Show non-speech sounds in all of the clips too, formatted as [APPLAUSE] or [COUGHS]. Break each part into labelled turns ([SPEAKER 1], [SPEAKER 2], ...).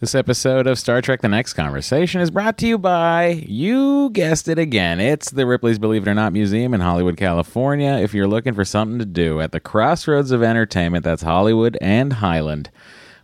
[SPEAKER 1] This episode of Star Trek The Next Conversation is brought to you by, you guessed it again, it's the Ripley's Believe It or Not Museum in Hollywood, California. If you're looking for something to do at the crossroads of entertainment, that's Hollywood and Highland.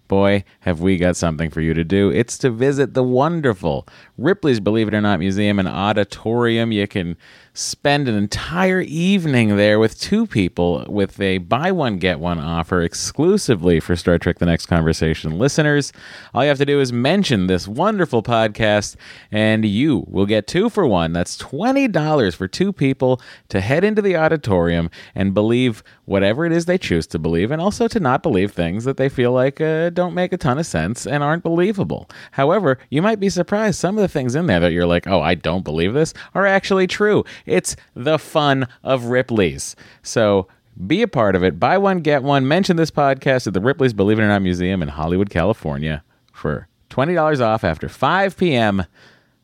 [SPEAKER 1] Boy, have we got something for you to do. It's to visit the wonderful Ripley's Believe It or Not Museum and Auditorium. You can spend an entire evening there with two people with a buy one, get one offer exclusively for Star Trek The Next Conversation listeners. All you have to do is mention this wonderful podcast, and you will get two for one. That's $20 for two people to head into the auditorium and believe whatever it is they choose to believe, and also to not believe things that they feel like uh, don't make a ton of sense and aren't believable. However, you might be surprised some of the things in there that you're like, oh, I don't believe this, are actually true. It's the fun of Ripley's. So be a part of it. Buy one, get one. Mention this podcast at the Ripley's Believe It or Not Museum in Hollywood, California for $20 off after 5 p.m.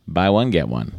[SPEAKER 1] Buy one, get one.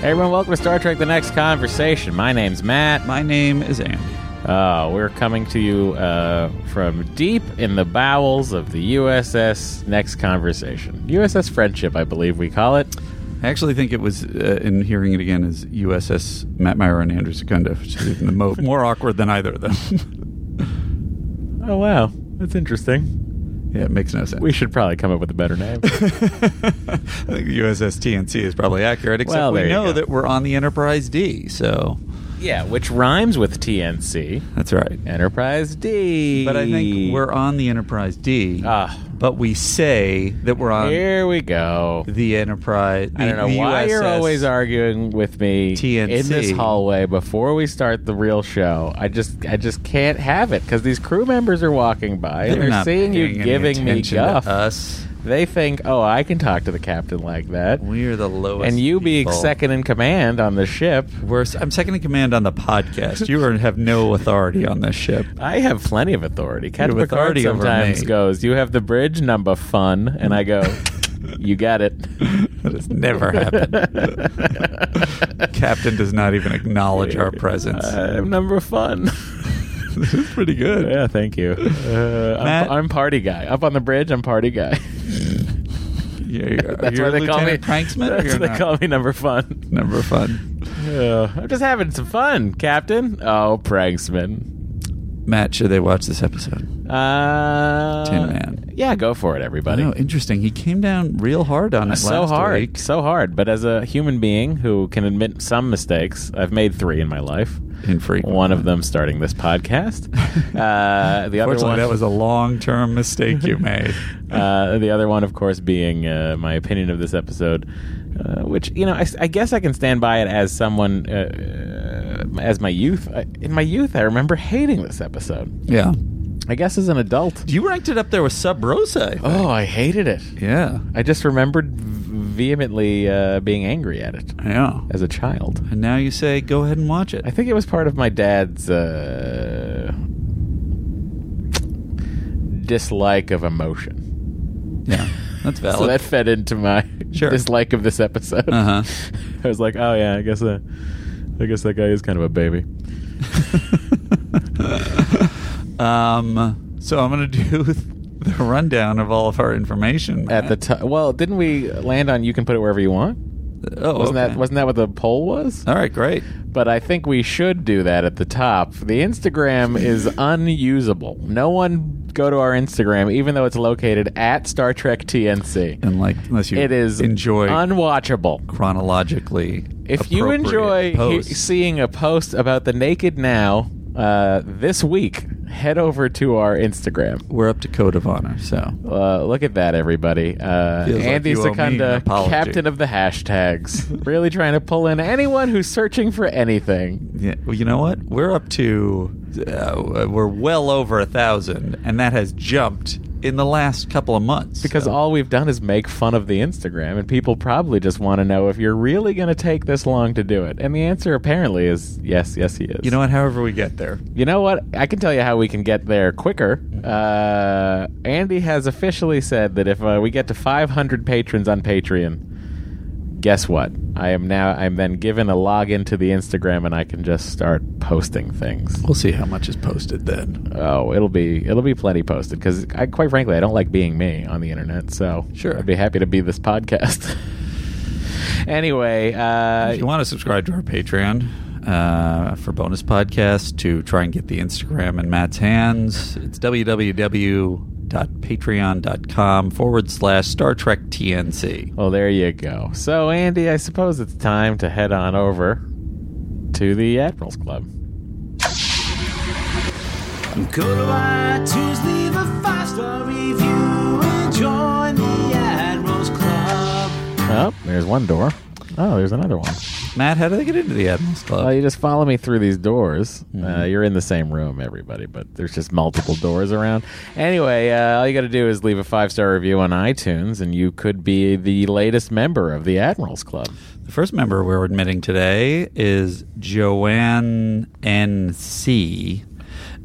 [SPEAKER 1] Hey everyone, welcome to Star Trek The Next Conversation. My name's Matt.
[SPEAKER 2] My name is Andy.
[SPEAKER 1] Uh, we're coming to you uh, from deep in the bowels of the USS Next Conversation. USS Friendship, I believe we call it.
[SPEAKER 3] I actually think it was, uh, in hearing it again, is USS Matt Meyer and Andrew Secunda, which is even the mo- more awkward than either of them. [LAUGHS]
[SPEAKER 1] Oh, wow. That's interesting.
[SPEAKER 3] yeah, it makes no sense.
[SPEAKER 1] We should probably come up with a better name.
[SPEAKER 3] [LAUGHS] I think the USS TNC is probably accurate, except
[SPEAKER 1] Well, there
[SPEAKER 3] we
[SPEAKER 1] you go.
[SPEAKER 3] know that we're on the Enterprise D, so
[SPEAKER 1] yeah, which rhymes with TNC.
[SPEAKER 3] that's right.
[SPEAKER 1] Enterprise D.
[SPEAKER 3] But I think we're on the Enterprise D,
[SPEAKER 1] Ah.
[SPEAKER 3] but we say that we're on
[SPEAKER 1] Here we go.
[SPEAKER 3] the Enterprise.
[SPEAKER 1] I don't know
[SPEAKER 3] the
[SPEAKER 1] why you're
[SPEAKER 3] USS
[SPEAKER 1] always arguing with me
[SPEAKER 3] TNC.
[SPEAKER 1] in this hallway before we start the real show. I just I just can't have it because these crew members are walking by and
[SPEAKER 3] They're
[SPEAKER 1] they're,
[SPEAKER 3] not
[SPEAKER 1] seeing
[SPEAKER 3] paying
[SPEAKER 1] you
[SPEAKER 3] any
[SPEAKER 1] giving me
[SPEAKER 3] attention to
[SPEAKER 1] guff.
[SPEAKER 3] us.
[SPEAKER 1] They think, oh, I can talk to the captain like that,
[SPEAKER 3] We're the lowest.
[SPEAKER 1] and you being
[SPEAKER 3] people.
[SPEAKER 1] second in command on the ship.
[SPEAKER 3] We're, I'm second in command on the podcast. You are, have no authority on this ship.
[SPEAKER 1] I have plenty of authority. Captain
[SPEAKER 3] have
[SPEAKER 1] Picard
[SPEAKER 3] authority over
[SPEAKER 1] sometimes
[SPEAKER 3] me.
[SPEAKER 1] goes, "You have the bridge number, fun," and I
[SPEAKER 3] [LAUGHS]
[SPEAKER 1] go, "You got it."
[SPEAKER 3] That has
[SPEAKER 1] [LAUGHS]
[SPEAKER 3] never happened. Captain does not even acknowledge our presence.
[SPEAKER 1] I'm number fun.
[SPEAKER 3] [LAUGHS] this is pretty good.
[SPEAKER 1] Yeah, thank you. Uh, I'm,
[SPEAKER 3] Matt?
[SPEAKER 1] I'm party guy. Up on the bridge, I'm party guy.
[SPEAKER 3] Yeah, you are.
[SPEAKER 1] That's
[SPEAKER 3] You're
[SPEAKER 1] why they call me
[SPEAKER 3] Lieutenant Pranksman. or
[SPEAKER 1] That's
[SPEAKER 3] you're
[SPEAKER 1] why they
[SPEAKER 3] not?
[SPEAKER 1] call me number fun.
[SPEAKER 3] Number fun.
[SPEAKER 1] Uh, I'm just having some fun, Captain. Oh, pranksman.
[SPEAKER 3] Matt, should they watch this episode?
[SPEAKER 1] Uh,
[SPEAKER 3] Tin Man.
[SPEAKER 1] Yeah, go for it, everybody.
[SPEAKER 3] No, interesting. He came down real hard on it
[SPEAKER 1] so
[SPEAKER 3] last
[SPEAKER 1] hard,
[SPEAKER 3] week.
[SPEAKER 1] so hard. But as a human being who can admit some mistakes, I've made three in my life.
[SPEAKER 3] Infrequent.
[SPEAKER 1] One of them starting this
[SPEAKER 3] [LAUGHS]
[SPEAKER 1] podcast. Uh, the other
[SPEAKER 3] Fortunately,
[SPEAKER 1] one
[SPEAKER 3] that was a long-term mistake you made.
[SPEAKER 1] [LAUGHS] uh, the other one, of course, being uh, my opinion of this episode, uh, which you know, I, I guess I can stand by it as someone, uh, uh, as my youth. I, in my youth, I remember hating this episode. [LAUGHS]
[SPEAKER 3] yeah.
[SPEAKER 1] I guess as an adult,
[SPEAKER 3] You ranked it up there with Sub Rosa.
[SPEAKER 1] oh, I hated it.
[SPEAKER 3] Yeah.
[SPEAKER 1] I just remembered v- vehemently uh, being angry at it
[SPEAKER 3] Yeah.
[SPEAKER 1] as a child.
[SPEAKER 3] And now you say, go ahead and watch it.
[SPEAKER 1] I think it was part of my dad's uh, dislike of emotion.
[SPEAKER 3] yeah. That's
[SPEAKER 1] [LAUGHS]
[SPEAKER 3] valid.
[SPEAKER 1] So that fed into my
[SPEAKER 3] Sure.
[SPEAKER 1] dislike of this episode.
[SPEAKER 3] Uh-huh.
[SPEAKER 1] [LAUGHS] I was like, oh yeah, I guess uh, I guess that guy is kind of a
[SPEAKER 3] [LAUGHS]
[SPEAKER 1] baby.
[SPEAKER 3] um, so I'm going to do [LAUGHS] the rundown of all of our information.
[SPEAKER 1] At the time, well, didn't we land on you can put it wherever you want?
[SPEAKER 3] oh,
[SPEAKER 1] Wasn't
[SPEAKER 3] okay.
[SPEAKER 1] that wasn't that what the poll was?
[SPEAKER 3] all right? Great.
[SPEAKER 1] But I think we should do that at the top. The Instagram is
[SPEAKER 3] [LAUGHS]
[SPEAKER 1] unusable. No one go to our Instagram, even though it's located at Star Trek TNC.
[SPEAKER 3] And like, unless you
[SPEAKER 1] It is
[SPEAKER 3] enjoy
[SPEAKER 1] unwatchable.
[SPEAKER 3] chronologically,
[SPEAKER 1] If you
[SPEAKER 3] appropriate
[SPEAKER 1] enjoy he-
[SPEAKER 3] posts.
[SPEAKER 1] seeing a post about the naked now, uh, this week, head over to our Instagram.
[SPEAKER 2] We're up to code of honor, so
[SPEAKER 1] Uh, look at that, everybody. Uh,
[SPEAKER 2] Feels like
[SPEAKER 1] Andy
[SPEAKER 3] you owe me an
[SPEAKER 1] Secunda,
[SPEAKER 3] apology. [LAUGHS]
[SPEAKER 1] captain of the hashtags. really trying to pull in anyone who's searching for anything.
[SPEAKER 2] yeah.
[SPEAKER 3] Well, you know what? We're up to uh, we're well over a thousand, and that has jumped in the last couple of months
[SPEAKER 1] Because all we've done is make fun of the Instagram, and people probably just want to know if you're really going to take this long to do it. And the answer apparently is yes, yes, he is.
[SPEAKER 3] You know what? However, we get there. Mm-hmm.
[SPEAKER 1] You know what? I can tell you how we can get there quicker. Uh, Andy has officially said that if uh, we get to 500 patrons on Patreon, guess what? I am now. I'm then given a login to the Instagram, and I can just start posting things.
[SPEAKER 2] We'll see how much is posted then.
[SPEAKER 1] Oh, it'll be it'll be plenty posted because I quite frankly I don't like being me on the internet. So
[SPEAKER 2] Sure.
[SPEAKER 1] I'd be happy to be this podcast. [LAUGHS] anyway, uh,
[SPEAKER 3] If you want to subscribe to our Patreon uh, for bonus podcasts to try and get the Instagram in Matt's hands, it's www.patreon.com forward slash Star Trek TNC.
[SPEAKER 1] Well, there you go. So, Andy, I suppose it's time to head on over to the Admirals Club.
[SPEAKER 4] Go to iTunes, leave a five star review, and join the Admirals Club.
[SPEAKER 1] Oh, there's one door. Oh, there's another one.
[SPEAKER 3] Matt, how do they get into the Admiral's Club? Mm-hmm.
[SPEAKER 1] Well, you just follow me through these doors. Uh, you're in the same room, everybody, but there's just multiple doors around. Anyway, uh, all you got to do is leave a five star review on iTunes, and you could be the latest member of the Admirals Club.
[SPEAKER 3] The first member we're admitting today is Joanne N.C.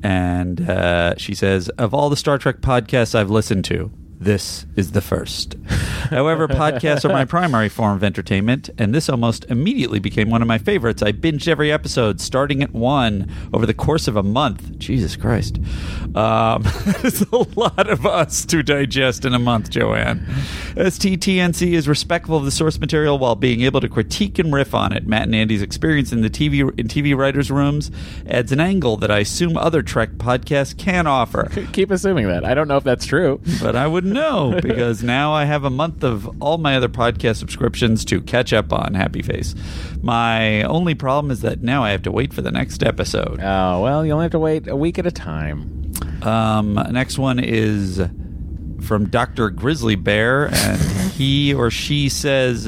[SPEAKER 3] And uh, she says, Of all the Star Trek podcasts I've listened to, this is the first. However, podcasts are my primary form of entertainment, and this almost immediately became one of my favorites. I binged every episode, starting at one, over the course of a month. Jesus Christ. Um, [LAUGHS] it's a lot of us to digest in a month, Joanne. STTNC is respectful of the source material while being able to critique and riff on it. Matt and Andy's experience in the TV in TV writers' rooms adds an angle that I assume other Trek podcasts can offer.
[SPEAKER 1] Keep assuming that. I don't know if that's true.
[SPEAKER 3] But I
[SPEAKER 1] [LAUGHS]
[SPEAKER 3] wouldn't know because now I have a month of all my other podcast subscriptions to catch up on. Happy face. My only problem is that now I have to wait for the next episode.
[SPEAKER 1] Oh, well, you only have to wait a week at a time.
[SPEAKER 3] Um, next one is from Dr. Grizzly Bear,
[SPEAKER 1] [LAUGHS]
[SPEAKER 3] and he or she says,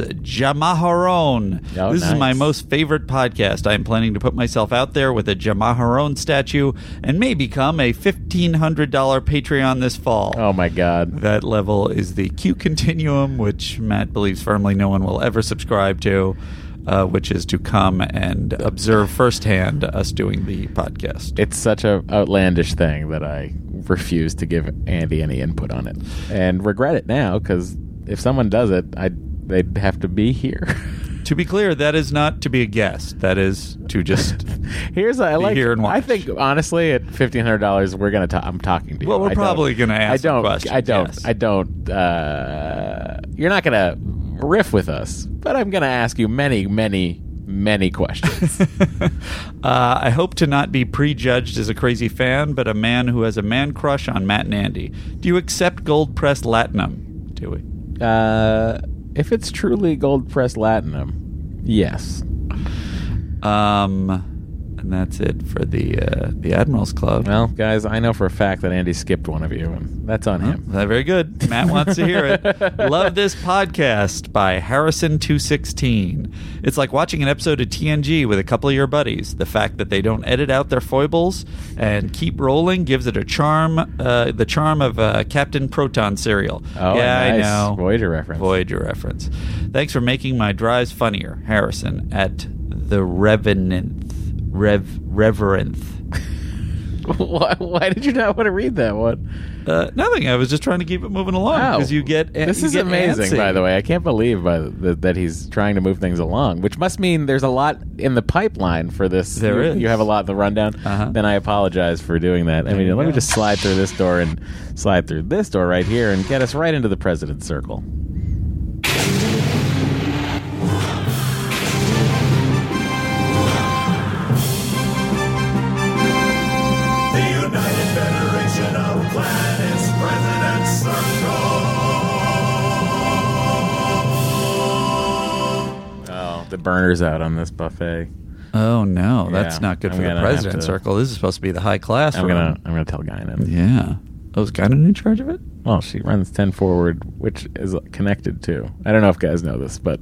[SPEAKER 3] Jamaharon.
[SPEAKER 1] Oh,
[SPEAKER 3] this is my
[SPEAKER 1] nice.
[SPEAKER 3] most favorite podcast. I am planning to put myself out there with a Jamaharon statue and may become a $1,500 Patreon this fall.
[SPEAKER 1] Oh, my God.
[SPEAKER 3] That level is the Q continuum, which Matt believes firmly no one will ever subscribe to. Uh, which is to come and observe firsthand us doing the podcast.
[SPEAKER 1] it's such a outlandish thing that I refuse to give Andy any input on it, and regret it now because if someone does it, I they'd have to be here. [LAUGHS]
[SPEAKER 3] To be clear, that is not to be a guest. That is to just.
[SPEAKER 1] [LAUGHS] Here's a, I like.
[SPEAKER 3] here and watch.
[SPEAKER 1] I think honestly, at fifteen hundred dollars, we're gonna. Ta- I'm talking to you.
[SPEAKER 3] Well, we're
[SPEAKER 1] I don't-
[SPEAKER 3] probably gonna ask
[SPEAKER 1] I don't.
[SPEAKER 3] questions,
[SPEAKER 1] I don't.
[SPEAKER 3] yes.
[SPEAKER 1] I don't. Uh, you're not gonna riff with us, but I'm gonna ask you many, many, many questions.
[SPEAKER 3] [LAUGHS] uh, I hope to not be prejudged as a crazy fan, but a man who has a man crush on Matt and Andy. Do you accept gold pressed latinum? Do we?
[SPEAKER 1] uh, if it's truly gold pressed latinum, yes.
[SPEAKER 3] Um, and that's it for the uh, the Admirals Club.
[SPEAKER 1] Well, guys, I know for a fact that Andy skipped one of you, and that's on
[SPEAKER 3] Huh?
[SPEAKER 1] him.
[SPEAKER 3] Uh, very good. Matt wants to hear it. Love this podcast by Harrison216. It's like watching an episode of TNG with a couple of your buddies. The fact that they don't edit out their foibles and keep rolling gives it a charm, uh, the charm of uh, Captain Proton serial.
[SPEAKER 1] Oh,
[SPEAKER 3] yeah,
[SPEAKER 1] nice.
[SPEAKER 3] I know.
[SPEAKER 1] Voyager reference.
[SPEAKER 3] Voyager reference. Thanks for making my drives funnier, Harrison, at the Revenant. Rev, Reverend.
[SPEAKER 1] [LAUGHS] why, why did you not want to read that one?
[SPEAKER 3] Uh, nothing. I was just trying to keep it moving along because you get
[SPEAKER 1] this
[SPEAKER 3] you
[SPEAKER 1] is
[SPEAKER 3] get
[SPEAKER 1] amazing.
[SPEAKER 3] antsy.
[SPEAKER 1] By the way, I can't believe by the, that he's trying to move things along, which must mean there's a lot in the pipeline for this.
[SPEAKER 3] There
[SPEAKER 1] you,
[SPEAKER 3] is.
[SPEAKER 1] you have a lot in the rundown.
[SPEAKER 3] Uh-huh.
[SPEAKER 1] Then I apologize for doing that. I mean,
[SPEAKER 3] you
[SPEAKER 1] let me
[SPEAKER 3] go.
[SPEAKER 1] just slide through this door and slide through this door right here and get us right into the president's circle.
[SPEAKER 5] The United Federation of Planets President Circle.
[SPEAKER 1] Oh, the burner's out on this buffet.
[SPEAKER 3] Oh no, that's
[SPEAKER 1] Yeah,
[SPEAKER 3] not good
[SPEAKER 1] I'm
[SPEAKER 3] for
[SPEAKER 1] gonna
[SPEAKER 3] the
[SPEAKER 1] have
[SPEAKER 3] president
[SPEAKER 1] to-
[SPEAKER 3] circle. This is supposed to be the high class
[SPEAKER 1] I'm
[SPEAKER 3] room.
[SPEAKER 1] gonna I'm gonna tell [LAUGHS] Guinan.
[SPEAKER 3] Yeah. Oh, is Guinan in charge of it?
[SPEAKER 1] Well, she runs 10 forward, which is connected to. I don't know if guys know this, but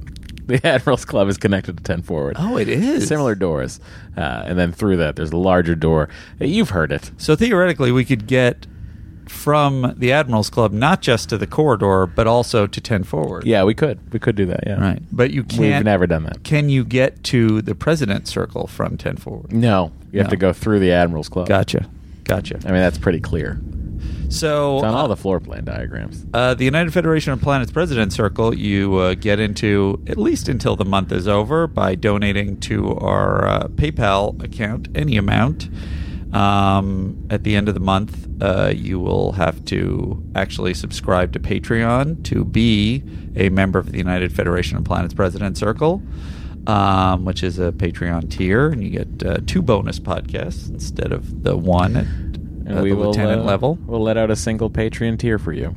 [SPEAKER 1] [LAUGHS] the Admiral's Club is connected to 10 forward.
[SPEAKER 3] Oh, it is.
[SPEAKER 1] Similar doors. Uh, and then through that, there's a larger door. Uh, You've heard it.
[SPEAKER 3] So theoretically, we could get from the Admirals Club not just to the corridor, but also to 10 forward.
[SPEAKER 1] Yeah, we could. We could do that, yeah.
[SPEAKER 3] Right. But you
[SPEAKER 1] We've
[SPEAKER 3] can't.
[SPEAKER 1] never done that.
[SPEAKER 3] Can you get to the president's circle from 10 forward?
[SPEAKER 1] No, you have
[SPEAKER 3] No.
[SPEAKER 1] to go through the Admiral's Club.
[SPEAKER 3] Gotcha. Gotcha.
[SPEAKER 1] I mean, that's pretty clear.
[SPEAKER 3] so,
[SPEAKER 1] It's on
[SPEAKER 3] uh,
[SPEAKER 1] all the floor plan diagrams.
[SPEAKER 3] Uh, the United Federation of Planets President Circle, you uh, get into at least until the month is over by donating to our uh, PayPal account any amount. Um, at the end of the month, uh, you will have to actually subscribe to Patreon to be a member of the United Federation of Planets President Circle, um, which is a Patreon tier, and you get uh, two bonus podcasts instead of the one at uh, the lieutenant
[SPEAKER 1] uh,
[SPEAKER 3] level.
[SPEAKER 1] We'll let out a single Patreon tier for you.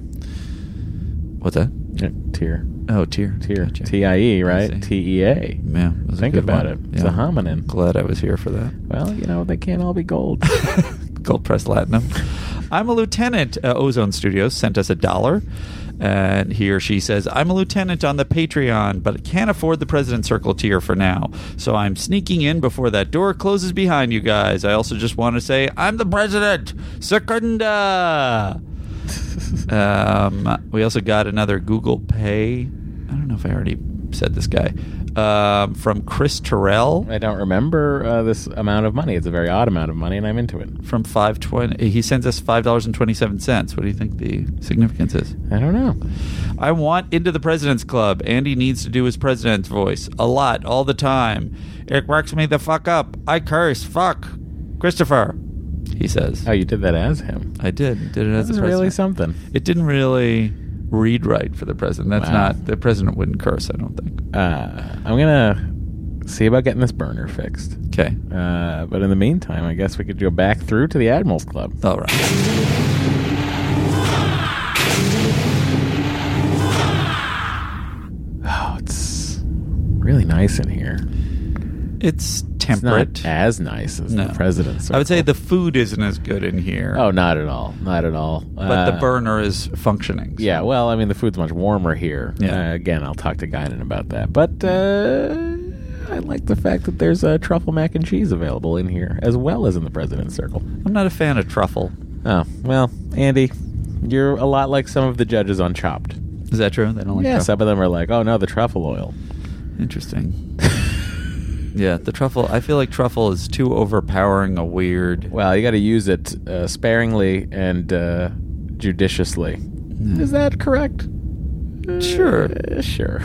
[SPEAKER 3] What's that?
[SPEAKER 1] Yeah, Tier.
[SPEAKER 3] Oh, tier,
[SPEAKER 1] Tier.
[SPEAKER 3] Gotcha.
[SPEAKER 1] T I E,
[SPEAKER 3] I see.
[SPEAKER 1] right? T E A.
[SPEAKER 3] Yeah, it was a
[SPEAKER 1] Think
[SPEAKER 3] good
[SPEAKER 1] about
[SPEAKER 3] one.
[SPEAKER 1] it. It's a
[SPEAKER 3] Yeah.
[SPEAKER 1] homonym.
[SPEAKER 3] Glad I was here for that.
[SPEAKER 1] Well, you know, they can't all be
[SPEAKER 3] [LAUGHS]
[SPEAKER 1] gold.
[SPEAKER 3] Gold press
[SPEAKER 1] [LAUGHS]
[SPEAKER 3] latinum. I'm a lieutenant. Uh, Ozone Studios sent us a dollar. And he or she says, I'm a lieutenant on the Patreon, but can't afford the President Circle tier for now. So I'm sneaking in before that door closes behind you guys. I also just want to say, I'm the President! Secunda! Um, we also got another Google Pay. I don't know if I already said this guy. Um, from Chris Terrell.
[SPEAKER 1] I don't remember uh, this amount of money. It's a very odd amount of money, and I'm into it.
[SPEAKER 3] from five twenty. He sends us five dollars and twenty seven cents. What do you think the significance is?
[SPEAKER 1] I don't know.
[SPEAKER 3] I want into the president's club. Andy needs to do his president's voice a lot, all the time. It works me the fuck up. I curse. Fuck, Christopher. He says.
[SPEAKER 1] Oh, you did that as him.
[SPEAKER 3] I did. Did it as
[SPEAKER 1] This is
[SPEAKER 3] the president.
[SPEAKER 1] really something.
[SPEAKER 3] It didn't really read right for the president. That's
[SPEAKER 1] Wow.
[SPEAKER 3] not the president wouldn't curse. I don't think.
[SPEAKER 1] Uh, I'm gonna see about getting this burner fixed.
[SPEAKER 3] Okay.
[SPEAKER 1] Uh, but in the meantime, I guess we could go back through to the Admirals Club.
[SPEAKER 3] All right.
[SPEAKER 1] Oh, it's really nice in here.
[SPEAKER 3] It's
[SPEAKER 1] It's not
[SPEAKER 3] temperate.
[SPEAKER 1] as nice as
[SPEAKER 3] No.
[SPEAKER 1] the president's.
[SPEAKER 3] I would say
[SPEAKER 1] circle.
[SPEAKER 3] the food isn't as good in here.
[SPEAKER 1] Oh, not at all. Not at all. Uh,
[SPEAKER 3] but the burner is functioning. so-
[SPEAKER 1] Yeah, well, I mean, the food's much warmer here.
[SPEAKER 3] Yeah.
[SPEAKER 1] Uh, again, I'll talk to Guinan about that. But uh, I like the fact that there's uh, truffle mac and cheese available in here, as well as in the President's Circle.
[SPEAKER 3] I'm not a fan of truffle.
[SPEAKER 1] Oh, well, Andy, you're a lot like some of the judges on Chopped.
[SPEAKER 3] Is that true? They don't like
[SPEAKER 1] yeah,
[SPEAKER 3] truffle.
[SPEAKER 1] some of them are like, oh, no, the truffle oil. [LAUGHS]
[SPEAKER 3] Interesting. yeah, the truffle. I feel like truffle is too overpowering. A weird.
[SPEAKER 1] Well, you got to use it uh, sparingly and uh, judiciously. Is that correct?
[SPEAKER 3] Sure.
[SPEAKER 1] Uh, sure.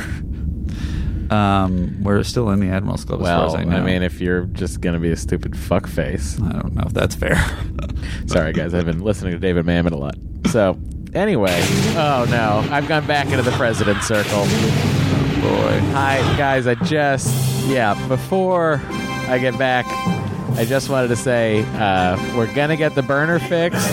[SPEAKER 3] Um, we're still in the Admiral's Club as
[SPEAKER 1] Well,
[SPEAKER 3] far
[SPEAKER 1] I,
[SPEAKER 3] as I know.
[SPEAKER 1] mean, if you're just going to be a stupid fuckface.
[SPEAKER 3] I don't know if that's fair.
[SPEAKER 1] Sorry, guys.
[SPEAKER 3] [LAUGHS]
[SPEAKER 1] I've been listening to David Mamet a lot. So, anyway. Oh, no. I've gone back into the president's circle.
[SPEAKER 3] Boy.
[SPEAKER 1] Hi, guys. I just, yeah, before I get back, I just wanted to say uh, we're going to get the burner fixed.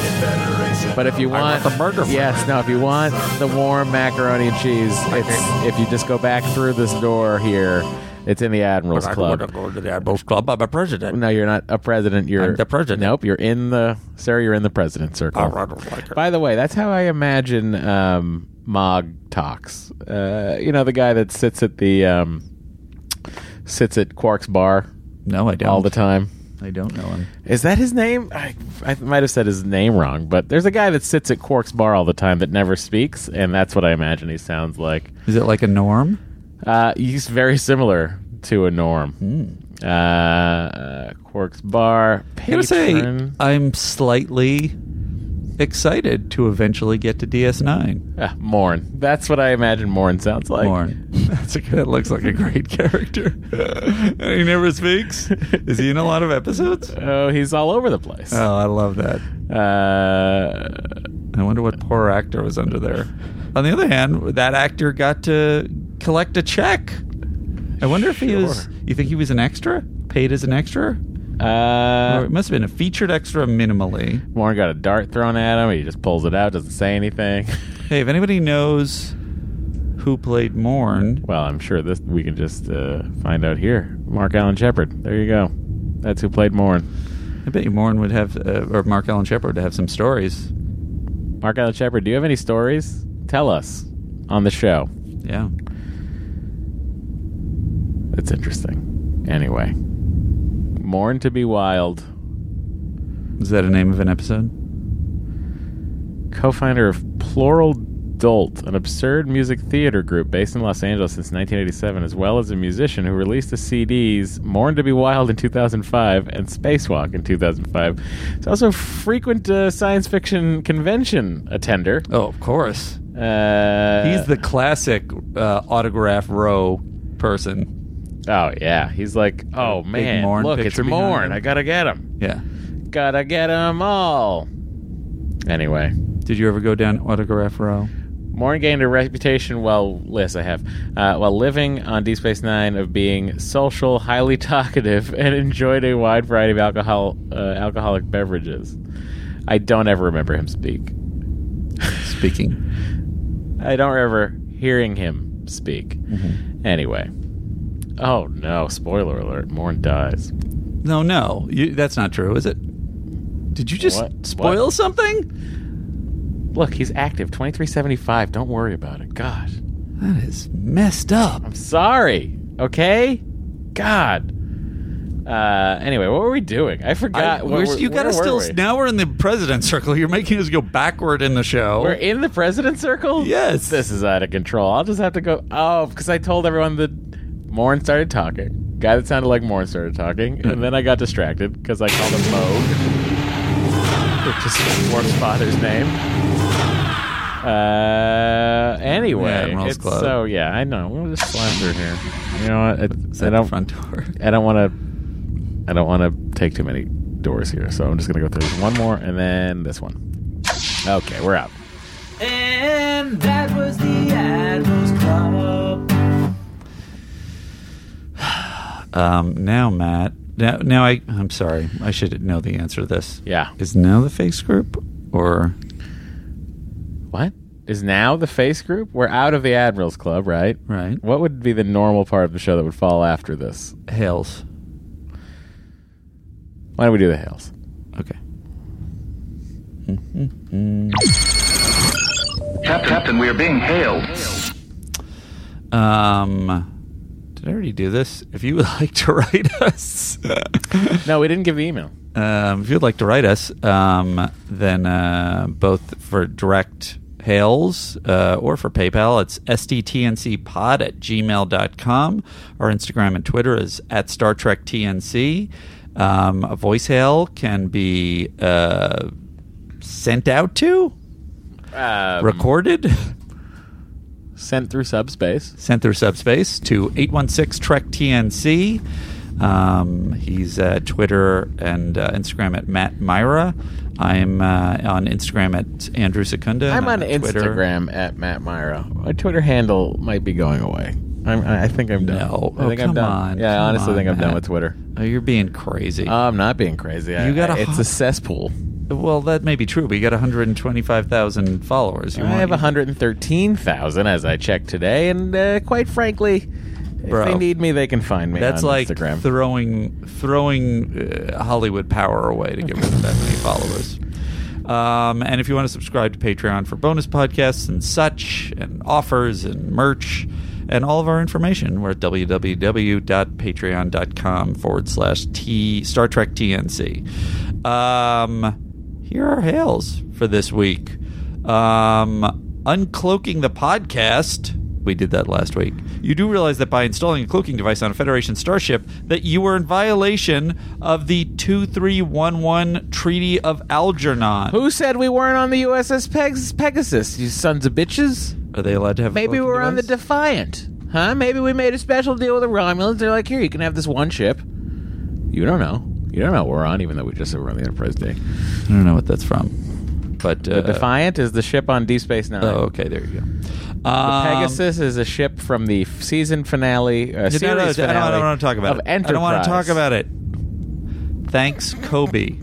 [SPEAKER 1] But if you
[SPEAKER 3] I want
[SPEAKER 1] want,
[SPEAKER 3] the burger fry.
[SPEAKER 1] yes, no, if you want the warm macaroni and cheese, it's, if you just go back through this door here, it's in the Admiral's Club.
[SPEAKER 3] go to the Admiral's Club. I'm a president.
[SPEAKER 1] No, you're not a president. You're
[SPEAKER 3] I'm the president. Oh,
[SPEAKER 1] Nope, you're in the sir. You're in the president circle.
[SPEAKER 3] don't like it.
[SPEAKER 1] By the way, that's how I imagine um, Mog talks. Uh, you know, the guy that sits at the um, sits at Quark's bar
[SPEAKER 3] No, I don't.
[SPEAKER 1] all the time.
[SPEAKER 3] I don't know him.
[SPEAKER 1] Is that his name? I, I might have said his name wrong, but there's a guy that sits at Quark's bar all the time that never speaks, and that's what I imagine he sounds like.
[SPEAKER 3] Is it like a norm?
[SPEAKER 1] Uh, he's very similar to a Norm.
[SPEAKER 3] Hmm.
[SPEAKER 1] Uh, uh, Quark's bar.
[SPEAKER 3] I gotta say,
[SPEAKER 1] patron.
[SPEAKER 3] I'm slightly excited to eventually get to DS9.
[SPEAKER 1] Ah, Morn. That's what I imagine Morn sounds like. [LAUGHS]
[SPEAKER 3] Morn. That's a, that looks like a great character. [LAUGHS] and he never speaks. Is he in a lot of episodes?
[SPEAKER 1] Oh, he's all over the place.
[SPEAKER 3] Oh, I love that.
[SPEAKER 1] Uh,
[SPEAKER 3] I wonder what poor actor was under there. On the other hand, that actor got to collect a check. I wonder if he was.
[SPEAKER 1] Sure.
[SPEAKER 3] You think he was an extra? Paid as an extra? or
[SPEAKER 1] uh,
[SPEAKER 3] it must have been a featured extra minimally.
[SPEAKER 1] Morn got a [LAUGHS] dart thrown at him. He just pulls it out, doesn't say anything.
[SPEAKER 3] Hey, if anybody knows who played Morn.
[SPEAKER 1] Well, I'm sure this we can just uh, find out here. Mark Allen Shepard. There you go. That's who played Morn.
[SPEAKER 3] I bet you Morn would have, uh, or Mark Allen Shepard would have some stories.
[SPEAKER 1] Mark Allen Shepard, do you have any stories? Tell us on the show.
[SPEAKER 3] Yeah.
[SPEAKER 1] It's interesting. Anyway, Morn to be wild.
[SPEAKER 3] Is that a name of an episode?
[SPEAKER 1] co-founder of Plural Dolt, an absurd music theater group based in Los Angeles since 1987, as well as a musician who released the CDs Mourn to Be Wild in 2005 and Spacewalk in 2005. He's also a frequent uh, science fiction convention attender.
[SPEAKER 3] Oh, of course.
[SPEAKER 1] Uh,
[SPEAKER 3] He's the classic uh, autograph row person.
[SPEAKER 1] oh yeah, he's like oh
[SPEAKER 3] Big
[SPEAKER 1] man,
[SPEAKER 3] Morn
[SPEAKER 1] look it's
[SPEAKER 3] picture behind
[SPEAKER 1] Morn.
[SPEAKER 3] him.
[SPEAKER 1] I gotta get him.
[SPEAKER 3] Yeah.
[SPEAKER 1] Gotta get him all. Anyway.
[SPEAKER 3] Did you ever go down autograph row?
[SPEAKER 1] Morn gained a reputation while yes, I have uh, while living on Deep Space Nine of being social, highly [LAUGHS] talkative, and enjoyed a wide variety of alcohol uh, alcoholic beverages. I don't ever remember him speak.
[SPEAKER 3] Speaking.
[SPEAKER 1] [LAUGHS] I don't ever hearing him speak.
[SPEAKER 3] Mm-hmm.
[SPEAKER 1] Anyway, oh no! Spoiler alert: Morn dies.
[SPEAKER 3] No, no, you, that's not true, is it? Did you just
[SPEAKER 1] What?
[SPEAKER 3] spoil
[SPEAKER 1] What?
[SPEAKER 3] something?
[SPEAKER 1] Look, he's active. Twenty three seventy five. Don't worry about it. Gosh,
[SPEAKER 3] That is messed up.
[SPEAKER 1] I'm sorry. Okay, God. Uh, anyway, what were we doing? I forgot.
[SPEAKER 3] I-
[SPEAKER 1] what
[SPEAKER 3] we're-
[SPEAKER 1] were-
[SPEAKER 3] you gotta
[SPEAKER 1] where were
[SPEAKER 3] still.
[SPEAKER 1] we?
[SPEAKER 3] Now we're in the president circle. You're making us go backward in the show.
[SPEAKER 1] We're in the president circle?
[SPEAKER 3] Yes.
[SPEAKER 1] This is out of control. I'll just have to go. Oh, because I told everyone that Morn started talking. Guy that sounded like Morn started talking. And then I got distracted because I called him Moog, which is Morn's father's name. Uh, anyway.
[SPEAKER 3] Admiral's
[SPEAKER 1] it's-
[SPEAKER 3] Club.
[SPEAKER 1] So, Oh, yeah, I know. We'll just slide through here. You know what? It-
[SPEAKER 3] Is
[SPEAKER 1] I
[SPEAKER 3] that the
[SPEAKER 1] don't,
[SPEAKER 3] front door?
[SPEAKER 1] I don't want to. I don't want to take too many doors here, so I'm just gonna go through one more and then this one. Okay, we're out.
[SPEAKER 4] And that was the Admiral's Club.
[SPEAKER 3] Um, now, Matt. Now, now I. I'm sorry. I should know the answer to this.
[SPEAKER 1] Yeah.
[SPEAKER 3] Is now the face group or
[SPEAKER 1] What? Is now the face group? We're out of the Admirals Club, right?
[SPEAKER 3] Right.
[SPEAKER 1] What would be the normal part of the show that would fall after this?
[SPEAKER 3] Hales?
[SPEAKER 1] Why don't we do the Hales?
[SPEAKER 3] Okay.
[SPEAKER 6] Cap- Captain, we are being hailed.
[SPEAKER 3] Um, did I already do this? If you would [LAUGHS] like to write us,
[SPEAKER 1] No, we didn't give the email.
[SPEAKER 3] um, if you'd like to write us, um, then uh, both for direct hails uh, or for PayPal, it's sdtncpod at gmail.com. Our Instagram and Twitter is at Star Trek TNC. Um, a voice hail can be uh, sent out to,
[SPEAKER 1] Um,
[SPEAKER 3] recorded.
[SPEAKER 1] [LAUGHS] sent through subspace.
[SPEAKER 3] sent through subspace to 816 Trek TNC. Um, he's uh, Twitter and uh, Instagram at Matt Myra. I'm uh, on Instagram at Andrew Secunda. and
[SPEAKER 1] I'm on
[SPEAKER 3] Twitter-
[SPEAKER 1] Instagram at Matt Myra. My Twitter handle might be going away. I'm, I I think I'm done.
[SPEAKER 3] No.
[SPEAKER 1] I think
[SPEAKER 3] Oh,
[SPEAKER 1] I'm
[SPEAKER 3] come
[SPEAKER 1] done.
[SPEAKER 3] on.
[SPEAKER 1] Yeah, I
[SPEAKER 3] Come
[SPEAKER 1] honestly
[SPEAKER 3] on,
[SPEAKER 1] think I'm done
[SPEAKER 3] Matt.
[SPEAKER 1] with Twitter.
[SPEAKER 3] Oh, you're being crazy.
[SPEAKER 1] I'm not being crazy. I,
[SPEAKER 3] You got a
[SPEAKER 1] I- it's
[SPEAKER 3] hu-
[SPEAKER 1] a cesspool.
[SPEAKER 3] well, that may be true, but you got 125,000 followers. You
[SPEAKER 1] I
[SPEAKER 3] want-
[SPEAKER 1] have 113,000 as I checked today, and uh, quite frankly,
[SPEAKER 3] Bro.
[SPEAKER 1] if they need me, they can find me.
[SPEAKER 3] That's
[SPEAKER 1] on
[SPEAKER 3] like
[SPEAKER 1] Instagram.
[SPEAKER 3] throwing throwing uh, Hollywood power away to get rid of that many followers. Um, and if you want to subscribe to Patreon for bonus podcasts and such, and offers and merch, and all of our information, we're at www.patreon.com forward slash T Star Trek TNC. Um, here are hails for this week. Um, uncloaking the podcast. We did that last week. You do realize that by installing a cloaking device on a Federation starship, that you were in violation of the 2311 Treaty of Algernon.
[SPEAKER 1] Who said we weren't on the USS Peg- Pegasus, you sons of bitches?
[SPEAKER 3] Are they allowed to have? a
[SPEAKER 1] Maybe
[SPEAKER 3] cloaking
[SPEAKER 1] we're on the
[SPEAKER 3] device?
[SPEAKER 1] Defiant. Huh? Maybe we made a special deal with the Romulans. They're like, here, you can have this one ship. You don't know. You don't know what we're on, even though we just said we're on the Enterprise D.
[SPEAKER 3] I don't know what that's from, but uh,
[SPEAKER 1] The Defiant is the ship on Deep Space Nine.
[SPEAKER 3] Oh, okay, there you go.
[SPEAKER 1] The
[SPEAKER 3] Um,
[SPEAKER 1] Pegasus is a ship from the f- season finale, uh,
[SPEAKER 3] No,
[SPEAKER 1] series
[SPEAKER 3] no, no, I don't,
[SPEAKER 1] finale
[SPEAKER 3] I don't want to talk about
[SPEAKER 1] of
[SPEAKER 3] it.
[SPEAKER 1] Enterprise.
[SPEAKER 3] I don't want to talk about it. Thanks, Kobe.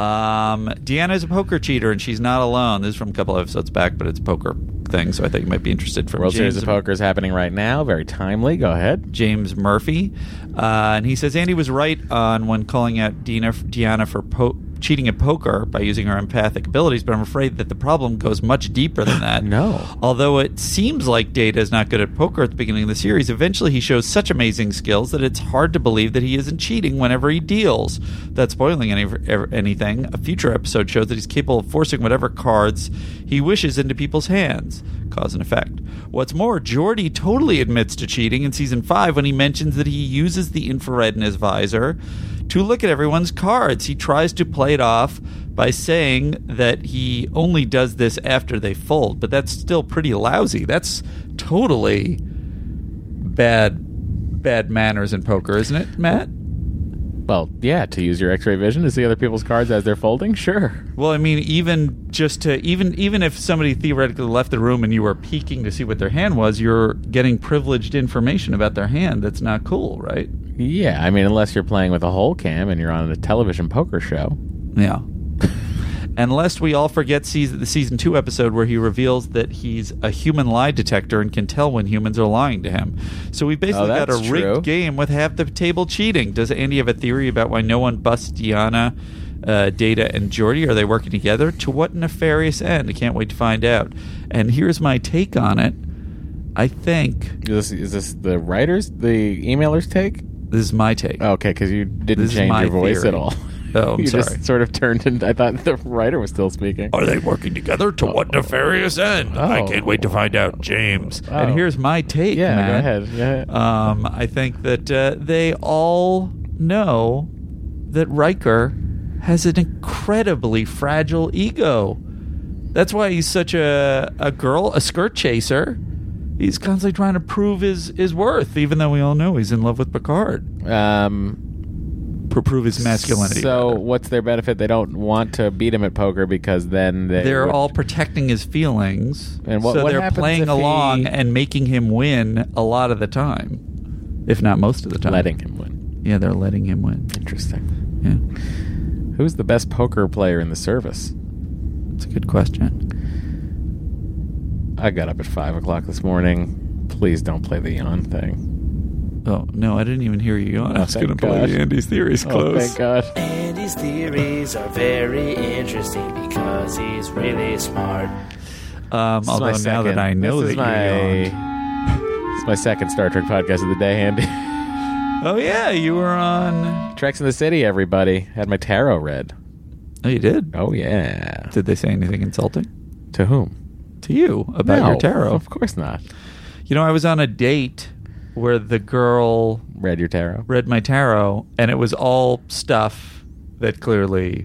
[SPEAKER 3] Um, Deanna is a poker cheater, and she's not alone. This is from a couple episodes back, but it's a poker thing, so I thought you might be interested. From
[SPEAKER 1] World Series
[SPEAKER 3] James-
[SPEAKER 1] of Poker is happening right now. Very timely. Go ahead.
[SPEAKER 3] James Murphy, uh, and he says Andy was right on when calling out Dina, Deanna for po- cheating at poker by using her empathic abilities, but I'm afraid that the problem goes much deeper than that.
[SPEAKER 1] [LAUGHS] No.
[SPEAKER 3] Although it seems like Data is not good at poker at the beginning of the series, eventually he shows such amazing skills that it's hard to believe that he isn't cheating whenever he deals. Without spoiling any, ev- anything, a future episode shows that he's capable of forcing whatever cards he wishes into people's hands. Cause and effect. What's more, Geordie totally admits to cheating in season 5 when he mentions that he uses the infrared in his visor to look at everyone's cards. He tries to play it off by saying that he only does this after they fold, but that's still pretty lousy. That's totally bad bad manners in poker, isn't it, Matt?
[SPEAKER 1] Well, yeah, to use your X-ray vision to see other people's cards as they're folding. Sure.
[SPEAKER 3] Well, I mean, even just to even even if somebody theoretically left the room and you were peeking to see what their hand was, you're getting privileged information about their hand. That's not cool, right?
[SPEAKER 1] Yeah, I mean, unless you're playing with a whole cam and you're on a television poker show.
[SPEAKER 3] Yeah. and lest we all forget season, the season two episode where he reveals that he's a human lie detector and can tell when humans are lying to him. So we basically got a
[SPEAKER 1] Oh, that's
[SPEAKER 3] rigged
[SPEAKER 1] true.
[SPEAKER 3] game with half the table cheating. Does Andy have a theory about why no one busts Diana, uh, Data, and Jordy? Are they working together? To what nefarious end? I can't wait to find out. And here's my take on it. I think
[SPEAKER 1] Is this, is this the writers, the emailers take?
[SPEAKER 3] this is my take.
[SPEAKER 1] Okay, because you didn't
[SPEAKER 3] This is
[SPEAKER 1] change
[SPEAKER 3] my
[SPEAKER 1] your voice
[SPEAKER 3] theory.
[SPEAKER 1] at all.
[SPEAKER 3] Oh,
[SPEAKER 1] [LAUGHS]
[SPEAKER 3] I'm
[SPEAKER 1] you
[SPEAKER 3] sorry.
[SPEAKER 1] just sort of turned into. I thought the writer was still speaking.
[SPEAKER 3] Are they working together? To what nefarious end? I
[SPEAKER 1] Oh.
[SPEAKER 3] can't wait to find out, James.
[SPEAKER 1] Oh.
[SPEAKER 3] And here's my take.
[SPEAKER 1] yeah,
[SPEAKER 3] Matt.
[SPEAKER 1] go ahead. Yeah.
[SPEAKER 3] Um, I think that uh, they all know that Riker has an incredibly fragile ego. That's why he's such a, a girl, a skirt chaser. He's constantly trying to prove his, his worth, even though we all know he's in love with Picard.
[SPEAKER 1] um,
[SPEAKER 3] Pro- prove his masculinity.
[SPEAKER 1] So,
[SPEAKER 3] rather.
[SPEAKER 1] what's their benefit? They don't want to beat him at poker because then they
[SPEAKER 3] they're
[SPEAKER 1] would-
[SPEAKER 3] all protecting his feelings
[SPEAKER 1] And what-
[SPEAKER 3] so
[SPEAKER 1] what
[SPEAKER 3] they're
[SPEAKER 1] happens if
[SPEAKER 3] playing
[SPEAKER 1] he-
[SPEAKER 3] along and making him win a lot of the time if not most of the time
[SPEAKER 1] letting him win.
[SPEAKER 3] yeah they're letting him win
[SPEAKER 1] Interesting.
[SPEAKER 3] yeah
[SPEAKER 1] Who's the best poker player in the service?
[SPEAKER 3] it's a good question
[SPEAKER 1] I got up at five o'clock this morning. Please don't play the yawn thing.
[SPEAKER 3] oh no i didn't even hear you on i was
[SPEAKER 1] Oh, thank
[SPEAKER 3] going to play
[SPEAKER 1] God.
[SPEAKER 3] andy's theories
[SPEAKER 1] Oh,
[SPEAKER 3] close
[SPEAKER 1] thank God.
[SPEAKER 4] Andy's theories are very interesting because he's really smart.
[SPEAKER 7] Uh,
[SPEAKER 3] um, although now that i know
[SPEAKER 1] this is
[SPEAKER 3] that you yawned-
[SPEAKER 1] my, [LAUGHS] this is my second Star Trek podcast of the day, Andy.
[SPEAKER 3] oh yeah you were on
[SPEAKER 1] Treks in the City, everybody. Had my tarot read.
[SPEAKER 3] oh you did
[SPEAKER 1] Oh, yeah.
[SPEAKER 3] did they say anything insulting
[SPEAKER 1] To whom?
[SPEAKER 3] to you about
[SPEAKER 1] No,
[SPEAKER 3] your tarot
[SPEAKER 1] Of course not.
[SPEAKER 3] you know i was on a date where the girl
[SPEAKER 1] Read your tarot.
[SPEAKER 3] read my tarot, and it was all stuff that clearly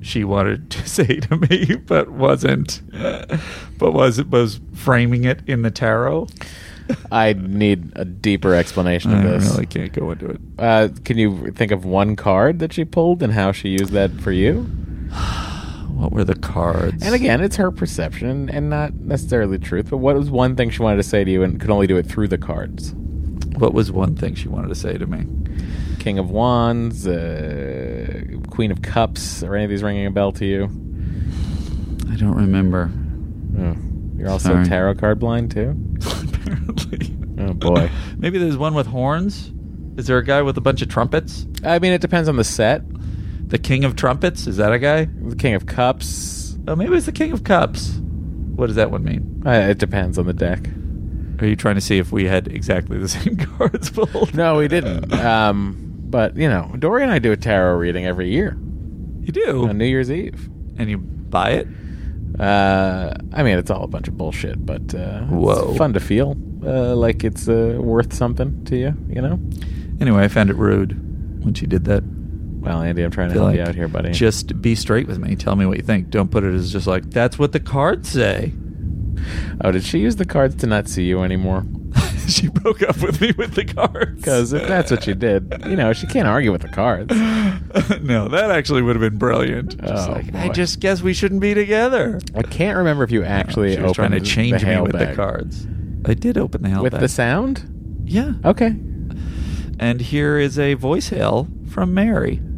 [SPEAKER 3] she wanted to [LAUGHS] say to me, but wasn't, but was was framing it in the tarot.
[SPEAKER 1] I need a deeper explanation
[SPEAKER 3] I
[SPEAKER 1] of this.
[SPEAKER 3] really can't go into it.
[SPEAKER 1] Uh, can you think of one card that she pulled and how she used that for you?
[SPEAKER 3] [SIGHS] What were the cards?
[SPEAKER 1] And again, it's her perception and not necessarily truth, but what was one thing she wanted to say to you and could only do it through the cards?
[SPEAKER 3] what was one thing she wanted to say to me?
[SPEAKER 1] King of Wands, uh, Queen of Cups, are any of these ringing a bell to you?
[SPEAKER 3] I don't remember.
[SPEAKER 1] Oh, You're also
[SPEAKER 3] Sorry.
[SPEAKER 1] tarot card blind, too?
[SPEAKER 3] [LAUGHS] Apparently,
[SPEAKER 1] Oh,
[SPEAKER 3] [LAUGHS]
[SPEAKER 1] boy.
[SPEAKER 3] maybe there's one with horns. Is there a guy with a bunch of trumpets?
[SPEAKER 1] I mean, it depends on the set.
[SPEAKER 3] The King of Trumpets? Is that a guy?
[SPEAKER 1] The King of Cups,
[SPEAKER 3] Oh, maybe it's the King of Cups. What does that one mean?
[SPEAKER 1] uh, it depends on the deck.
[SPEAKER 3] Are you trying to see if we had exactly the [LAUGHS] same cards pulled?
[SPEAKER 1] No, we didn't. Um, but, you know, Dory and I do a tarot reading every year
[SPEAKER 3] You do,
[SPEAKER 1] on New Year's Eve.
[SPEAKER 3] and you buy it.
[SPEAKER 1] Uh, I mean, it's all a bunch of bullshit, but uh,
[SPEAKER 3] Whoa.
[SPEAKER 1] it's fun to feel uh, like it's uh, worth something to you, you know?
[SPEAKER 3] Anyway, I found it rude when she did that.
[SPEAKER 1] Well, Andy, I'm trying to
[SPEAKER 3] Be
[SPEAKER 1] help
[SPEAKER 3] like,
[SPEAKER 1] you out here, buddy.
[SPEAKER 3] Just be straight with me. Tell me what you think. Don't put it as just like that's what the cards say.
[SPEAKER 1] Oh, did she use the cards to not see you [LAUGHS] anymore?
[SPEAKER 3] [LAUGHS] she broke up with me with the cards
[SPEAKER 1] Because if that's what she did, you know, she can't argue with the cards.
[SPEAKER 3] [LAUGHS] no, that actually would have been brilliant. Just
[SPEAKER 1] Oh,
[SPEAKER 3] like,
[SPEAKER 1] boy.
[SPEAKER 3] I just guess we shouldn't be together.
[SPEAKER 1] I can't remember if you actually
[SPEAKER 3] she was trying to
[SPEAKER 1] opened
[SPEAKER 3] change
[SPEAKER 1] the
[SPEAKER 3] me
[SPEAKER 1] hail
[SPEAKER 3] with the
[SPEAKER 1] bag.
[SPEAKER 3] cards. I did open the hell
[SPEAKER 1] With
[SPEAKER 3] bag.
[SPEAKER 1] the sound?
[SPEAKER 3] yeah.
[SPEAKER 1] Okay.
[SPEAKER 3] And here is a voice hail from Mary.
[SPEAKER 8] [LAUGHS]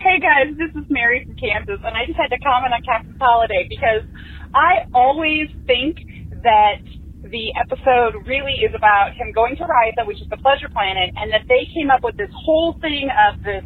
[SPEAKER 8] Hey guys, this is Mary from Kansas, and I just had to comment on Captain Holiday because I always think that the episode really is about him going to Riza, which is the pleasure planet, and that they came up with this whole thing of this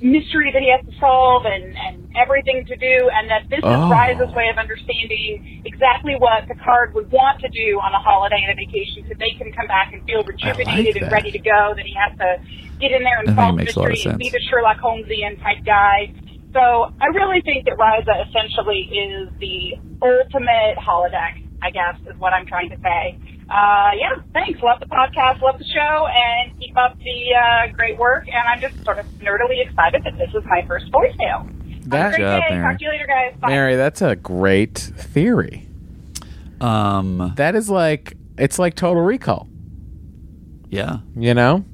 [SPEAKER 8] mystery that he has to solve and, and everything to do, and that this
[SPEAKER 1] Oh.
[SPEAKER 8] is Riza's way of understanding exactly what Picard would want to do on a holiday and a vacation so they can come back and feel rejuvenated and
[SPEAKER 1] that.
[SPEAKER 8] ready to go, that he has to get in there and
[SPEAKER 3] I think
[SPEAKER 8] solve
[SPEAKER 3] it makes a lot of
[SPEAKER 8] mystery and be
[SPEAKER 3] sense.
[SPEAKER 8] the the Sherlock Holmesian type guy. So I really think that Ryza essentially is the ultimate holodeck, I guess, is what I'm trying to say. Uh, yeah, thanks. Love the podcast, love the show, and keep up the uh, great work. And I'm just sort of nerdily excited that this is my first voice mail.
[SPEAKER 1] That-
[SPEAKER 8] Have a great
[SPEAKER 3] Job,
[SPEAKER 8] day.
[SPEAKER 3] Mary.
[SPEAKER 8] Talk to you later, guys. Bye.
[SPEAKER 1] Mary, that's a great theory.
[SPEAKER 3] Um,
[SPEAKER 1] That is like it's like Total Recall,
[SPEAKER 3] yeah.
[SPEAKER 1] you know,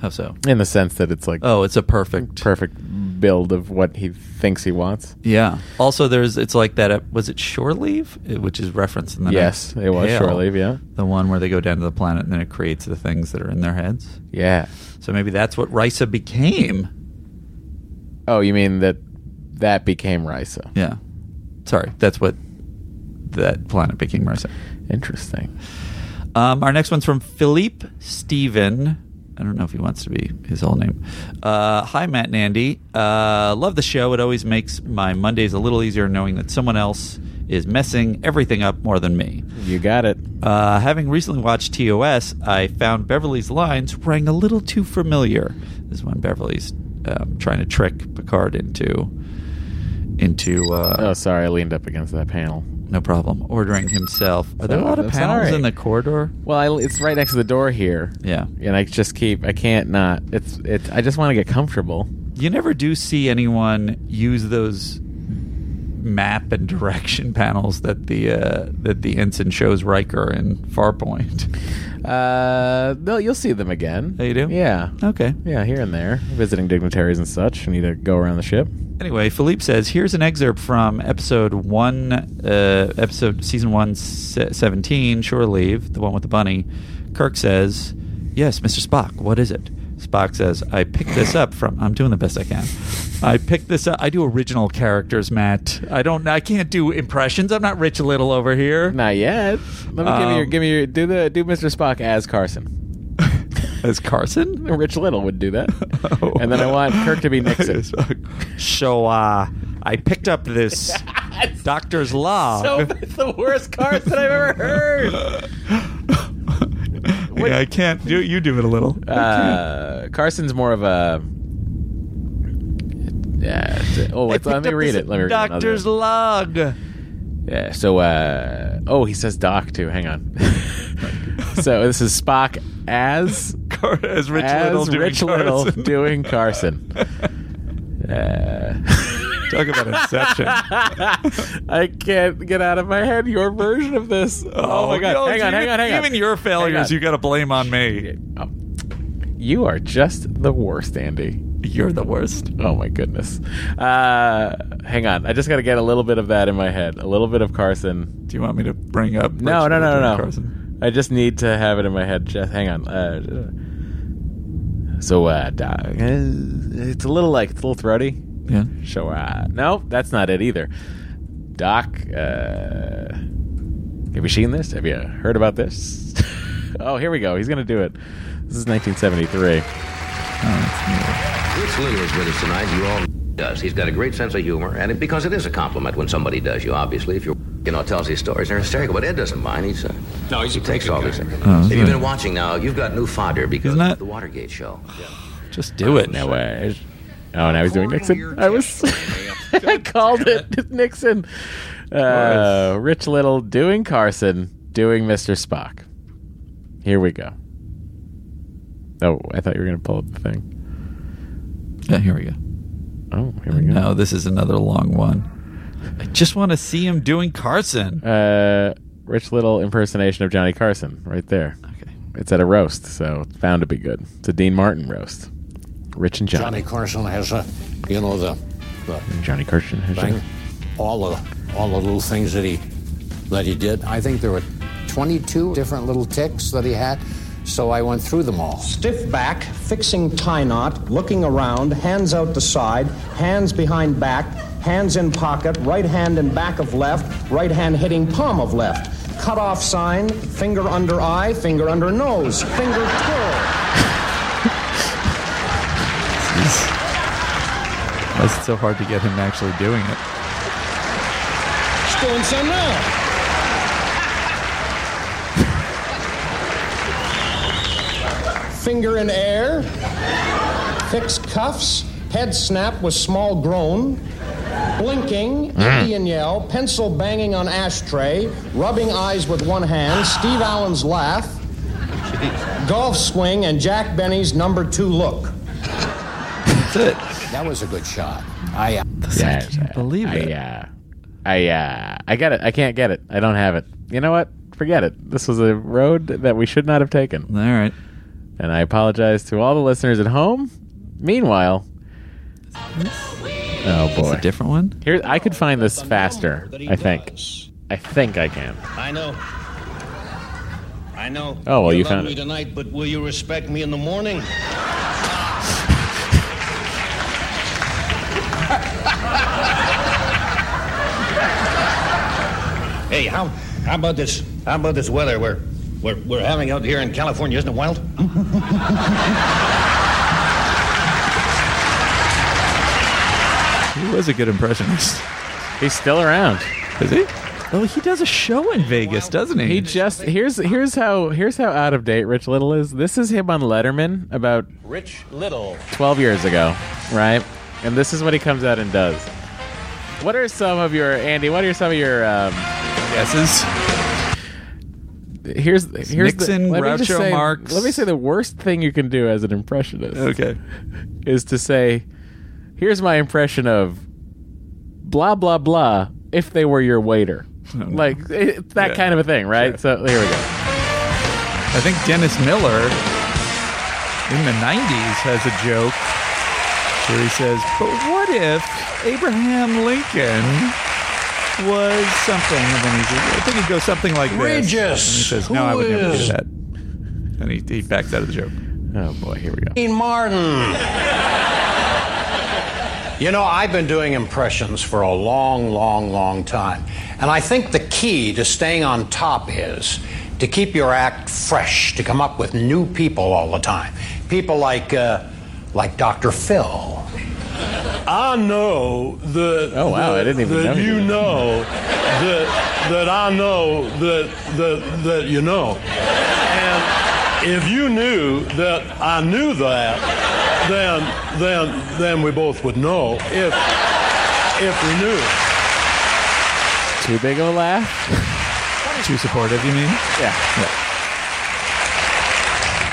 [SPEAKER 3] How so?
[SPEAKER 1] in the sense that it's like
[SPEAKER 3] Oh, it's a perfect.
[SPEAKER 1] perfect build of what he thinks he wants.
[SPEAKER 3] Yeah. Also, there's it's like that. Uh, was it Shore Leave, Uh, which is referenced in the
[SPEAKER 1] Yes,
[SPEAKER 3] next
[SPEAKER 1] it was
[SPEAKER 3] Hail.
[SPEAKER 1] Shore Leave, yeah.
[SPEAKER 3] the one where they go down to the planet and then it creates the things that are in their heads.
[SPEAKER 1] Yeah.
[SPEAKER 3] So maybe that's what Risa became.
[SPEAKER 1] Oh, you mean that that became Risa?
[SPEAKER 3] Yeah. Sorry, that's what that planet became Risa.
[SPEAKER 1] Interesting.
[SPEAKER 3] Um, our next one's from Philippe Steven. I don't know if he wants to be his whole name. Uh, hi, Matt and Andy. Uh, love the show. It always makes my Mondays a little easier knowing that someone else is messing everything up more than me.
[SPEAKER 1] You got it.
[SPEAKER 3] Uh, having recently watched TOS, I found Beverly's lines rang a little too familiar. This is when Beverly's um, trying to trick Picard into into uh,
[SPEAKER 1] Oh, sorry, I leaned up against that panel.
[SPEAKER 3] no problem ordering himself. Are there a
[SPEAKER 1] Oh,
[SPEAKER 3] lot of
[SPEAKER 1] I'm
[SPEAKER 3] panels
[SPEAKER 1] sorry.
[SPEAKER 3] in the corridor?
[SPEAKER 1] Well, I, it's right next to the door here.
[SPEAKER 3] Yeah,
[SPEAKER 1] And I just keep I can't not. It's it's I just want to get comfortable.
[SPEAKER 3] you never do see anyone use those map and direction [LAUGHS] panels that the uh, that the ensign shows Riker in Farpoint.
[SPEAKER 1] Uh, no, you'll see them again.
[SPEAKER 3] Oh, you do?
[SPEAKER 1] Yeah.
[SPEAKER 3] Okay.
[SPEAKER 1] Yeah, here and there, visiting dignitaries and such. Need to go around the ship.
[SPEAKER 3] Anyway, Philippe says here's an excerpt from episode one, uh, episode season one, se- seventeen, Shore Leave, the one with the bunny. Kirk says, "Yes, Mr. Spock, what is it?" Spock says, "I picked this up from. I'm doing the best I can. I picked this up. I do original characters, Matt. I don't. I can't do impressions. I'm not Rich Little over here.
[SPEAKER 1] Not yet. Let me give you your,
[SPEAKER 3] Um,
[SPEAKER 1] give me your do the do Mr. Spock as Carson.
[SPEAKER 3] [LAUGHS] As Carson,
[SPEAKER 1] [LAUGHS] Rich Little would do that.
[SPEAKER 3] Oh.
[SPEAKER 1] And then I want Kirk to be Nixon.
[SPEAKER 3] [LAUGHS] so uh, I picked up this doctor's log.
[SPEAKER 1] So [LAUGHS] that's the worst Carson I've ever heard.
[SPEAKER 3] Yeah, I can't do you do it a little.
[SPEAKER 1] Uh, Carson's more of a. Yeah. it's- Oh,
[SPEAKER 3] I
[SPEAKER 1] it's, let
[SPEAKER 3] picked
[SPEAKER 1] me
[SPEAKER 3] up
[SPEAKER 1] read
[SPEAKER 3] this
[SPEAKER 1] it. Let me read it. I'll do
[SPEAKER 3] Doctor's
[SPEAKER 1] it.
[SPEAKER 3] log.
[SPEAKER 1] Yeah. So, uh, oh, he says Doc too. Hang on. [LAUGHS] so this is Spock as
[SPEAKER 3] [LAUGHS] Car- As Rich
[SPEAKER 1] as
[SPEAKER 3] Little doing
[SPEAKER 1] Rich
[SPEAKER 3] Carson.
[SPEAKER 1] Little [LAUGHS] doing
[SPEAKER 3] [LAUGHS]
[SPEAKER 1] Carson. Uh, [LAUGHS]
[SPEAKER 3] Talk about Inception.
[SPEAKER 1] I can't get out of my head your version of this. Oh, my god!
[SPEAKER 3] yo,
[SPEAKER 1] hang on,
[SPEAKER 3] even,
[SPEAKER 1] hang on, hang on.
[SPEAKER 3] Even your failures,
[SPEAKER 1] on.
[SPEAKER 3] you got to blame on me.
[SPEAKER 1] Oh. You are just the worst, Andy.
[SPEAKER 3] You're the worst.
[SPEAKER 1] Oh my goodness. Uh, hang on, I just got to get a little bit of that in my head. A little bit of Carson.
[SPEAKER 3] Do you want me to bring up?
[SPEAKER 1] No,
[SPEAKER 3] Rich
[SPEAKER 1] no, no,
[SPEAKER 3] Little
[SPEAKER 1] no,
[SPEAKER 3] doing
[SPEAKER 1] no.
[SPEAKER 3] Carson?
[SPEAKER 1] I just need to have it in my head. Just hang on. Uh, so, uh, da- it's a little like it's a little throaty.
[SPEAKER 3] Yeah.
[SPEAKER 1] So, uh, no, that's not it either. Doc, uh, have you seen this? Have you heard about this? [LAUGHS] oh, here we go. He's going to do it. This is 1973.
[SPEAKER 9] Rich Little is with us tonight. You all does. He's got a great sense of humor, and it, because it is a compliment when somebody does you, obviously, if you're you know tells these stories, they're hysterical. But Ed doesn't mind. He's uh, no, he takes all these things. if you've been watching now, you've got new fodder because
[SPEAKER 3] Oh, Isn't that-
[SPEAKER 9] of the Watergate show.
[SPEAKER 3] Just do it.
[SPEAKER 1] No way. Oh, now he's doing Nixon. I was. [LAUGHS] I called it [LAUGHS] Nixon. Uh, Rich Little doing Carson, doing Mr. Spock. Here we go. Oh, I thought you were going to pull up the thing.
[SPEAKER 3] Yeah, here we go.
[SPEAKER 1] Oh, here we go.
[SPEAKER 3] No, this is another long one. I just want to see him doing Carson.
[SPEAKER 1] Uh, Rich Little impersonation of Johnny Carson, right there.
[SPEAKER 3] Okay.
[SPEAKER 1] It's at a roast, so it's bound to be good. It's a Dean Martin roast. Rich and Johnny.
[SPEAKER 10] Johnny Carson has, uh, you know, the, the
[SPEAKER 1] Johnny Carson.
[SPEAKER 10] thing, all the all the little things that he that he did. I think there were 22 different little ticks that he had, So I went through them all.
[SPEAKER 7] Stiff back, fixing tie knot, looking around, hands out to side, hands behind back, hands in pocket, right hand in back of left, right hand hitting palm of left. Cut off sign, finger under eye, finger under nose, finger twirl.
[SPEAKER 3] That's so hard to get him actually doing it.
[SPEAKER 7] He's doing some now. Finger in air, fix cuffs, head snap with small groan, blinking, Indian yell, pencil banging on ashtray, rubbing eyes with one hand, Steve Allen's laugh, golf swing, and Jack Benny's number two look.
[SPEAKER 3] That's it.
[SPEAKER 10] That was a good shot. I.
[SPEAKER 1] Yeah, I
[SPEAKER 3] can't believe it.
[SPEAKER 1] I, uh, I, uh, I got it. I can't get it. I don't have it. You know what? Forget it. This was a road that we should not have taken.
[SPEAKER 3] All right.
[SPEAKER 1] And I apologize to all the listeners at home. Meanwhile, oh
[SPEAKER 3] It's
[SPEAKER 1] boy,
[SPEAKER 3] a different one.
[SPEAKER 1] here I could find this faster.
[SPEAKER 7] That he
[SPEAKER 1] I think.
[SPEAKER 7] does.
[SPEAKER 1] I think I can.
[SPEAKER 7] I know. I know.
[SPEAKER 1] Oh, well, you
[SPEAKER 7] love
[SPEAKER 1] found
[SPEAKER 7] me
[SPEAKER 1] it.
[SPEAKER 7] tonight, but will you respect me in the morning? [LAUGHS] hey, how how about this? How about this weather we're we're, we're having out here in California? Isn't it wild?
[SPEAKER 3] He was a good impressionist.
[SPEAKER 1] He's still around.
[SPEAKER 3] Is he? Oh, he does a show in Vegas, doesn't he?
[SPEAKER 1] He just here's here's how here's how out of date Rich Little is. This is him on Letterman about
[SPEAKER 7] Rich Little.
[SPEAKER 1] 12 years ago, right? And this is what he comes out and does. What are some of your Andy? What are some of your um,
[SPEAKER 3] guesses.
[SPEAKER 1] here's here's
[SPEAKER 3] Nixon,
[SPEAKER 1] the, let me just
[SPEAKER 3] Groucho
[SPEAKER 1] say,
[SPEAKER 3] Marx.
[SPEAKER 1] Let me say the worst thing you can do as an impressionist
[SPEAKER 3] Okay.
[SPEAKER 1] is to say, "Here's my impression of blah blah blah." If they were your waiter, like it's that
[SPEAKER 3] Oh, Yeah.
[SPEAKER 1] kind of a thing, right? So here we go.
[SPEAKER 3] I think Dennis Miller in the 90s has a joke where he says, But what if Abraham Lincoln was something? And then he's, I think he goes something like this.
[SPEAKER 7] Regis,
[SPEAKER 3] And he says, No, I would
[SPEAKER 7] who
[SPEAKER 3] never do
[SPEAKER 7] is-
[SPEAKER 3] that. And he, he backs out of the joke.
[SPEAKER 1] Oh boy, here we go.
[SPEAKER 7] Dean Martin. [LAUGHS] You know, I've been doing impressions for a long, long, long time. And I think the key to staying on top is to keep your act fresh, to come up with new people all the time. People like, uh, like Dr. Phil.
[SPEAKER 5] I know that.
[SPEAKER 1] Oh, wow, I didn't even
[SPEAKER 5] that
[SPEAKER 1] know he
[SPEAKER 5] you
[SPEAKER 1] did that.
[SPEAKER 5] know that that I know that that that you know, and if you knew that I knew that, then then then we both would know if if we knew.
[SPEAKER 1] Too big of a laugh.
[SPEAKER 3] [LAUGHS] Too supportive, you mean?
[SPEAKER 1] Yeah.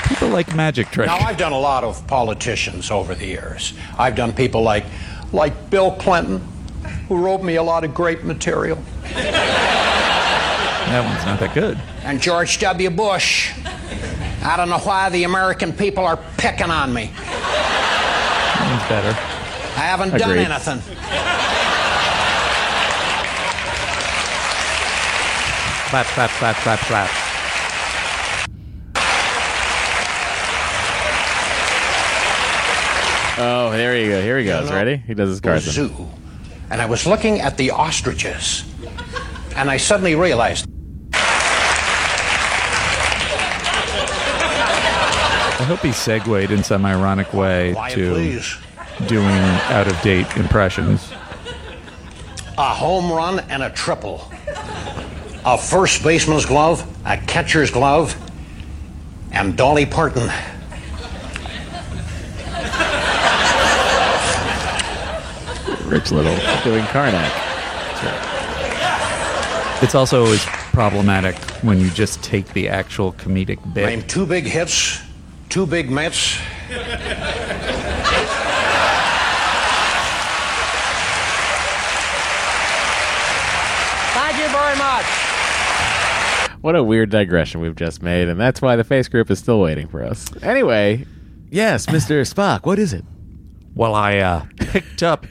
[SPEAKER 3] People like magic tricks.
[SPEAKER 7] Now, I've done a lot of politicians over the years. I've done people like, like Bill Clinton, who wrote me a lot of great material,
[SPEAKER 3] That one's not that good.
[SPEAKER 7] and George W. Bush. I don't know why the American people are picking on me.
[SPEAKER 3] That one's better.
[SPEAKER 7] I haven't done
[SPEAKER 1] Agreed.
[SPEAKER 7] anything.
[SPEAKER 3] Clap, clap, clap, clap, clap.
[SPEAKER 1] Oh, there you go. Here he goes. Ready? He does his
[SPEAKER 7] to a
[SPEAKER 1] cards.
[SPEAKER 7] zoo, and I was looking at the ostriches, and I suddenly realized
[SPEAKER 3] I hope he segued in some ironic way
[SPEAKER 7] why,
[SPEAKER 3] to
[SPEAKER 7] please,
[SPEAKER 3] doing out of date impressions.
[SPEAKER 7] a home run and a triple, a first baseman's glove, a catcher's glove, and Dolly Parton.
[SPEAKER 1] Rich Little doing Karnak.
[SPEAKER 3] It's also always problematic when you just take the actual comedic bit.
[SPEAKER 7] Name two big hits, two big Mets. Thank you very much.
[SPEAKER 1] What a weird digression we've just made, and that's why the face group is still waiting for us. Anyway, yes, Mr. Spock, what is it?
[SPEAKER 3] Well, I uh, picked up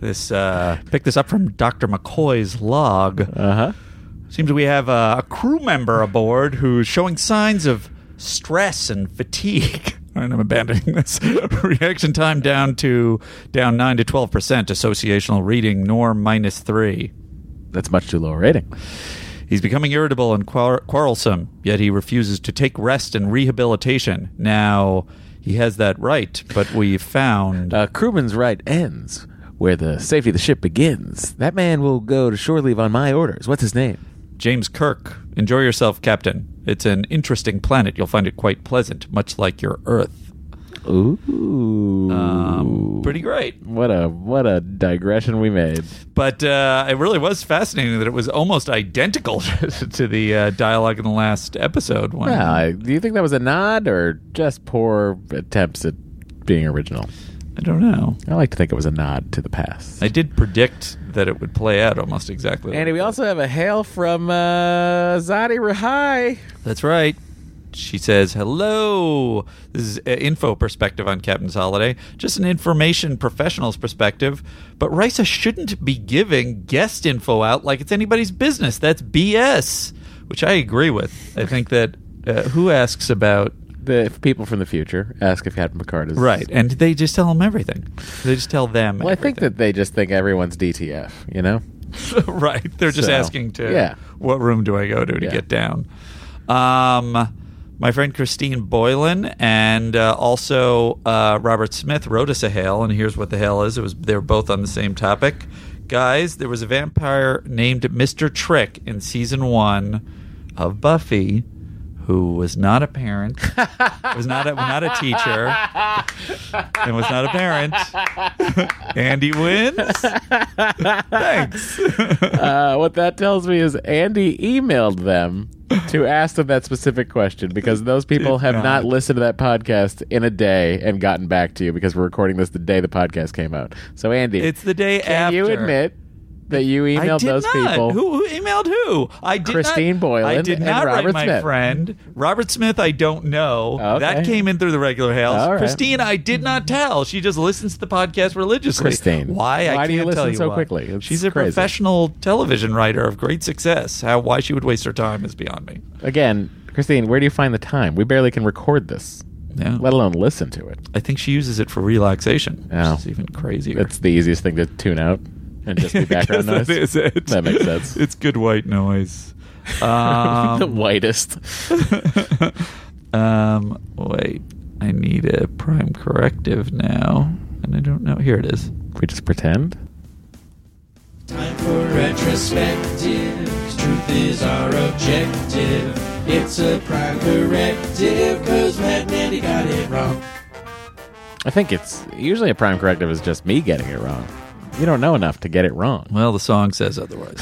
[SPEAKER 3] this uh, picked this up from Doctor McCoy's
[SPEAKER 1] Uh-huh.
[SPEAKER 3] log. Uh huh. Seems we have uh, a crew member aboard who's showing signs of stress and fatigue. [LAUGHS] And I'm abandoning this [LAUGHS] reaction time down to down nine to twelve percent. Associational reading norm minus three.
[SPEAKER 1] That's much too low a rating.
[SPEAKER 3] He's becoming irritable and quar- quarrelsome, yet he refuses to take rest and rehabilitation. Now he has that right, but we found
[SPEAKER 1] Uh, crewman's right ends where the safety of the ship begins. That man will go to shore leave on my orders. What's his name?
[SPEAKER 3] James Kirk. Enjoy yourself, Captain. It's an interesting planet. You'll find it quite pleasant, much like your Earth.
[SPEAKER 1] Ooh,
[SPEAKER 3] Um, pretty great.
[SPEAKER 1] what a what a digression we made.
[SPEAKER 3] But uh, it really was fascinating that it was almost identical [LAUGHS] to the uh, dialogue in the last episode. One.
[SPEAKER 1] Well, I- Ah, do you think that was a nod or just poor attempts at being original?
[SPEAKER 3] I don't know.
[SPEAKER 1] I like to think it was a nod to the past.
[SPEAKER 3] I did predict that it would play out almost exactly.
[SPEAKER 1] And we also have a hail from uh, Zadi Rahai.
[SPEAKER 3] That's right. She says, Hello. This is uh, info perspective on Captain's Holiday, just an information professional's perspective. But Risa shouldn't be giving guest info out like it's anybody's business. That's BS, which I agree with. I think that uh, who asks about.
[SPEAKER 1] The people from the future ask if Captain Picard is
[SPEAKER 3] Right. And they just tell them everything. They just tell them.
[SPEAKER 1] Well, I think that they just think everyone's DTF. You know,
[SPEAKER 3] [LAUGHS] right. They're just
[SPEAKER 1] So,
[SPEAKER 3] asking to
[SPEAKER 1] yeah.
[SPEAKER 3] what room do I go to to
[SPEAKER 1] Yeah.
[SPEAKER 3] get
[SPEAKER 1] [LAUGHS]
[SPEAKER 3] down? Um, my friend Christine Boylan and uh, also uh, Robert Smith wrote us a hail, and here's what the hail is. It was they were both on the same topic, guys. There was a vampire named Mr. Trick in season one of Buffy, who was not a
[SPEAKER 1] [LAUGHS]
[SPEAKER 3] parent, was not a, not a teacher, and was not a parent. Andy wins.
[SPEAKER 1] [LAUGHS]
[SPEAKER 3] Thanks.
[SPEAKER 1] uh, what that tells me is Andy emailed them to ask them that specific question because those people have not.
[SPEAKER 3] not.
[SPEAKER 1] listened to that podcast in a day and gotten back to you because we're recording this the day the podcast came out. So Andy,
[SPEAKER 3] It's the day
[SPEAKER 1] can
[SPEAKER 3] after.
[SPEAKER 1] you admit that you
[SPEAKER 3] I
[SPEAKER 1] emailed
[SPEAKER 3] did
[SPEAKER 1] those
[SPEAKER 3] not.
[SPEAKER 1] people?
[SPEAKER 3] Who, who emailed who? I did
[SPEAKER 1] Christine
[SPEAKER 3] not,
[SPEAKER 1] Boylan
[SPEAKER 3] I did
[SPEAKER 1] and
[SPEAKER 3] not
[SPEAKER 1] Robert
[SPEAKER 3] write my
[SPEAKER 1] Smith.
[SPEAKER 3] friend Robert Smith. I don't know.
[SPEAKER 1] Okay.
[SPEAKER 3] That came in through the regular hails.
[SPEAKER 1] All right.
[SPEAKER 3] Christine, I did not tell. She just listens to the podcast religiously.
[SPEAKER 1] Christine,
[SPEAKER 3] why? I
[SPEAKER 1] why
[SPEAKER 3] can't
[SPEAKER 1] do you listen
[SPEAKER 3] tell you
[SPEAKER 1] so
[SPEAKER 3] why.
[SPEAKER 1] quickly? It's
[SPEAKER 3] She's a
[SPEAKER 1] crazy.
[SPEAKER 3] professional television writer of great success. How why she would waste her time is beyond me.
[SPEAKER 1] Again, Christine, where do you find the time? We barely can record this,
[SPEAKER 3] Yeah.
[SPEAKER 1] let alone listen to it.
[SPEAKER 3] I think she uses it for relaxation.
[SPEAKER 1] Oh.
[SPEAKER 3] Which is even crazier.
[SPEAKER 1] It's the easiest thing to tune out and just
[SPEAKER 3] [LAUGHS]
[SPEAKER 1] be
[SPEAKER 3] I guess
[SPEAKER 1] background noise.
[SPEAKER 3] that is it.
[SPEAKER 1] That makes sense. [LAUGHS]
[SPEAKER 3] It's good white noise.
[SPEAKER 1] the
[SPEAKER 3] [LAUGHS] Um, [LAUGHS]
[SPEAKER 1] whitest.
[SPEAKER 3] um, wait, I need a prime corrective now, and I don't know. Here it is.
[SPEAKER 1] we just pretend.
[SPEAKER 4] Time for retrospective. Truth is our objective. It's a prime corrective, cause Matt and Andy got it wrong.
[SPEAKER 1] I think it's usually a prime corrective is just me getting it wrong. You don't know enough to get it wrong.
[SPEAKER 3] Well, the song says otherwise.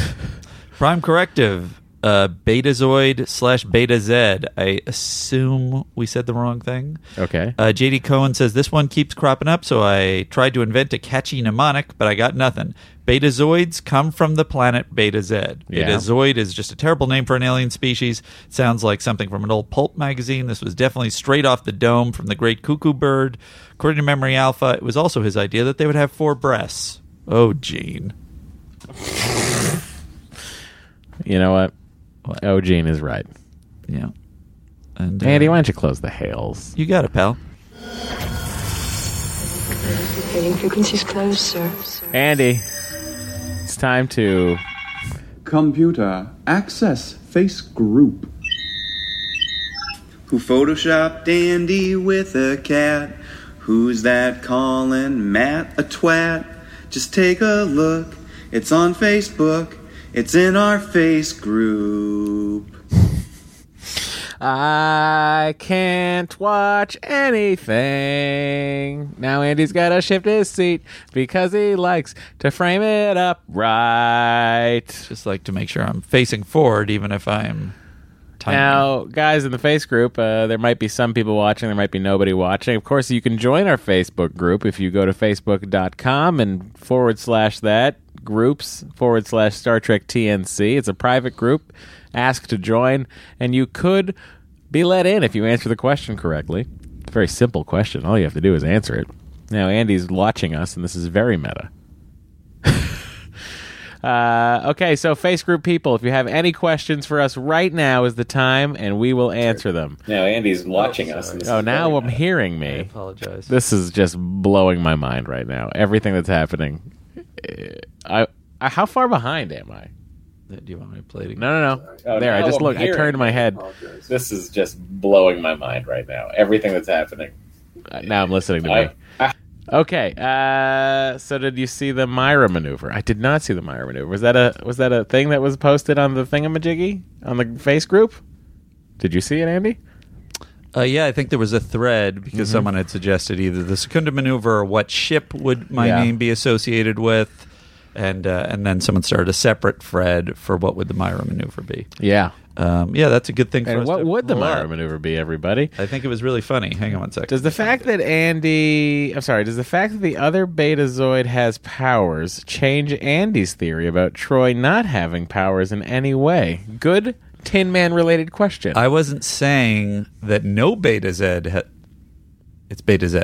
[SPEAKER 3] prime corrective, uh, Betazoid slash Beta Z. I assume we said the wrong thing.
[SPEAKER 1] Okay.
[SPEAKER 3] Uh, JD Cohen says this one keeps cropping up, so I tried to invent a catchy mnemonic, but I got nothing. Betazoids come from the planet Beta Z.
[SPEAKER 1] Yeah.
[SPEAKER 3] Betazoid is just a terrible name for an alien species. It sounds like something from an old pulp magazine. This was definitely straight off the dome from the great cuckoo bird. According to Memory Alpha, it was also his idea that they would have four breasts. Oh, Gene.
[SPEAKER 1] you know what?
[SPEAKER 3] What?
[SPEAKER 1] Oh, Gene is right.
[SPEAKER 3] Yeah. And uh,
[SPEAKER 1] Andy, why don't you close the hails?
[SPEAKER 3] you got it, pal.
[SPEAKER 11] Trading frequencies closed, sir.
[SPEAKER 1] Andy, it's time to.
[SPEAKER 12] Computer, access face group. Who photoshopped Andy with a cat? Who's that calling Matt a twat? Just take a look. It's on Facebook. It's in our face group.
[SPEAKER 1] I can't watch anything. Now Andy's gotta shift his seat because he likes to frame it up right.
[SPEAKER 3] Just like to make sure I'm facing forward, even if I'm. tiny.
[SPEAKER 1] Now, guys in the face group, uh, there might be some people watching, there might be nobody watching. Of course, you can join our Facebook group if you go to facebook.com and forward slash that groups forward slash Star Trek TNC. It's a private group. Ask to join, and you could be let in if you answer the question correctly. It's a very simple question. All you have to do is answer it. Now, Andy's watching us, and this is very meta. [LAUGHS] Uh, okay, so face group people, if you have any questions for us right now is the time, and we will answer them.
[SPEAKER 13] Now Andy's watching us. and this
[SPEAKER 1] Oh,
[SPEAKER 13] is
[SPEAKER 1] now
[SPEAKER 13] very
[SPEAKER 1] I'm hearing me. I
[SPEAKER 3] apologize.
[SPEAKER 1] This is just blowing my mind right now. Everything that's happening. Eh, I, I how far behind am I?
[SPEAKER 3] Do you want me to play it again?
[SPEAKER 1] No, no, no.
[SPEAKER 13] Oh,
[SPEAKER 1] there, I
[SPEAKER 13] now
[SPEAKER 1] just
[SPEAKER 13] I'm
[SPEAKER 1] looked. I
[SPEAKER 13] hearing
[SPEAKER 1] turned my head.
[SPEAKER 13] bad. This is just blowing my mind right now. Everything that's happening.
[SPEAKER 1] Uh, Now I'm listening to
[SPEAKER 13] I-
[SPEAKER 1] me. Okay. Uh, so did you see the Myra maneuver? I did not see the Myra maneuver. Was that a was that a thing that was posted on the thingamajiggy on the face group? Did you see it, Andy?
[SPEAKER 3] Uh, yeah, I think there was a thread because
[SPEAKER 1] Mhm.
[SPEAKER 3] someone had suggested either the Secunda maneuver or what ship would my
[SPEAKER 1] Yeah.
[SPEAKER 3] name be associated with, and uh, and then someone started a separate thread for what would the Myra maneuver be.
[SPEAKER 1] Yeah.
[SPEAKER 3] um, yeah, that's a good thing. for
[SPEAKER 1] And
[SPEAKER 3] us
[SPEAKER 1] what
[SPEAKER 3] to
[SPEAKER 1] would the
[SPEAKER 3] pull
[SPEAKER 1] Myra
[SPEAKER 3] up.
[SPEAKER 1] maneuver be, everybody?
[SPEAKER 3] I think it was really funny. Hang on one second.
[SPEAKER 1] Does the fact that Andy, I'm sorry, does the fact that the other Betazoid has powers change Andy's theory about Troy not having powers in any way? Good Tin Man related question.
[SPEAKER 3] I wasn't saying that no Beta Z. Ha- it's Beta Z.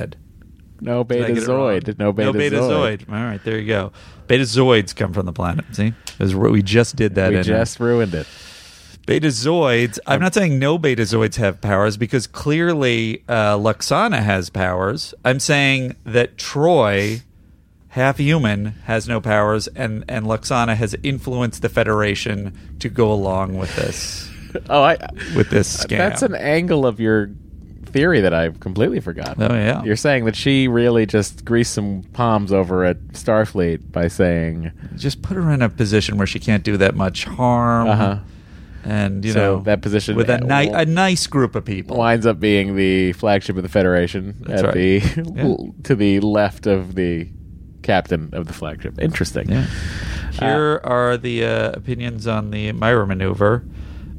[SPEAKER 1] no
[SPEAKER 3] Did I get it
[SPEAKER 1] Betazoid.
[SPEAKER 3] wrong?
[SPEAKER 1] No Betazoid.
[SPEAKER 3] No Betazoid. All right, there you go. Betazoids come from the planet. See, It was- we just did that.
[SPEAKER 1] We
[SPEAKER 3] in
[SPEAKER 1] just ruined it. Um,
[SPEAKER 3] Betazoids. I'm not saying no Betazoids have powers because clearly uh, Luxana has powers. I'm saying that Troy, half human, has no powers, and and Luxana has influenced the Federation to go along
[SPEAKER 1] [LAUGHS]
[SPEAKER 3] with this.
[SPEAKER 1] Oh, I
[SPEAKER 3] with this scam.
[SPEAKER 1] That's an angle of your theory that I've completely forgotten.
[SPEAKER 3] Oh, yeah.
[SPEAKER 1] You're saying that she really just greased some palms over at Starfleet by saying
[SPEAKER 3] just put her in a position where she can't do that much harm.
[SPEAKER 1] Uh-huh.
[SPEAKER 3] And you
[SPEAKER 1] So
[SPEAKER 3] know
[SPEAKER 1] that position-
[SPEAKER 3] with a, ni-
[SPEAKER 1] well-
[SPEAKER 3] a nice group of people.
[SPEAKER 1] winds up being the flagship of the Federation
[SPEAKER 3] That's
[SPEAKER 1] at
[SPEAKER 3] right.
[SPEAKER 1] the [LAUGHS]
[SPEAKER 3] Yeah.
[SPEAKER 1] to the left of the captain of the flagship. Interesting.
[SPEAKER 3] Yeah. Here are the uh, opinions on the Myra maneuver.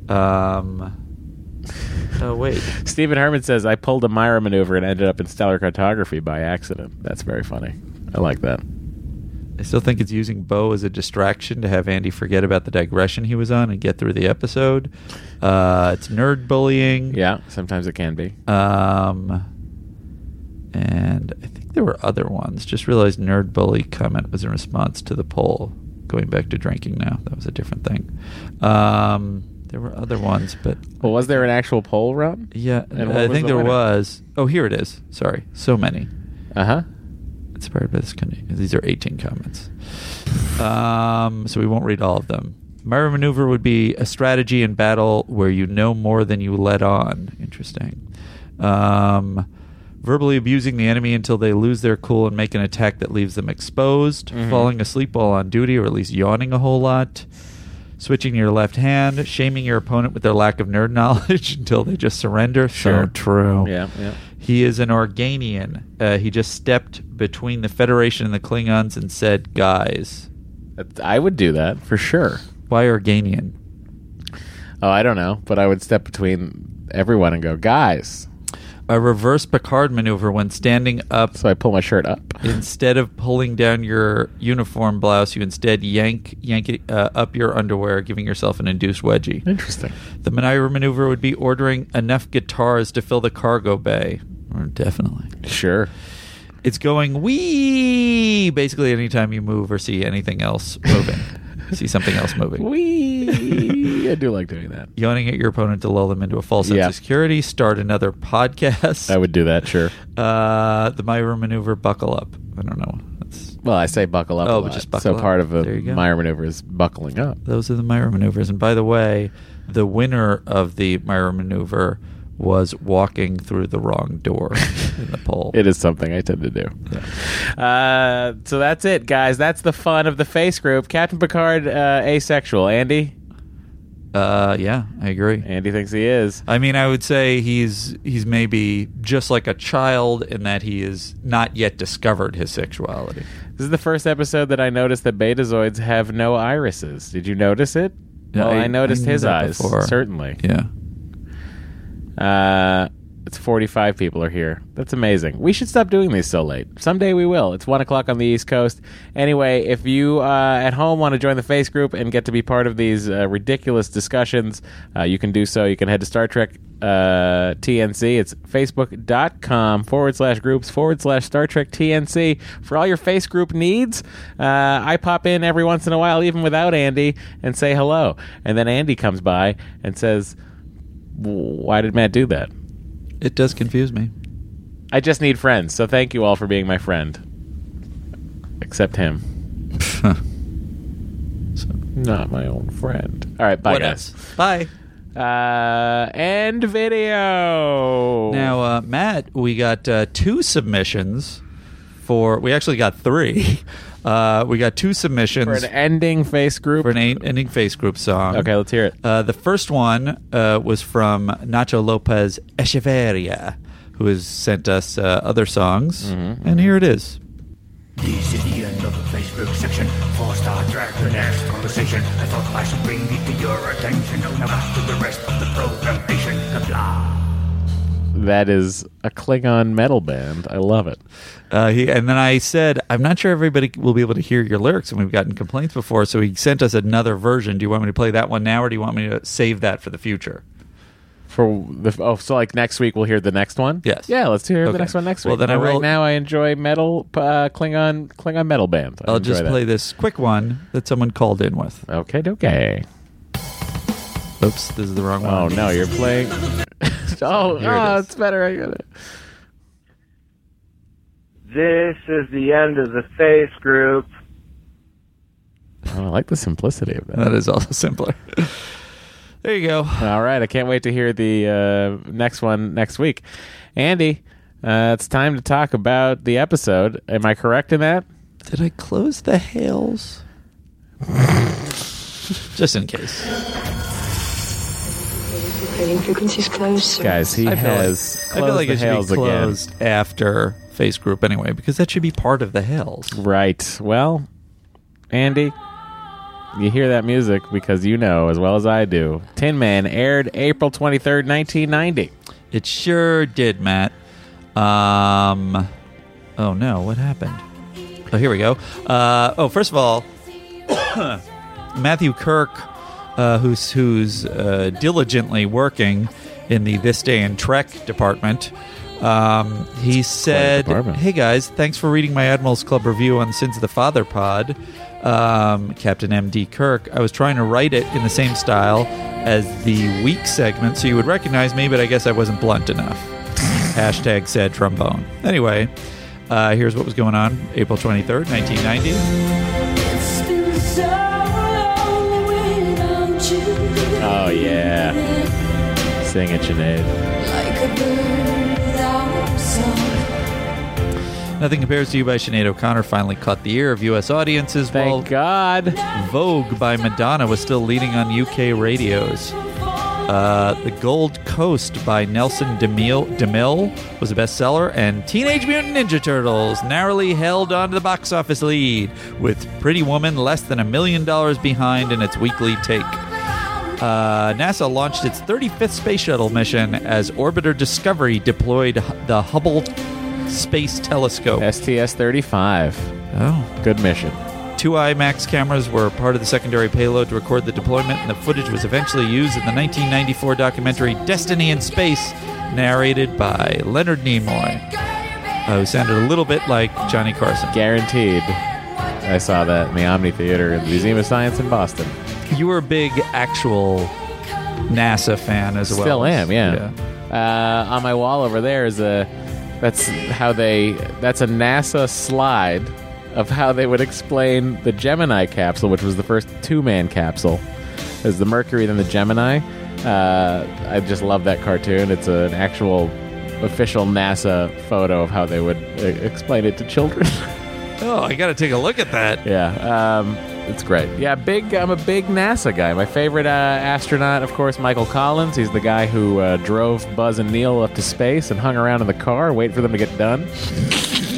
[SPEAKER 3] Um, oh wait,
[SPEAKER 1] Stephen Herman says I pulled a Myra maneuver and ended up in stellar cartography by accident. That's very funny. I like that.
[SPEAKER 3] I still think it's using Bo as a distraction to have Andy forget about the digression he was on and get through the episode. Uh, it's nerd bullying.
[SPEAKER 1] Yeah, sometimes it can be.
[SPEAKER 3] Um, and I think there were other ones. Just realized nerd bully comment was in response to the poll. Going back to drinking now, that was a different thing. Um, there were other ones, but
[SPEAKER 1] Well, was there an actual poll run?
[SPEAKER 3] yeah,
[SPEAKER 1] And what
[SPEAKER 3] I
[SPEAKER 1] was
[SPEAKER 3] think
[SPEAKER 1] the
[SPEAKER 3] there
[SPEAKER 1] winner?
[SPEAKER 3] was. Oh, here it is. Sorry, so many.
[SPEAKER 1] Uh huh.
[SPEAKER 3] Inspired by this condition. These are 18 comments. Um, so we won't read all of them. Myra maneuver would be a strategy in battle where you know more than you let on. Interesting. Um, verbally abusing the enemy until they lose their cool and make an attack that leaves them exposed.
[SPEAKER 1] Mhm.
[SPEAKER 3] Falling asleep while on duty, or at least yawning a whole lot. Switching your left hand, shaming your opponent with their lack of nerd [LAUGHS] knowledge until they just surrender.
[SPEAKER 1] Sure.
[SPEAKER 3] So true.
[SPEAKER 1] Yeah, yeah.
[SPEAKER 3] He is an Organian. Uh, he just stepped between the Federation and the Klingons and said, "Guys,
[SPEAKER 1] I would do that for sure.
[SPEAKER 3] Why Organian?
[SPEAKER 1] Oh, I don't know, but I would step between everyone and go, guys.
[SPEAKER 3] A reverse Picard maneuver when standing up.
[SPEAKER 1] So I pull my shirt up.
[SPEAKER 3] Instead of pulling down your uniform blouse, you instead yank yank it uh, up your underwear, giving yourself an induced wedgie."
[SPEAKER 1] Interesting.
[SPEAKER 3] The Manira maneuver would be ordering enough guitars to fill the cargo bay. Or Definitely.
[SPEAKER 1] Sure.
[SPEAKER 3] It's going wee basically anytime you move or see anything else
[SPEAKER 1] [LAUGHS]
[SPEAKER 3] moving. see something else moving.
[SPEAKER 1] Wee. I do like doing that.
[SPEAKER 3] Yawning at your opponent to lull them into a false sense
[SPEAKER 1] Yeah.
[SPEAKER 3] of security. Start another podcast.
[SPEAKER 1] I would do that, sure.
[SPEAKER 3] [LAUGHS] Uh, the Myra maneuver, buckle up. I don't know. That's,
[SPEAKER 1] Well, I say buckle up.
[SPEAKER 3] Oh,
[SPEAKER 1] a
[SPEAKER 3] but
[SPEAKER 1] lot.
[SPEAKER 3] just buckle
[SPEAKER 1] So
[SPEAKER 3] up.
[SPEAKER 1] part of a
[SPEAKER 3] There you go.
[SPEAKER 1] Meyer maneuver is buckling up.
[SPEAKER 3] those are the Myra maneuvers. And by the way, the winner of the Myra maneuver was walking through the wrong
[SPEAKER 1] [LAUGHS]
[SPEAKER 3] door in the poll.
[SPEAKER 1] It is something I tend to do. Uh, so that's it, guys. That's the fun of the face group. Captain Picard, uh, asexual. Andy?
[SPEAKER 3] Uh, yeah, I agree.
[SPEAKER 1] Andy thinks he is.
[SPEAKER 3] I mean, I would say he's he's maybe just like a child in that he is not yet discovered his sexuality.
[SPEAKER 1] This is the first episode that I noticed that betazoids have no irises. Did you notice it?
[SPEAKER 3] Yeah,
[SPEAKER 1] well, I,
[SPEAKER 3] I-
[SPEAKER 1] noticed
[SPEAKER 3] I knew
[SPEAKER 1] his
[SPEAKER 3] that
[SPEAKER 1] eyes,
[SPEAKER 3] before.
[SPEAKER 1] certainly.
[SPEAKER 3] Yeah.
[SPEAKER 1] Uh, It's 45 people are here. That's amazing. We should stop doing these so late. Someday we will. It's 1 o'clock on the East Coast. Anyway, if you uh, at home want to join the Face group and get to be part of these uh, ridiculous discussions, uh, you can do so. You can head to Star Trek uh, TNC. It's facebook.com forward slash groups forward slash Star Trek TNC for all your Face group needs. Uh, I pop in every once in a while, even without Andy, and say hello. And then Andy comes by and says, why did Matt do that?
[SPEAKER 3] It does confuse me.
[SPEAKER 1] I just need friends, so thank you all for being my friend. Except
[SPEAKER 3] [LAUGHS]
[SPEAKER 1] him. Not my own friend. All right, bye
[SPEAKER 3] What
[SPEAKER 1] guys.
[SPEAKER 3] Bye.
[SPEAKER 1] Uh, and video.
[SPEAKER 3] Now, uh, Matt, we got uh, two submissions for. We actually got three. [LAUGHS] Uh, we got two submissions
[SPEAKER 1] For an ending face group.
[SPEAKER 3] for an a- ending face group song.
[SPEAKER 1] Okay, let's hear it.
[SPEAKER 3] Uh, the first one uh, was from Nacho Lopez Echeverria, who has sent us uh, other songs,
[SPEAKER 1] Mm-hmm,
[SPEAKER 3] and here it is.
[SPEAKER 14] This is the end of the Facebook section for Star Trek The Next Conversation. I thought I should bring it to your attention. Now back to the rest of the programmation. Kabla.
[SPEAKER 1] That is a Klingon metal band. I love it.
[SPEAKER 3] Uh, he, and then I said, I'm not sure everybody will be able to hear your lyrics, and we've gotten complaints before. So he sent us another version. Do you want me to play that one now, or do you want me to save that for the future?
[SPEAKER 1] For the oh, so like next week we'll hear the next one.
[SPEAKER 3] Yes.
[SPEAKER 1] Yeah, let's hear the
[SPEAKER 3] Okay.
[SPEAKER 1] next one next week.
[SPEAKER 3] Well, then I
[SPEAKER 1] But
[SPEAKER 3] will-
[SPEAKER 1] Right now, I enjoy metal uh, Klingon Klingon metal band. I
[SPEAKER 3] I'll
[SPEAKER 1] enjoy
[SPEAKER 3] just
[SPEAKER 1] that.
[SPEAKER 3] play this quick one that someone called in with.
[SPEAKER 1] Okay, okay.
[SPEAKER 3] Oops, this is the wrong one.
[SPEAKER 1] Oh no, you're playing. [LAUGHS] oh,
[SPEAKER 3] Here it
[SPEAKER 1] oh,
[SPEAKER 3] is.
[SPEAKER 1] it's better. I got it.
[SPEAKER 15] This is the end of the face group.
[SPEAKER 1] Oh, I like the simplicity of that.
[SPEAKER 3] That is also [LAUGHS] simpler. There you go.
[SPEAKER 1] All right, I can't wait to hear the uh, next one next week. Andy, uh, it's time to talk about the episode. Am I correct in that?
[SPEAKER 3] Did I close the hails? just in case.
[SPEAKER 11] Rating frequencies closed, sir.
[SPEAKER 1] Guys, he
[SPEAKER 3] I feel
[SPEAKER 1] has
[SPEAKER 3] like, I feel
[SPEAKER 1] closed
[SPEAKER 3] like
[SPEAKER 1] the
[SPEAKER 3] it should
[SPEAKER 1] hails
[SPEAKER 3] be
[SPEAKER 1] again.
[SPEAKER 3] closed after face group anyway, because that should be part of the hails.
[SPEAKER 1] Right. Well, Andy, you hear that music because you know as well as I do. Tin Man aired April 23rd, 1990.
[SPEAKER 3] It sure did, Matt. Um, oh no, what happened? Oh, here we go. Uh, oh, first of all, [COUGHS] Matthew Kirk, uh, who's who's uh, diligently working in the this day in Trek department. Um, he said,
[SPEAKER 1] department.
[SPEAKER 3] "Hey guys, thanks for reading my Admirals Club review on Sins of the Father pod." Um, Captain M.D. Kirk. I was trying to write it in the same style as the week segment, so you would recognize me, but I guess I wasn't
[SPEAKER 1] [LAUGHS]
[SPEAKER 3] blunt enough. Hashtag said trombone. Anyway, uh, here's what was going on April 23rd, 1990.
[SPEAKER 16] It's been so long without you.
[SPEAKER 1] Oh, yeah. Sing it, Sinead.
[SPEAKER 16] Like a bird without song.
[SPEAKER 3] Nothing Compares to You by Sinead O'Connor finally caught the ear of U.S. audiences. Thank
[SPEAKER 1] God.
[SPEAKER 3] Vogue by Madonna was still leading on U.K. radios. Uh, the Gold Coast by Nelson DeMille, DeMille was a bestseller, and Teenage Mutant Ninja Turtles narrowly held on to the box office lead, with Pretty Woman less than a million dollars behind in its weekly take. Uh, NASA launched its 35th space shuttle mission as Orbiter Discovery deployed h- the Hubble Space Telescope.
[SPEAKER 1] STS 35.
[SPEAKER 3] Oh.
[SPEAKER 1] Good mission.
[SPEAKER 3] Two IMAX cameras were part of the secondary payload to record the deployment, and the footage was eventually used in the 1994 documentary Destiny in Space, narrated by Leonard Nimoy, uh, who sounded a little bit like Johnny Carson.
[SPEAKER 1] Guaranteed. I saw that in the Omni Theater in the Museum of Science in Boston.
[SPEAKER 3] You were a big actual NASA fan as well.
[SPEAKER 1] Still am, yeah. Uh, on my wall over there is a. That's how they. That's a NASA slide of how they would explain the Gemini capsule, which was the first two-man capsule, as the Mercury then the Gemini. Uh, I just love that cartoon. It's an actual official NASA photo of how they would uh, explain it to children. [LAUGHS]
[SPEAKER 3] Oh, I got to take a look at that.
[SPEAKER 1] Yeah, um, it's great. Yeah, big. I'm a big NASA guy. My favorite uh, astronaut, of course, Michael Collins. He's the guy who uh, drove Buzz and Neil up to space and hung around in the car, wait for them to get done.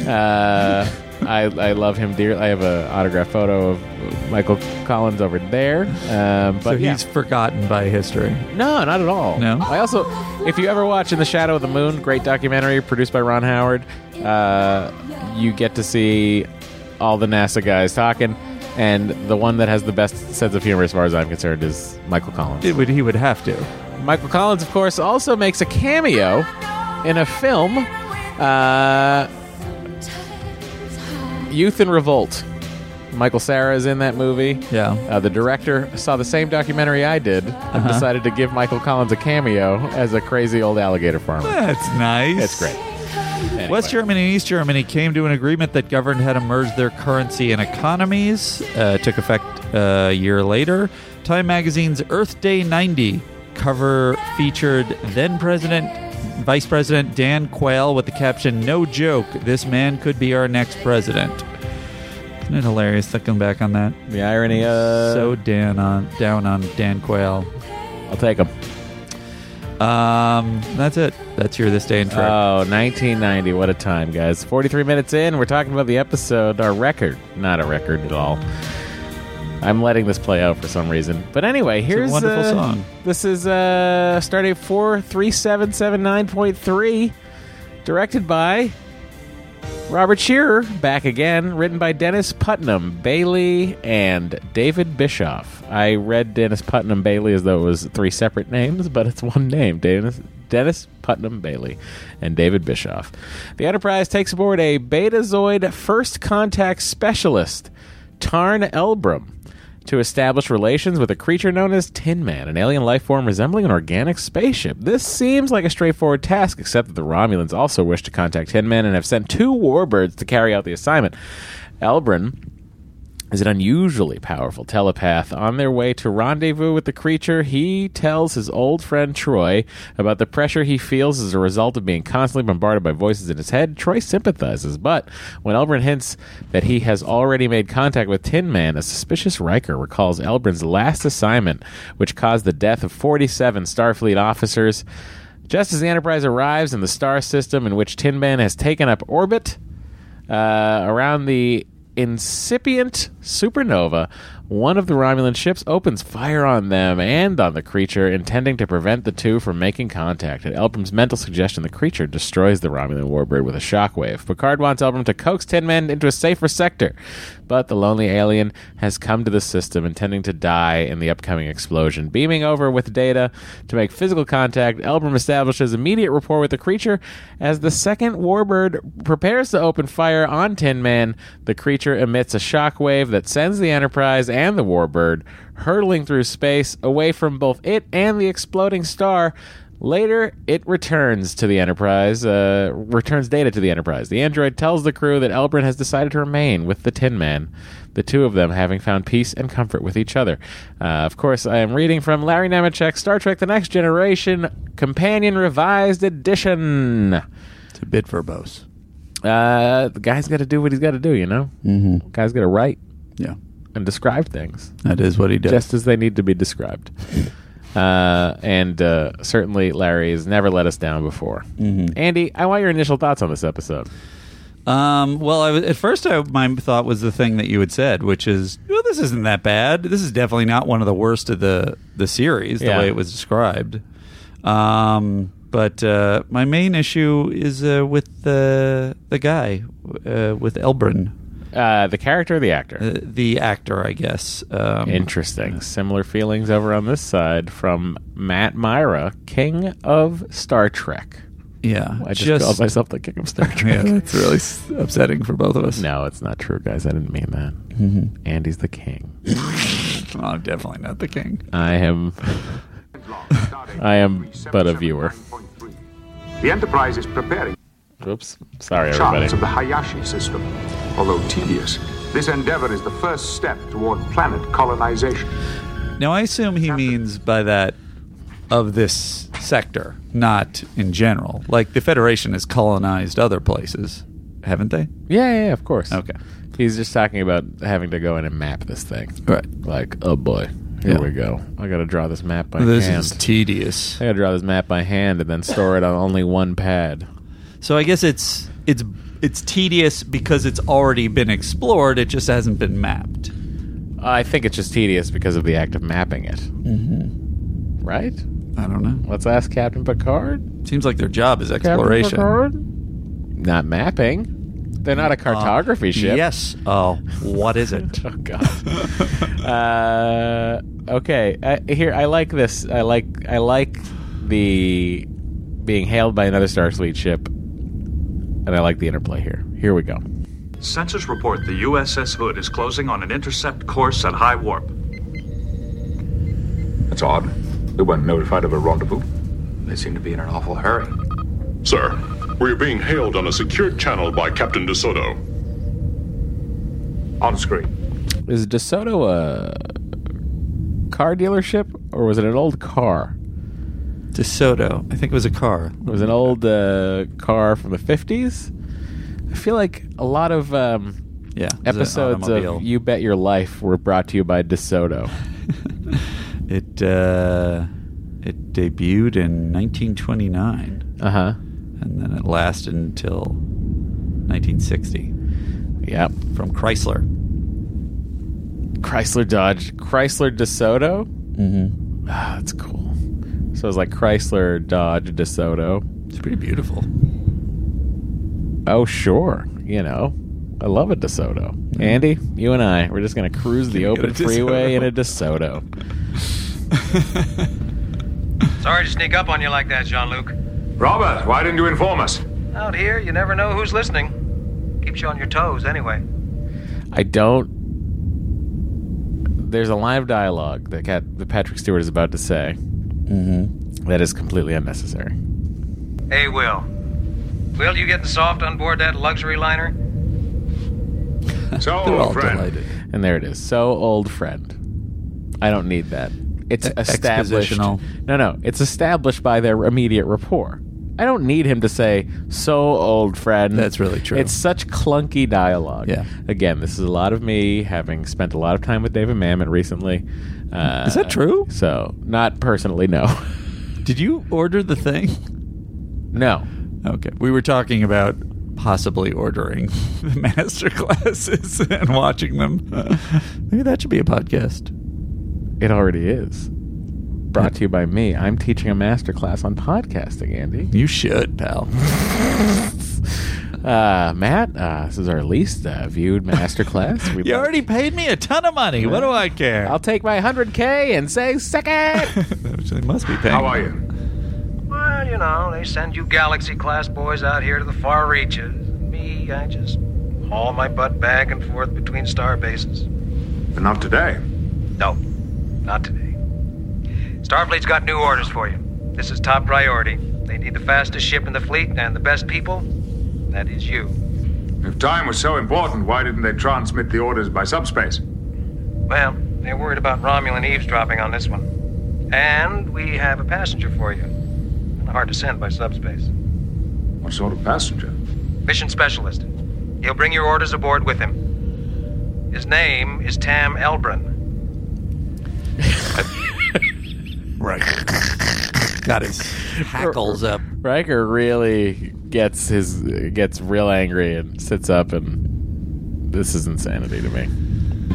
[SPEAKER 1] Uh, I, I love him dearly. I have an autographed photo of Michael Collins over there. Um, but
[SPEAKER 3] so
[SPEAKER 1] yeah.
[SPEAKER 3] he's forgotten by history.
[SPEAKER 1] No, not at all.
[SPEAKER 3] No?
[SPEAKER 1] I also, if you ever watch In the Shadow of the Moon, great documentary produced by Ron Howard, uh, you get to see all the NASA guys talking. And the one that has the best sense of humor, as far as I'm concerned, is Michael Collins.
[SPEAKER 3] It would, he would have to.
[SPEAKER 1] Michael Collins, of course, also makes a cameo in a film, uh, Youth in Revolt. Michael Sarah is in that movie.
[SPEAKER 3] Yeah. Uh-huh.
[SPEAKER 1] Uh, the director saw the same documentary I did and decided to give Michael Collins a cameo as a crazy old alligator farmer.
[SPEAKER 3] That's nice.
[SPEAKER 1] It's great.
[SPEAKER 3] West Germany and East Germany came to an agreement that governed how to merge their currency and economies. Uh, it took effect uh, a year later. Time magazine's Earth Day 90 cover featured then President, Vice President Dan Quayle with the caption, No joke, this man could be our next president. Isn't it hilarious thinking back on that?
[SPEAKER 1] The irony uh, of-
[SPEAKER 3] So Dan on, down on Dan Quayle.
[SPEAKER 1] I'll take him.
[SPEAKER 3] Um, that's it. That's your This Day in Trek.
[SPEAKER 1] Oh, 1990. What a time, guys. 43 minutes in. We're talking about the episode, our record. Not a record at all. I'm letting this play out for some reason. But anyway,
[SPEAKER 3] a
[SPEAKER 1] here's
[SPEAKER 3] wonderful
[SPEAKER 1] uh,
[SPEAKER 3] song.
[SPEAKER 1] This is uh, Stardate 43779.3, directed by Robert Shearer, back again, written by Dennis Putnam Bailey and David Bischoff. I read Dennis Putnam Bailey as though it was three separate names, but it's one name, Dennis. Dennis Putnam Bailey and David Bischoff. The Enterprise takes aboard a Betazoid first contact specialist, Tarn Elbrum, to establish relations with a creature known as Tin Man, an alien life form resembling an organic spaceship. This seems like a straightforward task, except that the Romulans also wish to contact Tin Man and have sent two warbirds to carry out the assignment. Elbrin is an unusually powerful telepath. On their way to rendezvous with the creature, he tells his old friend Troy about the pressure he feels as a result of being constantly bombarded by voices in his head. Troy sympathizes, but when Elbrin hints that he has already made contact with Tin Man, a suspicious Riker recalls Elbrin's last assignment, which caused the death of 47 Starfleet officers. Just as the Enterprise arrives in the star system in which Tin Man has taken up orbit, uh, around the incipient supernova, one of the Romulan ships opens fire on them and on the creature, intending to prevent the two from making contact. At Elbrum's mental suggestion, the creature destroys the Romulan warbird with a shockwave. Picard wants Elbrum to coax Tin Man into a safer sector, but the lonely alien has come to the system, intending to die in the upcoming explosion. Beaming over with data to make physical contact, Elbrum establishes immediate rapport with the creature. As the second warbird prepares to open fire on Tin Man, the creature emits a shockwave that sends the Enterprise and the warbird hurtling through space away from both it and the exploding star. Later, it returns to the Enterprise, uh, returns data to the Enterprise. The android tells the crew that Elbrin has decided to remain with the Tin Man, the two of them having found peace and comfort with each other. Uh, of course, I am reading from Larry Nemechek's Star Trek The Next Generation Companion Revised Edition.
[SPEAKER 3] It's a bit verbose.
[SPEAKER 1] Uh, the guy's got to do what he's got to do, you know? Mm-hmm. Guy's got to write
[SPEAKER 3] Yeah.
[SPEAKER 1] and describe things
[SPEAKER 3] That is what he does.
[SPEAKER 1] just as they need to be described. Uh, and uh, certainly, Larry has never let us down before.
[SPEAKER 3] Mm-hmm.
[SPEAKER 1] Andy, I want your initial thoughts on this episode.
[SPEAKER 3] Um, well, I, was- at first, I, my thought was the thing that you had said, which is, well, this isn't that bad. This is definitely not one of the worst of the the series,
[SPEAKER 1] Yeah.
[SPEAKER 3] the way it was described. Um, but uh, my main issue is uh, with the the guy, uh, with Elbrin,
[SPEAKER 1] Uh, the character, or the actor.
[SPEAKER 3] uh, the actor, I guess. Um,
[SPEAKER 1] Interesting. Similar feelings over on this side from Matt Myra, King of Star Trek.
[SPEAKER 3] yeah,
[SPEAKER 1] I just, called myself the King of
[SPEAKER 3] [LAUGHS]
[SPEAKER 1] Star
[SPEAKER 3] yeah,
[SPEAKER 1] Trek.
[SPEAKER 3] that's really s- upsetting for both of us.
[SPEAKER 1] No, it's not true, guys. I didn't mean that. Andy's the king.
[SPEAKER 3] Well, [LAUGHS] I'm definitely not the king.
[SPEAKER 1] I am. [LAUGHS] I am but a viewer.
[SPEAKER 17] The Enterprise is preparing
[SPEAKER 1] Oops. Sorry,
[SPEAKER 17] charts
[SPEAKER 1] everybody.
[SPEAKER 17] of the Hayashi system. Although tedious, this endeavor is the first step toward planet colonization.
[SPEAKER 3] [LAUGHS] Now, I assume he means by that of this sector, not in general. Like the Federation has colonized other places, haven't they?
[SPEAKER 1] Yeah, yeah, yeah, of course.
[SPEAKER 3] Okay.
[SPEAKER 1] He's just talking about having to go in and map this thing.
[SPEAKER 3] Right.
[SPEAKER 1] Like, oh boy, here
[SPEAKER 3] Yeah.
[SPEAKER 1] we go. I got to draw this map by
[SPEAKER 3] this
[SPEAKER 1] hand.
[SPEAKER 3] is tedious.
[SPEAKER 1] I got to draw this map by hand and then store it on only one pad.
[SPEAKER 3] So I guess it's it's it's tedious because it's already been explored. It just hasn't been mapped.
[SPEAKER 1] I think it's just tedious because of the act of mapping it.
[SPEAKER 3] Mm-hmm.
[SPEAKER 1] Right?
[SPEAKER 3] I don't know.
[SPEAKER 1] Let's ask Captain Picard.
[SPEAKER 3] Seems like their job is
[SPEAKER 1] Captain
[SPEAKER 3] exploration.
[SPEAKER 1] Picard? Not mapping. They're not a cartography
[SPEAKER 3] Uh,
[SPEAKER 1] ship.
[SPEAKER 3] Yes. Oh, what is it?
[SPEAKER 1] [LAUGHS] oh God. uh, okay, uh, here I like this. I like I like the being hailed by another Starfleet ship, and I like the interplay here. Here we go.
[SPEAKER 18] Census report the USS Hood is closing on an intercept course at high warp.
[SPEAKER 17] That's odd. We weren't notified of a rendezvous. They seem to be in an awful hurry.
[SPEAKER 19] Sir, we are being hailed on a secured channel by Captain DeSoto.
[SPEAKER 17] On screen.
[SPEAKER 1] Is DeSoto a car dealership or was it an old car?
[SPEAKER 3] DeSoto. I think it was a car.
[SPEAKER 1] It was an old uh, car from the 50s. I feel like a lot of um,
[SPEAKER 3] Yeah, it was an
[SPEAKER 1] episodes
[SPEAKER 3] automobile.
[SPEAKER 1] of You Bet Your Life were brought to you by DeSoto.
[SPEAKER 3] [LAUGHS] It uh, it debuted in 1929.
[SPEAKER 1] Uh huh.
[SPEAKER 3] And then it lasted until 1960.
[SPEAKER 1] Yep.
[SPEAKER 3] From Chrysler. [LAUGHS]
[SPEAKER 1] Chrysler Dodge, Chrysler DeSoto.
[SPEAKER 3] Mm-hmm.
[SPEAKER 1] Ah, that's cool. So it's like Chrysler Dodge DeSoto.
[SPEAKER 3] It's pretty beautiful.
[SPEAKER 1] Oh sure, you know, I love a DeSoto. Andy, you and I, we're just gonna cruise
[SPEAKER 3] [LAUGHS]
[SPEAKER 1] the
[SPEAKER 3] Gonna
[SPEAKER 1] open
[SPEAKER 3] get a
[SPEAKER 1] freeway
[SPEAKER 3] DeSoto.
[SPEAKER 1] in a DeSoto.
[SPEAKER 20] Sorry to sneak up on you like that, Jean Luc.
[SPEAKER 17] Robert, why didn't you inform us?
[SPEAKER 20] Out here, you never know who's listening. Keeps you on your toes, anyway.
[SPEAKER 1] I don't. There's a line of dialogue that Cat, that Patrick Stewart is about to say
[SPEAKER 3] Mm-hmm.
[SPEAKER 1] that is completely unnecessary.
[SPEAKER 20] Hey, Will. Will, you getting soft on board that luxury liner?
[SPEAKER 1] [LAUGHS]
[SPEAKER 17] So,
[SPEAKER 1] They're all
[SPEAKER 17] friend,
[SPEAKER 1] delighted. And there it is. So old friend. I don't need that. It's
[SPEAKER 3] E-
[SPEAKER 1] established.
[SPEAKER 3] expositional.
[SPEAKER 1] No, no. It's established by their immediate rapport. I don't need him to say "so old friend."
[SPEAKER 3] That's really true.
[SPEAKER 1] It's such clunky dialogue.
[SPEAKER 3] Yeah.
[SPEAKER 1] Again, this is a lot of me having spent a lot of time with David Mamet recently. Uh,
[SPEAKER 3] Is that true?
[SPEAKER 1] So, not personally, no, [LAUGHS]
[SPEAKER 3] Did you order the thing?
[SPEAKER 1] no.
[SPEAKER 3] Okay. We were talking about possibly ordering the master classes [LAUGHS] and watching them. [LAUGHS] Maybe that should be a podcast.
[SPEAKER 1] It already is. Brought to you by me. I'm teaching a master class on podcasting, Andy.
[SPEAKER 3] You should, pal.
[SPEAKER 1] [LAUGHS] Uh, Matt, uh, this is our least uh, viewed
[SPEAKER 3] [LAUGHS]
[SPEAKER 1] masterclass. We
[SPEAKER 3] You already paid me a ton of money. What do I care?
[SPEAKER 1] I'll take my 100K and say, suck it!
[SPEAKER 3] [LAUGHS] they must be paying.
[SPEAKER 17] how are you?
[SPEAKER 20] Well, you know, they send you galaxy class boys out here to the far reaches. Me, I just haul my butt back and forth between star bases.
[SPEAKER 17] But not today.
[SPEAKER 20] No, not today. Starfleet's got new orders for you. This is top priority. They need the fastest ship in the fleet and the best people. That is you.
[SPEAKER 17] If time was so important, why didn't they transmit the orders by subspace?
[SPEAKER 20] Well, they're worried about Romulan eavesdropping on this one. And we have a passenger for you. Hard to send by subspace.
[SPEAKER 17] What sort of passenger?
[SPEAKER 20] Mission specialist. He'll bring your orders aboard with him. His name is Tam Elbrin.
[SPEAKER 3] Right. Got his hackles up.
[SPEAKER 1] Riker really gets his gets real angry and sits up and this is insanity to me.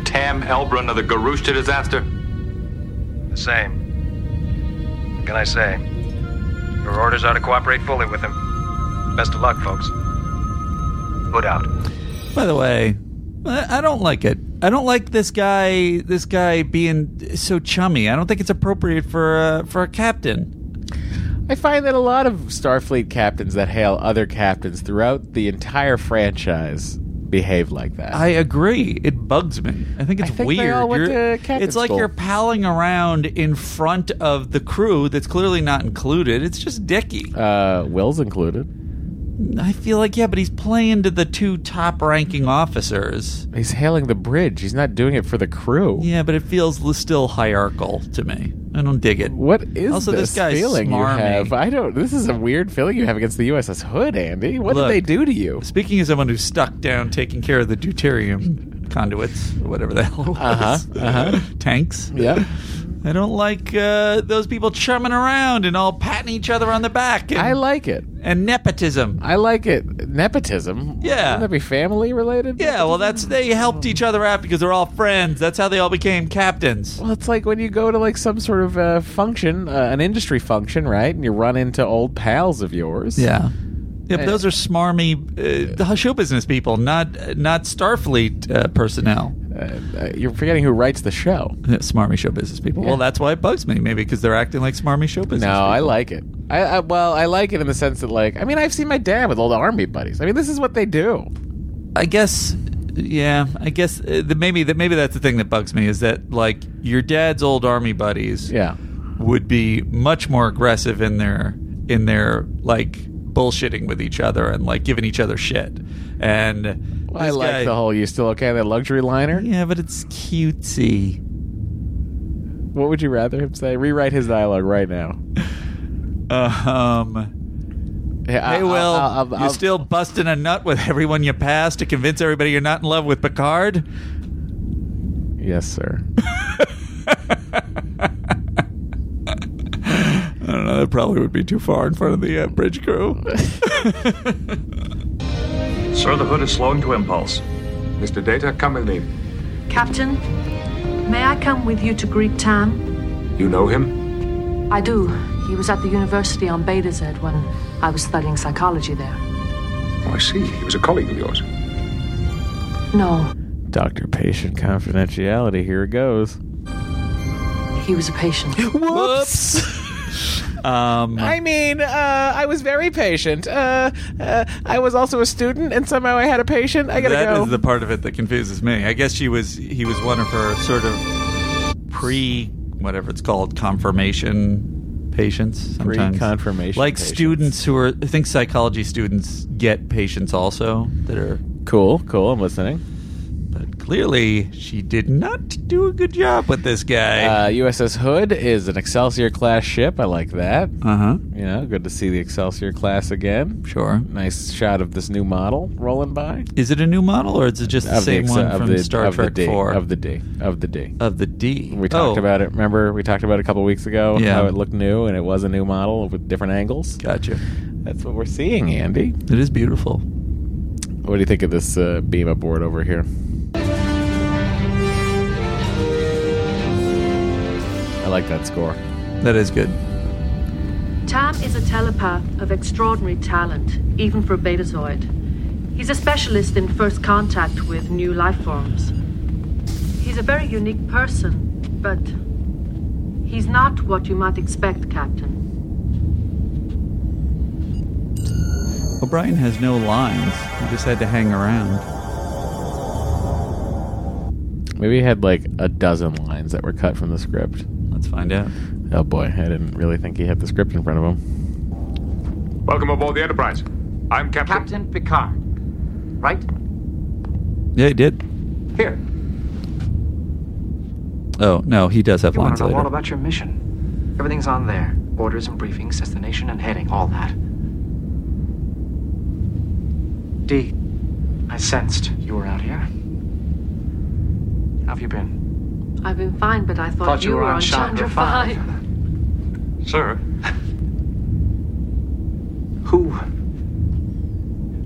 [SPEAKER 21] Tam Elbrun of the Garushta disaster?
[SPEAKER 20] The same. What can I say? Your orders are to cooperate fully with him. Best of luck, folks. Hood out.
[SPEAKER 3] By the way, I I don't like it. I don't like this guy. This guy being so chummy. I don't think it's appropriate for uh, for a captain.
[SPEAKER 1] I find that a lot of Starfleet captains that hail other captains throughout the entire franchise behave like that.
[SPEAKER 3] I agree. It bugs me. I think it's
[SPEAKER 1] I think they
[SPEAKER 3] weird.
[SPEAKER 1] all went
[SPEAKER 3] You're-
[SPEAKER 1] to captain
[SPEAKER 3] it's like
[SPEAKER 1] school.
[SPEAKER 3] you're palling around in front of the crew that's clearly not included. It's just dicky.
[SPEAKER 1] uh, Will's included.
[SPEAKER 3] I feel like yeah, but he's playing to the two top-ranking officers.
[SPEAKER 1] He's hailing the bridge. He's not doing it for the crew.
[SPEAKER 3] Yeah, but it feels l- still hierarchical to me. I don't dig it.
[SPEAKER 1] What is
[SPEAKER 3] also
[SPEAKER 1] this,
[SPEAKER 3] this, guy's
[SPEAKER 1] feeling
[SPEAKER 3] smarmy.
[SPEAKER 1] you have? I don't. This is a weird feeling you have against the USS Hood, Andy. What
[SPEAKER 3] Look.
[SPEAKER 1] did they do to you?
[SPEAKER 3] Speaking as someone who's stuck down taking care of the deuterium conduits, or whatever the hell it was,
[SPEAKER 1] Uh-huh, uh-huh.
[SPEAKER 3] tanks.
[SPEAKER 1] Yeah.
[SPEAKER 3] I don't like uh, those people chumming around and all patting each other on the back. And, I
[SPEAKER 1] like it.
[SPEAKER 3] And nepotism.
[SPEAKER 1] I like it. Nepotism?
[SPEAKER 3] Yeah.
[SPEAKER 1] Wouldn't that be family related?
[SPEAKER 3] Yeah, well, that's they helped each other out because they're all friends. That's how they all became captains.
[SPEAKER 1] Well, it's like when you go to like some sort of uh, function, uh, an industry function, right? And you run into old pals of yours.
[SPEAKER 3] Yeah. Yeah, but those are smarmy uh, the show business people, not not Starfleet uh, personnel.
[SPEAKER 1] Uh, you're forgetting who writes the show.
[SPEAKER 3] Yeah, smarmy show business people. Well, that's why it bugs me. Maybe because they're acting like smarmy show business.
[SPEAKER 1] No,
[SPEAKER 3] people.
[SPEAKER 1] I like it. I, I well, I like it in the sense that like, I mean, I've seen my dad with old army buddies. I mean, this is what they do.
[SPEAKER 3] I guess. Yeah, I guess uh, the, maybe that maybe that's the thing that bugs me is that like your dad's old army buddies.
[SPEAKER 1] Yeah.
[SPEAKER 3] Would be much more aggressive in their in their like bullshitting with each other and like giving each other shit. And
[SPEAKER 1] I
[SPEAKER 3] this
[SPEAKER 1] like
[SPEAKER 3] guy-
[SPEAKER 1] the whole "you still okay on that luxury liner."
[SPEAKER 3] Yeah, but it's cutesy.
[SPEAKER 1] What would you rather him say? Rewrite his dialogue right now.
[SPEAKER 3] Uh, um,
[SPEAKER 1] Yeah, I-
[SPEAKER 3] hey, Will,
[SPEAKER 1] I'll- I'll-
[SPEAKER 3] you
[SPEAKER 1] I'll-
[SPEAKER 3] still busting a nut with [LAUGHS] everyone you pass to convince everybody you're not in love with Picard?
[SPEAKER 1] Yes, sir.
[SPEAKER 3] [LAUGHS] I don't know. That probably would be too far in front of the uh, bridge crew.
[SPEAKER 18] Sir, the hood is slowing to impulse.
[SPEAKER 17] Mr. Data, come with me.
[SPEAKER 11] Captain, may I come with you to Greek town?
[SPEAKER 17] You know him?
[SPEAKER 11] I do. He was at the university on Beta Z when I was studying psychology there.
[SPEAKER 17] Oh, I see. He was a colleague of yours.
[SPEAKER 11] No,
[SPEAKER 1] Doctor patient confidentiality. Here it goes.
[SPEAKER 11] he was a [GASPS] patient.
[SPEAKER 1] Whoops.
[SPEAKER 3] Um,
[SPEAKER 1] I mean, uh, I was very patient. Uh, uh, I was also a student, and somehow I had a patient. [LAUGHS] I gotta
[SPEAKER 3] That
[SPEAKER 1] go.
[SPEAKER 3] is the part of it that confuses me. I guess she was he was one of her sort of pre whatever it's called confirmation patients sometimes
[SPEAKER 1] Pre-confirmation
[SPEAKER 3] like
[SPEAKER 1] patients.
[SPEAKER 3] students who are I think psychology students get patients also that are
[SPEAKER 1] cool, cool. I'm listening.
[SPEAKER 3] but clearly she did not do a good job with this guy.
[SPEAKER 1] Uh, USS Hood is an Excelsior class ship. I like that.
[SPEAKER 3] Uh huh.
[SPEAKER 1] You know, good to see the Excelsior class again.
[SPEAKER 3] Sure.
[SPEAKER 1] Nice shot of this new model rolling by.
[SPEAKER 3] Is it a new model or is it just the
[SPEAKER 1] Of
[SPEAKER 3] same
[SPEAKER 1] Exe-
[SPEAKER 3] one
[SPEAKER 1] of
[SPEAKER 3] from
[SPEAKER 1] the-
[SPEAKER 3] Star
[SPEAKER 1] of
[SPEAKER 3] Trek
[SPEAKER 1] the D,
[SPEAKER 3] Four
[SPEAKER 1] Of the D. Of the D.
[SPEAKER 3] of the D?
[SPEAKER 1] We talked
[SPEAKER 3] Oh,
[SPEAKER 1] about it. Remember, we talked about it a couple weeks ago
[SPEAKER 3] Yeah.
[SPEAKER 1] how it looked new and it was a new model with different angles.
[SPEAKER 3] Gotcha.
[SPEAKER 1] That's what we're seeing, Andy.
[SPEAKER 3] It is beautiful.
[SPEAKER 1] What do you think of this uh, beam aboard over here? I like that score.
[SPEAKER 3] That is good.
[SPEAKER 11] Tam is a telepath of extraordinary talent, even for a betazoid. He's a specialist in first contact with new life forms. He's a very unique person, but he's not what you might expect, Captain.
[SPEAKER 3] O'Brien has no lines. He just had to hang around.
[SPEAKER 1] Maybe it had like a dozen lines that were cut from the script.
[SPEAKER 3] Let's find out.
[SPEAKER 1] Oh boy, I didn't really think he had the script in front of him.
[SPEAKER 17] Welcome aboard the Enterprise. I'm Captain.
[SPEAKER 2] Captain Picard. Right?
[SPEAKER 3] Yeah, he did.
[SPEAKER 2] Here.
[SPEAKER 3] Oh no, he does have
[SPEAKER 2] You want
[SPEAKER 3] lines
[SPEAKER 2] to know all
[SPEAKER 3] later.
[SPEAKER 2] about your mission. Everything's on there. Orders and briefings, destination and heading, all that. D, I sensed you were out here. How have you been?
[SPEAKER 11] I've been fine, but I thought, you, were, on Chandra 5.
[SPEAKER 2] Sir. Who?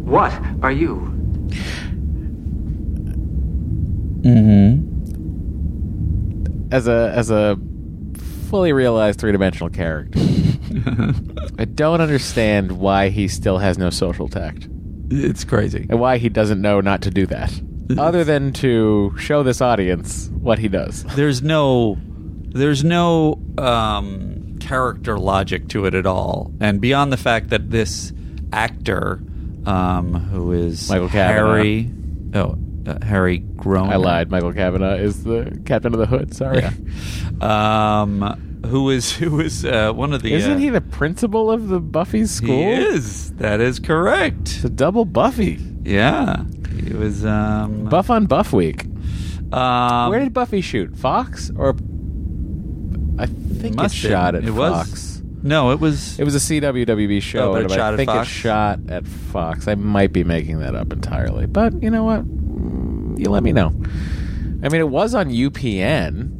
[SPEAKER 2] What are you?
[SPEAKER 3] Mm-hmm.
[SPEAKER 1] As a as a fully realized three dimensional
[SPEAKER 3] [LAUGHS]
[SPEAKER 1] character, I don't understand why he still has no social tact
[SPEAKER 3] It's crazy.
[SPEAKER 1] and why he doesn't know not to do that, other than to show this audience what he does.
[SPEAKER 3] There's no, there's no um, character logic to it at all. And beyond the fact that this actor, um, who is
[SPEAKER 1] Michael Cavanaugh.
[SPEAKER 3] Harry, oh uh, Harry Groen,
[SPEAKER 1] I lied. Michael Kavanaugh is the captain of the hood. Sorry.
[SPEAKER 3] Yeah. Um, who is who is uh, one of the?
[SPEAKER 1] Isn't
[SPEAKER 3] uh,
[SPEAKER 1] he the principal of the Buffy school?
[SPEAKER 3] He is. That is correct.
[SPEAKER 1] It's a double Buffy.
[SPEAKER 3] Yeah. He was um
[SPEAKER 1] Buff on Buff Week.
[SPEAKER 3] um,
[SPEAKER 1] Where did Buffy shoot? Fox or I think
[SPEAKER 3] must
[SPEAKER 1] it
[SPEAKER 3] have-
[SPEAKER 1] shot at
[SPEAKER 3] it
[SPEAKER 1] Fox.
[SPEAKER 3] Was, no, it was
[SPEAKER 1] It was a CWWB show,
[SPEAKER 3] Oh, but it
[SPEAKER 1] and I
[SPEAKER 3] shot at
[SPEAKER 1] think
[SPEAKER 3] Fox?
[SPEAKER 1] it shot at Fox. I might be making that up entirely, but you know what? Mm, You let me know. I mean, it was on UPN.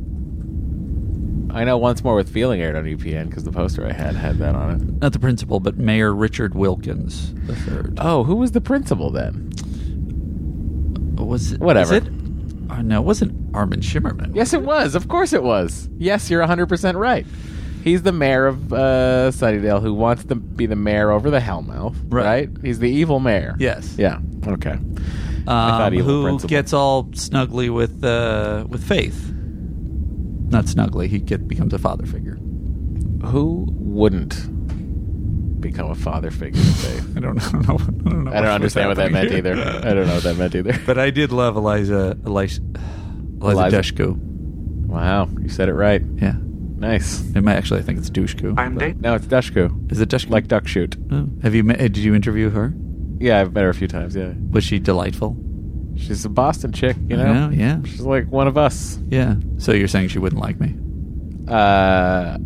[SPEAKER 1] I know once more with feeling aired on UPN because the poster I had had that on it.
[SPEAKER 3] Not the principal, but Mayor Richard Wilkins the third.
[SPEAKER 1] Oh, who was the principal then?
[SPEAKER 3] Was it
[SPEAKER 1] Whatever.
[SPEAKER 3] Was it, uh, no, it wasn't Armin Shimmerman.
[SPEAKER 1] Yes, it was. Of course, it was. Yes, you're 100 percent right. He's the mayor of uh, Sunnydale who wants to be the mayor over the Hellmouth, right? He's the evil mayor.
[SPEAKER 3] Yes.
[SPEAKER 1] Yeah. Okay. I
[SPEAKER 3] Um,
[SPEAKER 1] thought evil
[SPEAKER 3] who
[SPEAKER 1] principal.
[SPEAKER 3] gets all snuggly with uh, with Faith? Not snuggly. He get, becomes a father figure.
[SPEAKER 1] Who wouldn't become a father figure to Faith?
[SPEAKER 3] [LAUGHS] I don't, I don't know. I don't, know
[SPEAKER 1] I don't understand what that meant either. I don't know what that meant either.
[SPEAKER 3] [LAUGHS] But I did love Eliza Eliza, Eliza,
[SPEAKER 1] Eliza.
[SPEAKER 3] Dushku.
[SPEAKER 1] Wow, you said it right.
[SPEAKER 3] Yeah.
[SPEAKER 1] Nice.
[SPEAKER 3] It might actually. I think it's Dushku.
[SPEAKER 1] I'm
[SPEAKER 3] but-
[SPEAKER 1] dating- No, it's Dushku.
[SPEAKER 3] Is it Dushku?
[SPEAKER 1] Like duck shoot.
[SPEAKER 3] Oh. Have you met? Did you interview her?
[SPEAKER 1] Yeah, I've met her a few times. Yeah,
[SPEAKER 3] Was she delightful?
[SPEAKER 1] she's a Boston chick. You know.
[SPEAKER 3] I know, yeah.
[SPEAKER 1] She's like one of us.
[SPEAKER 3] Yeah. So you're saying she wouldn't like me?
[SPEAKER 1] Uh,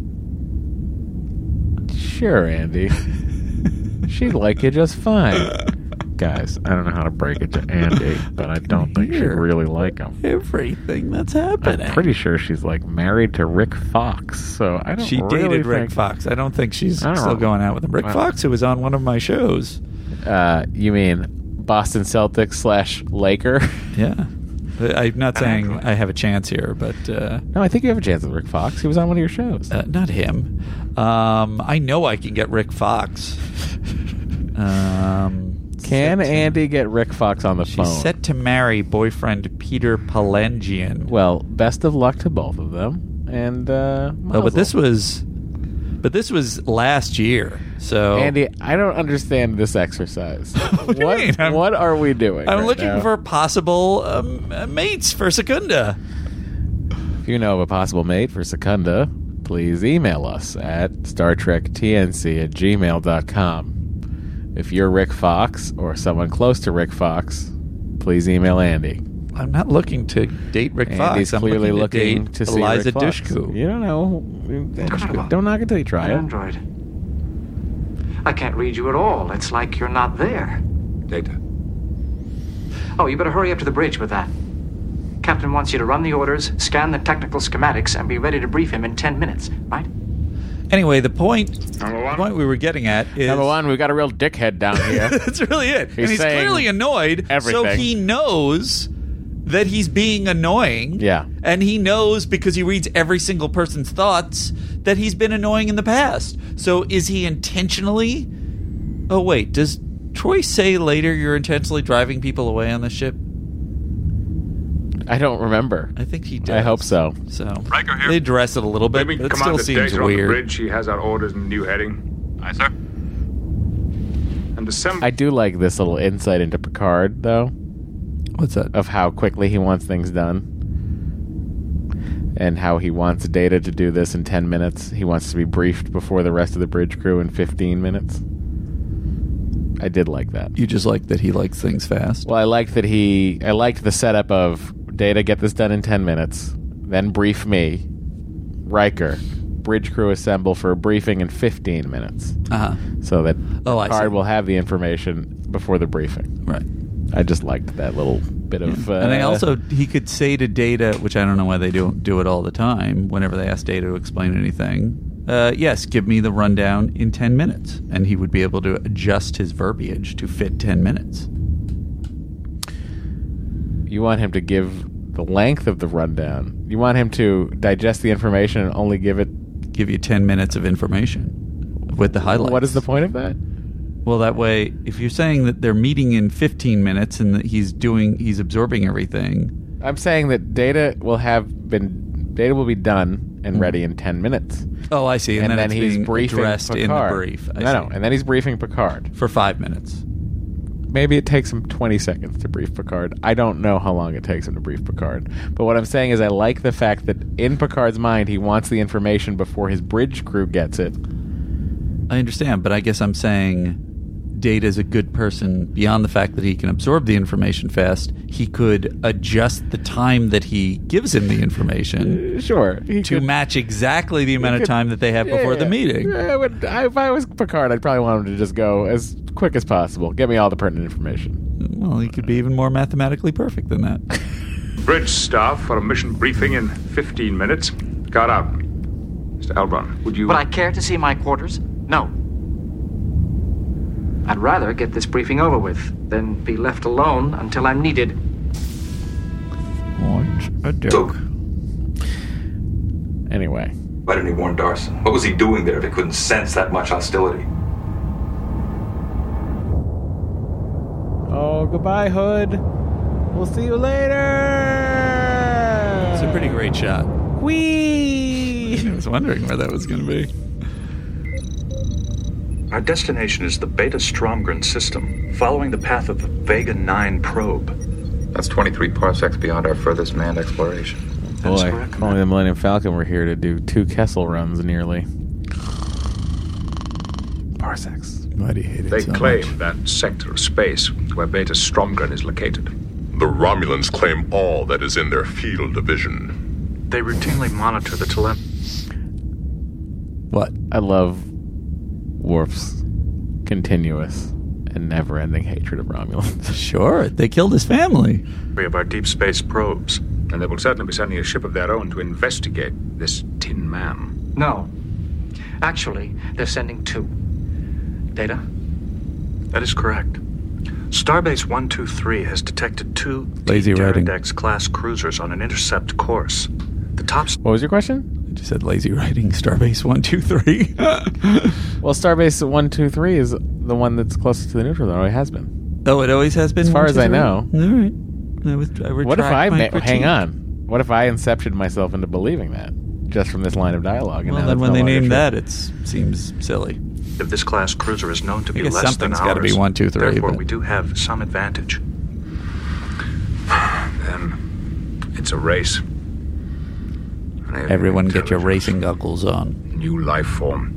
[SPEAKER 1] sure,
[SPEAKER 3] [LAUGHS]
[SPEAKER 1] Andy. She'd like you just fine. Guys, I don't know how to break it to Andy, but I don't think she'd
[SPEAKER 3] Here.
[SPEAKER 1] really like him.
[SPEAKER 3] Everything that's happening.
[SPEAKER 1] I'm pretty sure she's like married to Rick Fox, so I don't.
[SPEAKER 3] she
[SPEAKER 1] really
[SPEAKER 3] dated Rick
[SPEAKER 1] think-
[SPEAKER 3] Fox. I don't think she's
[SPEAKER 1] I don't
[SPEAKER 3] still
[SPEAKER 1] know.
[SPEAKER 3] going out with him. Rick
[SPEAKER 1] Well-
[SPEAKER 3] Fox, who was on one of my shows.
[SPEAKER 1] Uh, you mean Boston Celtics slash Laker? [LAUGHS]
[SPEAKER 3] Yeah. I'm not saying I have a chance here, but uh,
[SPEAKER 1] No, I think you have a chance with Rick Fox. He was on one of your shows.
[SPEAKER 3] uh, not him. Um, I know I can get
[SPEAKER 1] [LAUGHS]
[SPEAKER 3] Rick Fox. Um,
[SPEAKER 1] Can Andy get Rick Fox on the phone?
[SPEAKER 3] she's set to marry boyfriend Peter Palangian.
[SPEAKER 1] well, best of luck to both of them. And uh,
[SPEAKER 3] Oh, but
[SPEAKER 1] mazel.
[SPEAKER 3] this was, but this was last year. So [LAUGHS]
[SPEAKER 1] Andy, I don't understand this exercise. what
[SPEAKER 3] do you mean? I'm-
[SPEAKER 1] what are we doing?
[SPEAKER 3] I'm
[SPEAKER 1] right
[SPEAKER 3] looking
[SPEAKER 1] now?
[SPEAKER 3] for possible um, uh, mates for Secunda.
[SPEAKER 1] If you know of a possible mate for Secunda, please email us at Star Trek TNC at gmail.com. If you're Rick Fox or someone close to Rick Fox, please email Andy.
[SPEAKER 3] I'm not looking to date Rick Fox.
[SPEAKER 1] Andy's
[SPEAKER 3] I'm
[SPEAKER 1] clearly looking
[SPEAKER 3] date
[SPEAKER 1] to, see
[SPEAKER 3] Eliza
[SPEAKER 1] Rick Fox.
[SPEAKER 3] Dushku.
[SPEAKER 1] You don't know. Don't knock it till you try it.
[SPEAKER 2] Android. I can't read you at all. It's like you're not there.
[SPEAKER 19] Data.
[SPEAKER 2] Oh, you better hurry up to the bridge with that. Captain wants you to run the orders, scan the technical schematics, and be ready to brief him in ten minutes, right?
[SPEAKER 3] Anyway, [LAUGHS] the point, the point we were getting at is
[SPEAKER 1] Number one, we've got a real dickhead down
[SPEAKER 3] [LAUGHS]
[SPEAKER 1] here.
[SPEAKER 3] that's really it.
[SPEAKER 1] He's
[SPEAKER 3] and he's
[SPEAKER 1] saying
[SPEAKER 3] clearly annoyed, so
[SPEAKER 1] everything.
[SPEAKER 3] he knows that he's being annoying.
[SPEAKER 1] Yeah.
[SPEAKER 3] And he knows because he reads every single person's thoughts that he's been annoying in the past. So is he intentionally Oh wait, does Troy say later you're intentionally driving people away on the ship?
[SPEAKER 1] I don't remember.
[SPEAKER 3] I think he does.
[SPEAKER 1] I hope so.
[SPEAKER 3] So they address it a little bit,
[SPEAKER 17] Maybe
[SPEAKER 3] but it still
[SPEAKER 17] Commander
[SPEAKER 3] seems
[SPEAKER 17] Data on the
[SPEAKER 3] weird.
[SPEAKER 17] bridge. She has our orders and new heading. Aye, sir. And assemble.
[SPEAKER 1] I do like this little insight into Picard, though,
[SPEAKER 3] What's that?
[SPEAKER 1] of how quickly he wants things done. And how he wants Data to do this in 10 minutes. He wants to be briefed before the rest of the bridge crew in 15 minutes. I did like that.
[SPEAKER 3] You just like that he likes things fast.
[SPEAKER 1] Well, I liked that he. I liked the setup of Data, get this done in 10 minutes, then brief me. Riker, bridge crew assemble for a briefing in 15 minutes.
[SPEAKER 3] Uh-huh.
[SPEAKER 1] So that
[SPEAKER 3] Oh, I see.
[SPEAKER 1] Picard will have the information before the briefing.
[SPEAKER 3] Right.
[SPEAKER 1] I just liked that little bit of. Uh,
[SPEAKER 3] and I also he could say to Data, which I don't know why they don't do it all the time. Whenever they ask Data to explain anything, uh, yes, give me the rundown in ten minutes, and he would be able to adjust his verbiage to fit ten minutes.
[SPEAKER 1] you want him to give the length of the rundown. You want him to digest the information and only give it.
[SPEAKER 3] Give you ten minutes of information with the highlights.
[SPEAKER 1] What is the point of that?
[SPEAKER 3] Well, that way, if you're saying that they're meeting in fifteen minutes and that he's doing, he's absorbing everything.
[SPEAKER 1] I'm saying that data will have been data will be done and ready in ten minutes,
[SPEAKER 3] Hmm. Oh, I see. And, then, it's
[SPEAKER 1] he's
[SPEAKER 3] being
[SPEAKER 1] briefing
[SPEAKER 3] addressed
[SPEAKER 1] Picard.
[SPEAKER 3] in the brief. I
[SPEAKER 1] no, no,
[SPEAKER 3] see.
[SPEAKER 1] and then he's briefing Picard.
[SPEAKER 3] for five minutes.
[SPEAKER 1] Maybe it takes him 20 seconds to brief Picard. I don't know how long it takes him to brief Picard. But what I'm saying is, I like the fact that in Picard's mind, he wants the information before his bridge crew gets it.
[SPEAKER 3] I understand, but I guess I'm saying Data is a good person beyond the fact that he can absorb the information fast. He could adjust the time that he gives him the information
[SPEAKER 1] Sure. He
[SPEAKER 3] to
[SPEAKER 1] could-
[SPEAKER 3] match exactly the amount of
[SPEAKER 1] could-
[SPEAKER 3] time that they have before the
[SPEAKER 1] Yeah.
[SPEAKER 3] meeting.
[SPEAKER 1] Yeah, I would- I- if I was Picard, I'd probably want him to just go as quick as possible. Get me all the pertinent information.
[SPEAKER 3] Well, he could be even more mathematically perfect than that.
[SPEAKER 17] Bridge staff for a mission briefing in 15 minutes. Got out. Mr. Elbron, would you.
[SPEAKER 2] Would I care to see my quarters? No. I'd rather get this briefing over with than be left alone until I'm needed.
[SPEAKER 3] A
[SPEAKER 6] So,
[SPEAKER 1] Anyway.
[SPEAKER 6] why didn't he warn Darson? What was he doing there if he couldn't sense that much hostility?
[SPEAKER 1] Oh, goodbye, Hood. We'll see you later.
[SPEAKER 3] It's a pretty great shot.
[SPEAKER 1] Whee! [LAUGHS]
[SPEAKER 3] I was wondering where that was going to be.
[SPEAKER 18] Our destination is the Beta Stromgren system, following the path of the Vega 9 probe.
[SPEAKER 6] That's 23 parsecs beyond our furthest manned exploration.
[SPEAKER 1] Boy, if only the Millennium Falcon were here to do two Kessel runs nearly. Parsecs.
[SPEAKER 3] Why do you hate
[SPEAKER 1] it
[SPEAKER 19] They
[SPEAKER 1] so
[SPEAKER 19] claim
[SPEAKER 1] much?
[SPEAKER 19] that sector of space where Beta Stromgren is located. The Romulans claim all that is in their field of vision.
[SPEAKER 18] They routinely monitor the tele.
[SPEAKER 1] What? I love Worf's continuous and never ending hatred of Romulans.
[SPEAKER 3] Sure, they killed his family.
[SPEAKER 19] Three of our deep space probes. And they will certainly be sending a ship of their own to investigate this Tin Man.
[SPEAKER 2] No. Actually, they're sending two. Data?
[SPEAKER 18] That is correct. Starbase 123 has detected two
[SPEAKER 3] Lazy writing.
[SPEAKER 18] Dex class cruisers on an intercept course. The top
[SPEAKER 1] What was your question?
[SPEAKER 3] I just said lazy writing. Starbase one two three.
[SPEAKER 1] [LAUGHS] Well, Starbase 123 is the one that's closest to the neutral, though. It has been.
[SPEAKER 3] oh, it always has been.
[SPEAKER 1] As far as I
[SPEAKER 3] 123?
[SPEAKER 1] know.
[SPEAKER 3] All right. I was, I
[SPEAKER 1] What if
[SPEAKER 3] retract
[SPEAKER 1] I ma-
[SPEAKER 3] my
[SPEAKER 1] hang
[SPEAKER 3] critique.
[SPEAKER 1] on? What if I incepted myself into believing that just from this line of dialogue? And
[SPEAKER 3] Well,
[SPEAKER 1] now
[SPEAKER 3] then
[SPEAKER 1] that's
[SPEAKER 3] when
[SPEAKER 1] no
[SPEAKER 3] they
[SPEAKER 1] longer
[SPEAKER 3] name
[SPEAKER 1] true?
[SPEAKER 3] that, it seems silly.
[SPEAKER 18] If this class cruiser is known to
[SPEAKER 3] I
[SPEAKER 18] be
[SPEAKER 3] guess
[SPEAKER 18] less than
[SPEAKER 3] something's gotta be
[SPEAKER 18] ours,
[SPEAKER 3] one, two, three,
[SPEAKER 18] Therefore,
[SPEAKER 3] but-
[SPEAKER 18] we do have some advantage.
[SPEAKER 19] Then it's a race. And they have
[SPEAKER 3] Everyone, get your racing goggles on.
[SPEAKER 19] a New life form,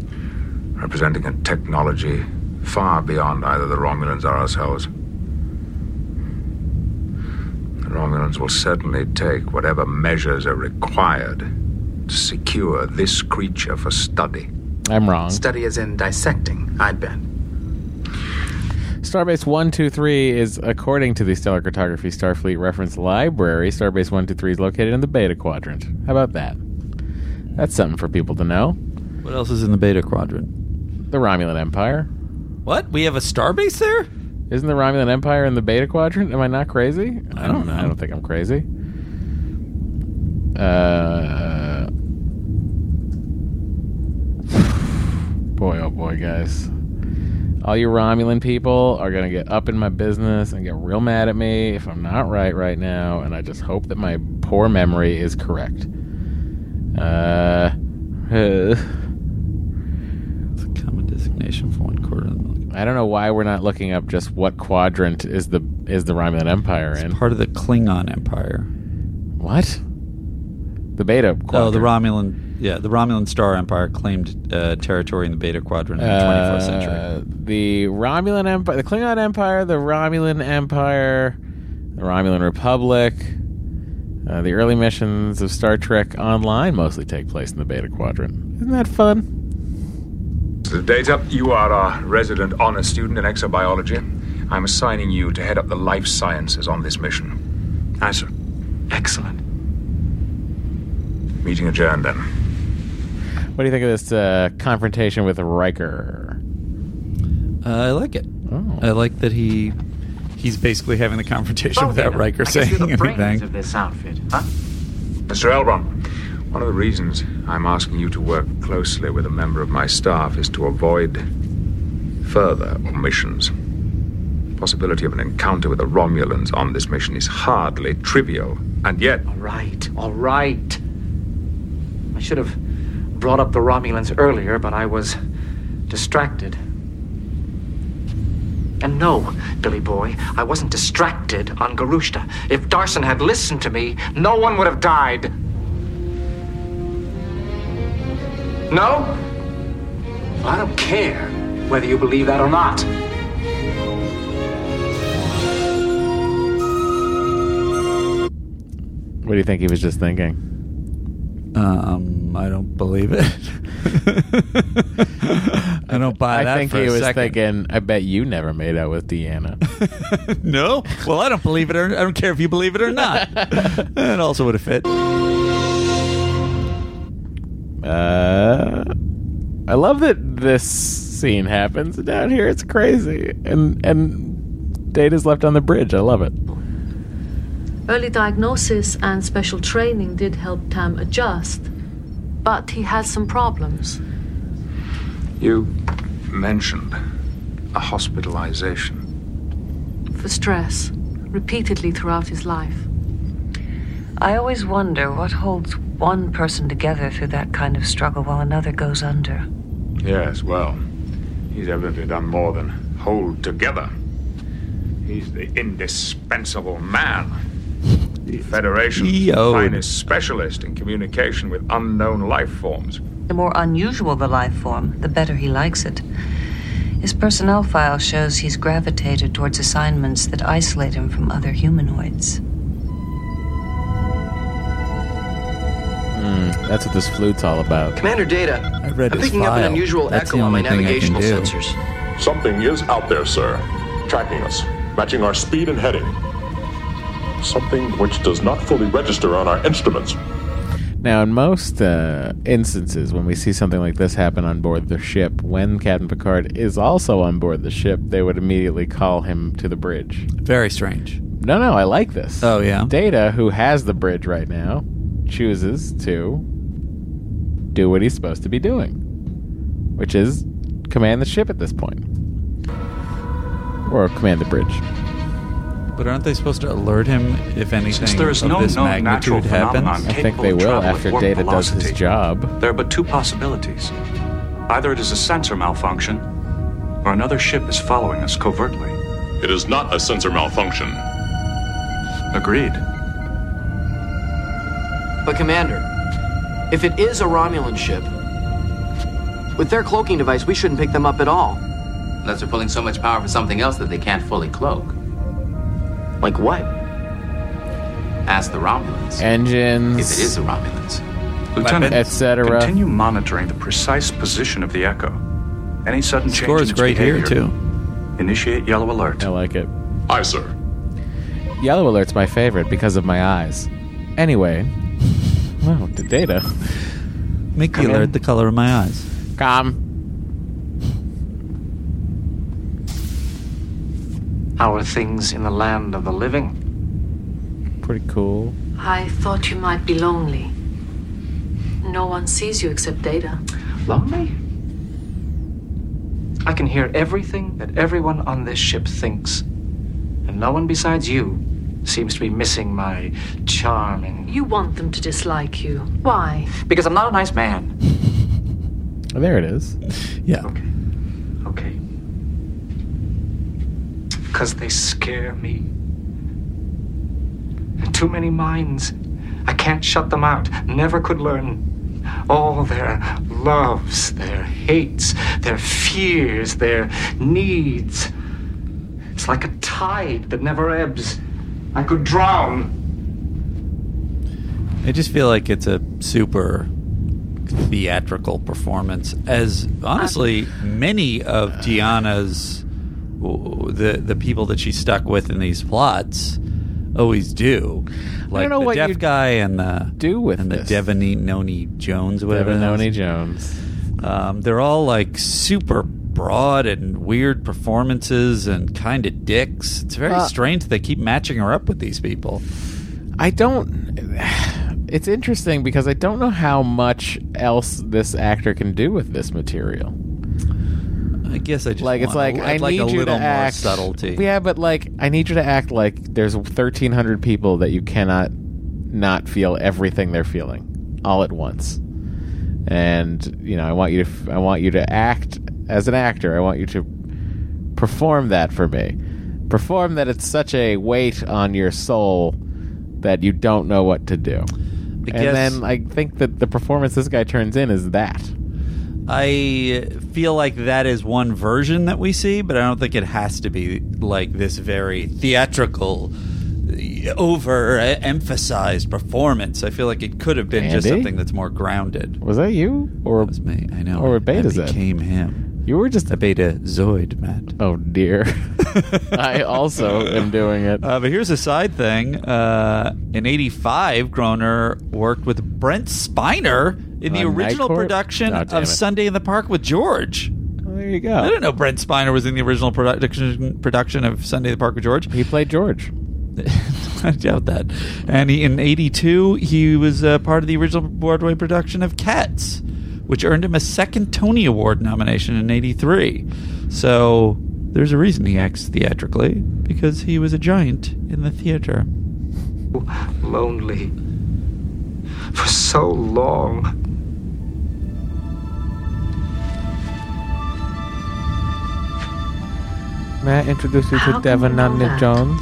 [SPEAKER 19] representing a technology far beyond either the Romulans or ourselves. The Romulans will certainly take whatever measures are required to secure this creature for study.
[SPEAKER 1] I'm wrong.
[SPEAKER 2] Study as in dissecting, I bet.
[SPEAKER 1] Starbase 123 is, according to the Stellar Cartography Starfleet Reference Library, Starbase 123 is located in the Beta Quadrant. How about that? That's something for people to know.
[SPEAKER 3] What else is in the Beta Quadrant?
[SPEAKER 1] The Romulan Empire.
[SPEAKER 3] What? We have a starbase there?
[SPEAKER 1] Isn't the Romulan Empire in the Beta Quadrant? Am I not crazy? I don't know. I don't think I'm crazy. Uh, [SIGHS] boy, oh boy, guys. All you Romulan people are going to get up in my business and get real mad at me if I'm not right right now, and I just hope that my poor memory is correct. Uh, [LAUGHS]
[SPEAKER 3] It's a common designation for one quarter of the Milky
[SPEAKER 1] I don't know why we're not looking up just what quadrant is the is the Romulan Empire in.
[SPEAKER 3] Part of the Klingon Empire.
[SPEAKER 1] What? The Beta quadrant.
[SPEAKER 3] Oh, the Romulan. Yeah, the Romulan Star Empire claimed uh, territory in the Beta Quadrant in the 24th century.
[SPEAKER 1] Uh, The Romulan Empire, the Klingon Empire, the Romulan Empire, the Romulan Republic. Uh, the early missions of Star Trek Online mostly take place in the Beta Quadrant. Isn't that fun?
[SPEAKER 19] So, Data, you are our resident honor student in exobiology. I'm assigning you to head up the life sciences on this mission. Aye, sir.
[SPEAKER 2] Excellent.
[SPEAKER 19] Meeting adjourned then.
[SPEAKER 1] What do you think of this uh, confrontation with Riker? Oh.
[SPEAKER 3] Uh, I like it. I like that he he's basically having the confrontation
[SPEAKER 18] Oh,
[SPEAKER 3] without
[SPEAKER 19] Data,
[SPEAKER 3] Riker
[SPEAKER 19] I guess you're
[SPEAKER 3] saying
[SPEAKER 19] the brains
[SPEAKER 3] anything.
[SPEAKER 19] of
[SPEAKER 2] This outfit, huh?
[SPEAKER 19] Mr. Elbron, one of the reasons I'm asking you to work closely with a member of my staff is to avoid further omissions. Possibility of an encounter with the Romulans on this mission is hardly trivial, and yet
[SPEAKER 2] All right, all right. I should have brought up the Romulans earlier, but I was distracted. And no, Billy Boy, I wasn't distracted on Garushta. If Darson had listened to me, no one would have died. No? I don't care whether you believe that or not.
[SPEAKER 1] What do you think he was just thinking?
[SPEAKER 3] Um, I don't believe it. [LAUGHS] I don't buy
[SPEAKER 1] I
[SPEAKER 3] that
[SPEAKER 1] think
[SPEAKER 3] for
[SPEAKER 1] he
[SPEAKER 3] a
[SPEAKER 1] was
[SPEAKER 3] second.
[SPEAKER 1] thinking, I bet you never made out with
[SPEAKER 3] [LAUGHS]
[SPEAKER 1] Deanna.
[SPEAKER 3] no. Well, I don't believe it. Or, I don't care if you believe it or not.
[SPEAKER 18] [LAUGHS]
[SPEAKER 3] it also would have fit.
[SPEAKER 1] Uh, I love that this scene happens down here. It's crazy, and and Data's left on the bridge. I love it.
[SPEAKER 11] Early diagnosis and special training did help Tam adjust, but he has some problems.
[SPEAKER 19] You mentioned a hospitalization.
[SPEAKER 11] for stress repeatedly throughout his life.
[SPEAKER 8] I always wonder what holds one person together through that kind of struggle while another goes under.
[SPEAKER 19] Yes, well, he's evidently done more than hold together. He's the indispensable man. The Federation's
[SPEAKER 3] Yo.
[SPEAKER 19] finest specialist in communication with unknown life forms.
[SPEAKER 8] The more unusual the life form, the better he likes it. His personnel file shows he's gravitated towards assignments that isolate him from other humanoids.
[SPEAKER 1] Mm, that's what this flute's all about.
[SPEAKER 2] Commander Data, I
[SPEAKER 1] read
[SPEAKER 2] am
[SPEAKER 1] his
[SPEAKER 2] picking up an
[SPEAKER 1] file.
[SPEAKER 2] unusual
[SPEAKER 1] That's
[SPEAKER 2] echo
[SPEAKER 1] the
[SPEAKER 2] on my
[SPEAKER 1] only thing I can
[SPEAKER 2] navigational
[SPEAKER 1] do.
[SPEAKER 2] sensors.
[SPEAKER 22] Something is out there, sir, tracking us, matching our speed and heading. Something which does not fully register on our instruments.
[SPEAKER 1] Now, in most uh, instances, when we see something like this happen on board the ship, when Captain Picard is also on board the ship, they would immediately call him to the bridge.
[SPEAKER 3] Very strange.
[SPEAKER 1] No, no, I like this.
[SPEAKER 3] Oh, yeah?
[SPEAKER 1] Data, who has the bridge right now, chooses to do what he's supposed to be doing, which is command the ship at this point, or command the bridge.
[SPEAKER 3] But aren't they supposed to alert him if anything
[SPEAKER 18] Since there is
[SPEAKER 3] of
[SPEAKER 18] no
[SPEAKER 3] this
[SPEAKER 18] known natural
[SPEAKER 3] magnitude happens?
[SPEAKER 18] phenomenon capable of travel at warp velocity,
[SPEAKER 1] job.
[SPEAKER 18] There are but two possibilities. Either it is a sensor malfunction, or another ship is following us covertly.
[SPEAKER 22] It is not a sensor malfunction.
[SPEAKER 18] Agreed.
[SPEAKER 23] But, Commander, if it is a Romulan ship, with their cloaking device, we shouldn't pick them up at all.
[SPEAKER 9] Unless they're pulling so much power from something else that they can't fully cloak.
[SPEAKER 23] Like what?
[SPEAKER 9] Ask the Romulans.
[SPEAKER 1] Engines.
[SPEAKER 9] If it is the Romulans.
[SPEAKER 18] Lieutenant,
[SPEAKER 1] Et cetera.
[SPEAKER 18] continue monitoring the precise position of the Echo. Any sudden change
[SPEAKER 3] Score
[SPEAKER 18] in
[SPEAKER 3] is
[SPEAKER 18] its
[SPEAKER 3] great here,
[SPEAKER 18] behavior, Initiate yellow alert. I
[SPEAKER 1] like it.
[SPEAKER 22] Aye, sir.
[SPEAKER 1] Yellow Alert's my favorite because of my eyes.
[SPEAKER 3] [LAUGHS]
[SPEAKER 1] Anyway, wow, the data.
[SPEAKER 3] Make the
[SPEAKER 1] Come in.
[SPEAKER 3] alert the color of my eyes.
[SPEAKER 1] Come.
[SPEAKER 2] How are things in the land of the living?
[SPEAKER 1] Pretty cool.
[SPEAKER 11] I thought you might be lonely. No one sees you except Data.
[SPEAKER 2] Lonely? I can hear everything that everyone on this ship thinks, and no one besides you seems to be missing my charming.
[SPEAKER 11] You want them to dislike you. Why?
[SPEAKER 2] Because I'm not a nice man.
[SPEAKER 1] Oh, there it is.
[SPEAKER 3] Yeah.
[SPEAKER 2] Okay. Because they scare me. Too many minds. I can't shut them out. Never could learn. All their loves, their hates, their fears, their needs. It's like a tide that never ebbs. I could drown.
[SPEAKER 3] I just feel like it's a super theatrical performance. As honestly, many of Deanna's the the people that she's stuck with in these plots always do. Like
[SPEAKER 1] know
[SPEAKER 3] the
[SPEAKER 1] what
[SPEAKER 3] deaf
[SPEAKER 1] you'd
[SPEAKER 3] guy and the
[SPEAKER 1] do with
[SPEAKER 3] and
[SPEAKER 1] this.
[SPEAKER 3] the Devaney Noni Jones, whatever. his name
[SPEAKER 1] Devaney
[SPEAKER 3] is.
[SPEAKER 1] Jones.
[SPEAKER 3] Um, they're all like super broad and weird performances and kind of dicks. It's very
[SPEAKER 1] Uh,
[SPEAKER 3] strange that they keep matching her up with these people.
[SPEAKER 1] I don't. It's interesting because I don't know how much else this actor can do with this material.
[SPEAKER 3] I guess I just
[SPEAKER 1] Like it's
[SPEAKER 3] want-
[SPEAKER 1] like
[SPEAKER 3] I'd
[SPEAKER 1] I
[SPEAKER 3] like
[SPEAKER 1] need
[SPEAKER 3] a
[SPEAKER 1] you to
[SPEAKER 3] little more
[SPEAKER 1] act
[SPEAKER 3] subtlety.
[SPEAKER 1] Yeah, but like I need you to act like there's 1,300 people that you cannot not feel everything they're feeling all at once. And you know, I want you to f- I want you to act as an actor. I want you to perform that for me. Perform that it's such a weight on your soul that you don't know what to do. and
[SPEAKER 3] guess-
[SPEAKER 1] then I think that the performance this guy turns in is that.
[SPEAKER 3] I feel like that is one version that we see, but I don't think it has to be like this very theatrical, over emphasized performance. I feel like it could have been just
[SPEAKER 1] Andy?
[SPEAKER 3] something that's more grounded.
[SPEAKER 1] Was that you or
[SPEAKER 3] was me? I know.
[SPEAKER 1] Or Beta's
[SPEAKER 3] I
[SPEAKER 1] it?
[SPEAKER 3] became him.
[SPEAKER 1] You were just
[SPEAKER 3] a beta zoid, Matt.
[SPEAKER 1] Oh dear. [LAUGHS] I also am doing it.
[SPEAKER 3] Uh, but here's a side thing. Uh, in '85, Groner worked with Brent Spiner in the
[SPEAKER 1] On Night
[SPEAKER 3] original
[SPEAKER 1] Court?
[SPEAKER 3] production
[SPEAKER 1] Oh, damn it.
[SPEAKER 3] of Sunday in the Park with George.
[SPEAKER 1] there you go.
[SPEAKER 3] I didn't know Brent Spiner was in the original production production of Sunday in the Park with George.
[SPEAKER 1] He played George.
[SPEAKER 3] [LAUGHS] I doubt that. And he, in '82, he was uh, part of the original Broadway production of Cats, which earned him a second Tony Award nomination in '83. So there's a reason he acts theatrically because he was a giant in the theater.
[SPEAKER 2] lonely for so long.
[SPEAKER 1] [LAUGHS] May I introduce you
[SPEAKER 11] How can
[SPEAKER 1] to
[SPEAKER 11] you
[SPEAKER 1] Devon
[SPEAKER 11] know
[SPEAKER 1] Nunley
[SPEAKER 11] that?
[SPEAKER 1] Jones?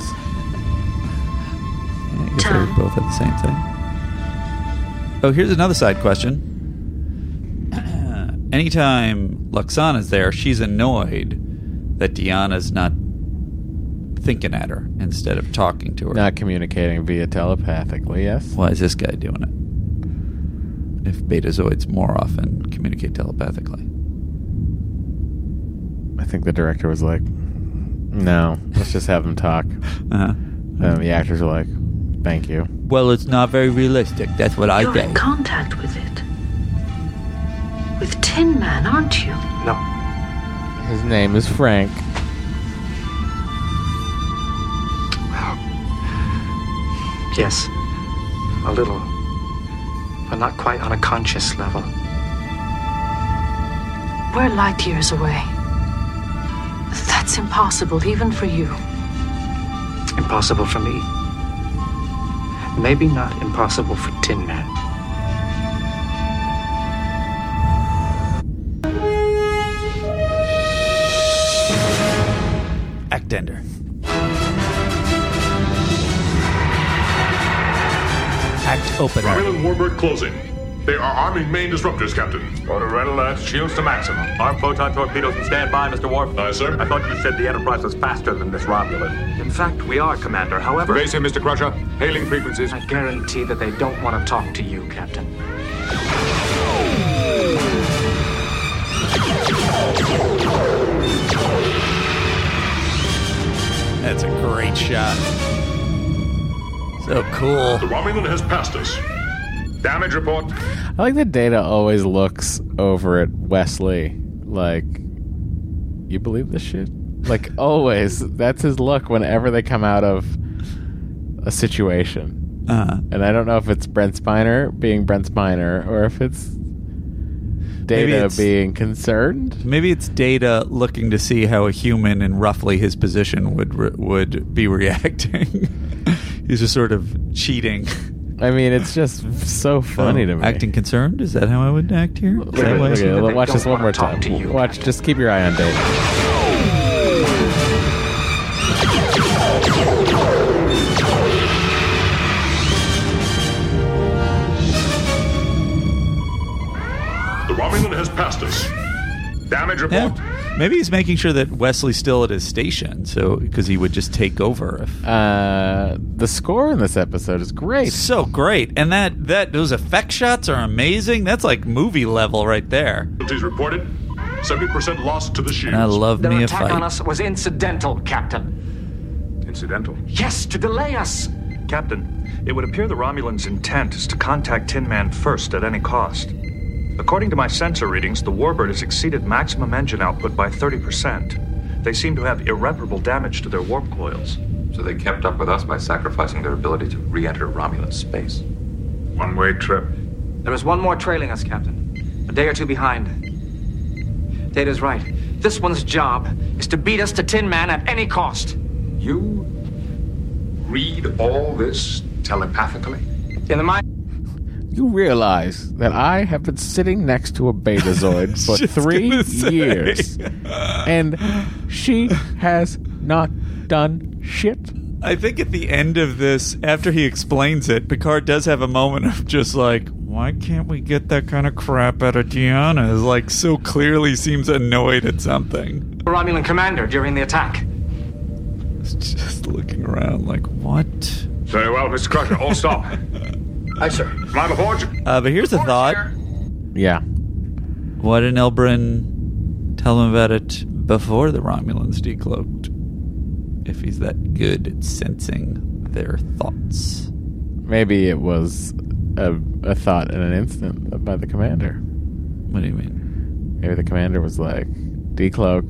[SPEAKER 3] Yeah, I guess they both have the same thing. Oh, here's another side question. [CLEARS THROAT] Anytime Luxana's there, she's annoyed that Diana's not thinking at her instead of talking to her.
[SPEAKER 1] Not communicating via telepathically, Oh, yes?
[SPEAKER 3] Why is this guy doing it? If betazoids more often communicate telepathically.
[SPEAKER 1] I think the director was like, no, let's just have them talk.
[SPEAKER 3] [LAUGHS] Uh-huh.
[SPEAKER 1] And the actors were like, thank you.
[SPEAKER 3] Well, it's not very realistic. That's what I
[SPEAKER 11] You're in
[SPEAKER 3] think.
[SPEAKER 11] contact with it. With Tin Man, aren't you?
[SPEAKER 1] His name is Frank.
[SPEAKER 2] Yes, a little, but not quite on a conscious level.
[SPEAKER 11] We're light years away. That's impossible, even for you.
[SPEAKER 2] Impossible for me. Maybe not impossible for Tin Man.
[SPEAKER 3] Actender. Act opener.
[SPEAKER 22] Rylan Warburg closing. They are arming main disruptors, Captain.
[SPEAKER 21] Order red alert. Shields to maximum. Armed photon torpedoes and stand by, Mr. Warp. Aye, sir. I thought you said the Enterprise was faster than this Romulan.
[SPEAKER 6] In fact, we are, Commander. However,
[SPEAKER 21] Raise him, Mr. Crusher.
[SPEAKER 6] hailing frequencies.
[SPEAKER 2] I guarantee that they don't want to talk to you, Captain.
[SPEAKER 3] That's a great shot. So cool.
[SPEAKER 22] The Romulan has passed us. Damage report.
[SPEAKER 1] I like that Data always looks over at Wesley like, you believe this shit?
[SPEAKER 3] [LAUGHS]
[SPEAKER 1] Like, always. That's his look whenever they come out of a situation.
[SPEAKER 3] Uh-huh.
[SPEAKER 1] And I don't know if it's Brent Spiner being Brent Spiner or if it's Data
[SPEAKER 3] it's-
[SPEAKER 1] being concerned.
[SPEAKER 3] Maybe it's Data looking to see how a human in roughly his position would re- would be [LAUGHS] reacting. He's just sort of cheating. Oh,
[SPEAKER 1] I mean, it's just so funny to me.
[SPEAKER 3] Acting concerned? Is that how I would act here? Is
[SPEAKER 1] Look
[SPEAKER 3] that
[SPEAKER 1] at-
[SPEAKER 3] why I
[SPEAKER 1] look
[SPEAKER 3] said
[SPEAKER 1] at-
[SPEAKER 3] that?
[SPEAKER 1] watch this one more time. watch, just keep your eye on Data.
[SPEAKER 22] The Romulan has passed us. Damage report.
[SPEAKER 3] Yeah. Maybe he's making sure that Wesley's still at his station, so because he would just take over if
[SPEAKER 1] Uh, the score in this episode is great.
[SPEAKER 3] So great, and that that those effect shots are amazing. That's like movie level right there.
[SPEAKER 22] Casualties reported. 70% loss to the shields.
[SPEAKER 3] And I love
[SPEAKER 2] Their
[SPEAKER 3] me a
[SPEAKER 2] attack on
[SPEAKER 3] fight.
[SPEAKER 2] us was incidental, Captain.
[SPEAKER 18] Incidental.
[SPEAKER 2] Yes, to delay us.
[SPEAKER 18] Captain, it would appear the Romulan's intent is to contact Tin Man first at any cost. According to my sensor readings, the Warbird has exceeded maximum engine output by 30%. They seem to have irreparable damage to their warp coils.
[SPEAKER 6] So they kept up with us by sacrificing their ability to re enter Romulan space.
[SPEAKER 19] One way trip.
[SPEAKER 2] There is one more trailing us, Captain. A day or two behind. Data's right. This one's job is to beat us to Tin Man at any cost.
[SPEAKER 22] You read all this telepathically?
[SPEAKER 2] In the mind.
[SPEAKER 1] You realize that I have been sitting next to a
[SPEAKER 3] [LAUGHS]
[SPEAKER 1] Betazoid for three years, and
[SPEAKER 3] [LAUGHS]
[SPEAKER 1] she has not done shit.
[SPEAKER 3] I think at the end of this, after he explains it, Picard does have a moment of just like, why can't we get that kind of crap out of Diana? Is like so clearly seems annoyed at something.
[SPEAKER 2] Romulan commander during the attack.
[SPEAKER 3] It's just looking around like what?
[SPEAKER 22] Very well, Mr. Crusher. All stop.
[SPEAKER 23] Aye, sir.
[SPEAKER 22] Commander Forge.
[SPEAKER 3] Uh, but here's a thought:
[SPEAKER 1] Yeah,
[SPEAKER 3] What an Elbrin Tell him about it before the Romulans decloaked. If he's that good at sensing their thoughts.
[SPEAKER 1] Maybe it was a, a thought in an instant by the commander. What
[SPEAKER 3] do you mean?
[SPEAKER 1] Maybe the commander was like, decloak.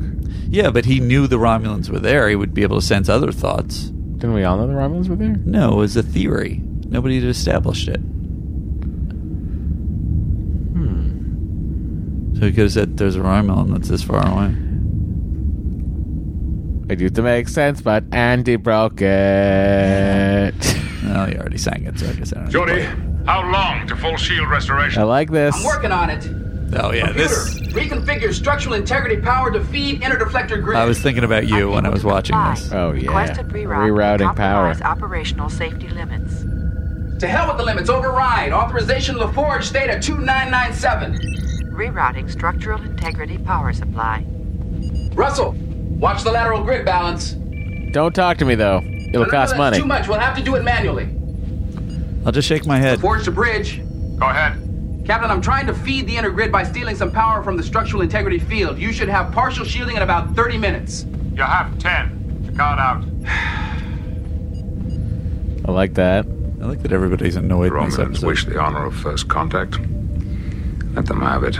[SPEAKER 3] Yeah, but he knew the Romulans were there. He would be able to sense other thoughts.
[SPEAKER 1] Didn't we all know the Romulans were there?
[SPEAKER 3] No, it was a theory. Nobody had established it.
[SPEAKER 1] Hmm.
[SPEAKER 3] So he could have said, "There's a Romulan that's this far away."
[SPEAKER 1] It used to make sense, but Andy broke it.
[SPEAKER 3] [LAUGHS] well, you already sang it, so I guess I don't. know.
[SPEAKER 5] Jordy, how long to full shield restoration?
[SPEAKER 1] I like this.
[SPEAKER 5] I'm
[SPEAKER 23] Working on it.
[SPEAKER 3] Oh yeah, this.
[SPEAKER 23] Reconfigure structural integrity power to feed interdeflector grid.
[SPEAKER 3] I was thinking about you when I was watching this.
[SPEAKER 1] Oh yeah,
[SPEAKER 23] Requested
[SPEAKER 1] rerouting, power.
[SPEAKER 23] operational safety limits. To hell with the limits. Override. Authorization LaForge state at 2997. Rerouting structural integrity power supply. Russell, watch the lateral grid balance.
[SPEAKER 1] Don't talk to me though;
[SPEAKER 23] No,
[SPEAKER 1] it'll
[SPEAKER 23] no,
[SPEAKER 1] cost
[SPEAKER 23] no, that's
[SPEAKER 1] money.
[SPEAKER 23] Too much. We'll have to do it manually.
[SPEAKER 3] I'll just shake my head.
[SPEAKER 23] Forge the bridge.
[SPEAKER 5] Go ahead.
[SPEAKER 23] Captain, I'm trying to feed the inner grid by stealing some power from the structural integrity field. You should have partial shielding in about 30 minutes.
[SPEAKER 5] You have ten to guard out.
[SPEAKER 1] I like that.
[SPEAKER 3] I like that everybody's annoyed.
[SPEAKER 19] Romulans wish the honor of first contact. Let them have it.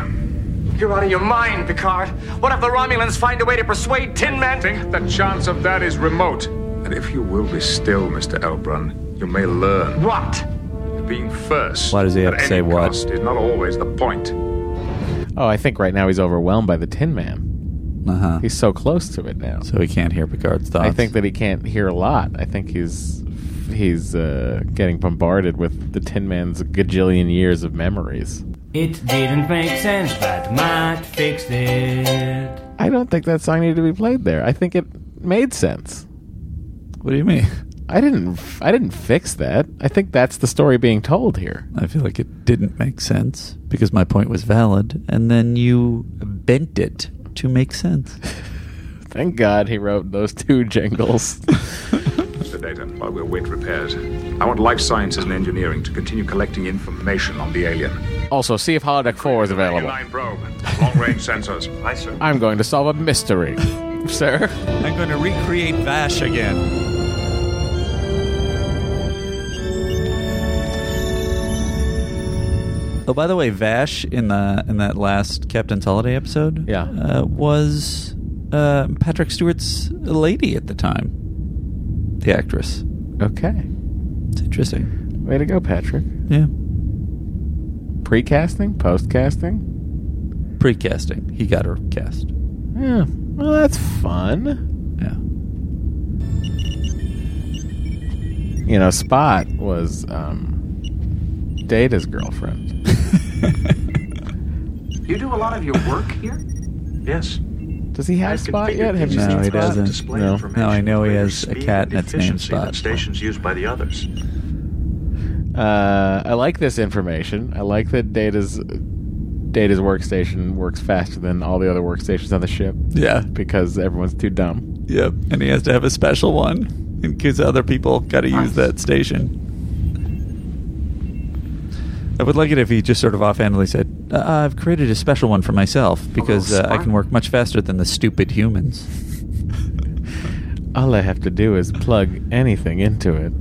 [SPEAKER 2] You're out of your mind, Picard. What if the Romulans find a way to persuade Tin Man?
[SPEAKER 19] The chance of that is remote. And if you will be still, Mr. Elbrun, you may learn.
[SPEAKER 2] What?
[SPEAKER 19] Being first.
[SPEAKER 3] Why does he have
[SPEAKER 19] at
[SPEAKER 3] to say
[SPEAKER 19] any
[SPEAKER 3] what?
[SPEAKER 19] cost is not always the point.
[SPEAKER 1] Oh, I think right now he's overwhelmed by the Tin Man.
[SPEAKER 3] Uh huh.
[SPEAKER 1] He's so close to it now.
[SPEAKER 3] So he can't hear Picard's thoughts.
[SPEAKER 1] I think that he can't hear a lot. I think he's he's uh, getting bombarded with the Tin Man's gajillion years of memories.
[SPEAKER 10] It didn't make sense, but Matt fixed it.
[SPEAKER 1] I don't think that song needed to be played there. I think it made sense.
[SPEAKER 3] What do you mean?
[SPEAKER 1] I didn't. I didn't fix that. I think that's the story being told here.
[SPEAKER 3] I feel like it didn't make sense because my point was valid, and then you bent it to
[SPEAKER 1] [LAUGHS]
[SPEAKER 3] make sense.
[SPEAKER 1] Thank God he wrote those two
[SPEAKER 3] [LAUGHS]
[SPEAKER 1] jingles.
[SPEAKER 19] Mr. Dayton, while we await repairs, I want life sciences and engineering to continue collecting information on the alien.
[SPEAKER 1] also, see if Holodeck Four is available.
[SPEAKER 19] Line probe, long range sensors. I sir.
[SPEAKER 1] I'm going to solve a mystery, sir.
[SPEAKER 3] I'm going to recreate Vash again. Oh, by the way, Vash in the in that last Captain's Holiday episode,
[SPEAKER 1] Yeah.
[SPEAKER 3] uh, was uh, Patrick Stewart's lady at the time, the actress.
[SPEAKER 1] Okay,
[SPEAKER 3] It's interesting.
[SPEAKER 1] way to go, Patrick.
[SPEAKER 3] Yeah,
[SPEAKER 1] Pre-casting, post-casting.
[SPEAKER 3] pre-casting, he got her cast.
[SPEAKER 1] Yeah, well, that's fun.
[SPEAKER 3] Yeah.
[SPEAKER 1] You know, Spot was um, Data's girlfriend.
[SPEAKER 2] [LAUGHS] You do a lot of your work here?
[SPEAKER 5] Yes.
[SPEAKER 1] Does he have
[SPEAKER 5] I've
[SPEAKER 1] Spot
[SPEAKER 5] configured
[SPEAKER 1] yet? Have you
[SPEAKER 5] these
[SPEAKER 1] seen
[SPEAKER 3] No, he
[SPEAKER 1] Spot?
[SPEAKER 3] doesn't.
[SPEAKER 5] display
[SPEAKER 1] No.
[SPEAKER 5] information
[SPEAKER 3] No, I know he
[SPEAKER 5] for
[SPEAKER 3] has a
[SPEAKER 5] speed
[SPEAKER 3] cat
[SPEAKER 5] and
[SPEAKER 3] and its name's
[SPEAKER 5] efficiency that
[SPEAKER 3] Spot.
[SPEAKER 5] Stations used by the others.
[SPEAKER 1] Uh, I like this information. I like that Data's Data's workstation works faster than all the other workstations on the ship
[SPEAKER 3] Yeah,
[SPEAKER 1] because everyone's too dumb.
[SPEAKER 3] Yep, and he has to have a special one because other people got to use that station. I would like it if he just sort of offhandedly said, uh, "I've created a special one for
[SPEAKER 2] Oh,
[SPEAKER 3] myself because uh, I can work much faster than the stupid humans."
[SPEAKER 1] All I have to do is plug anything into it. [LAUGHS]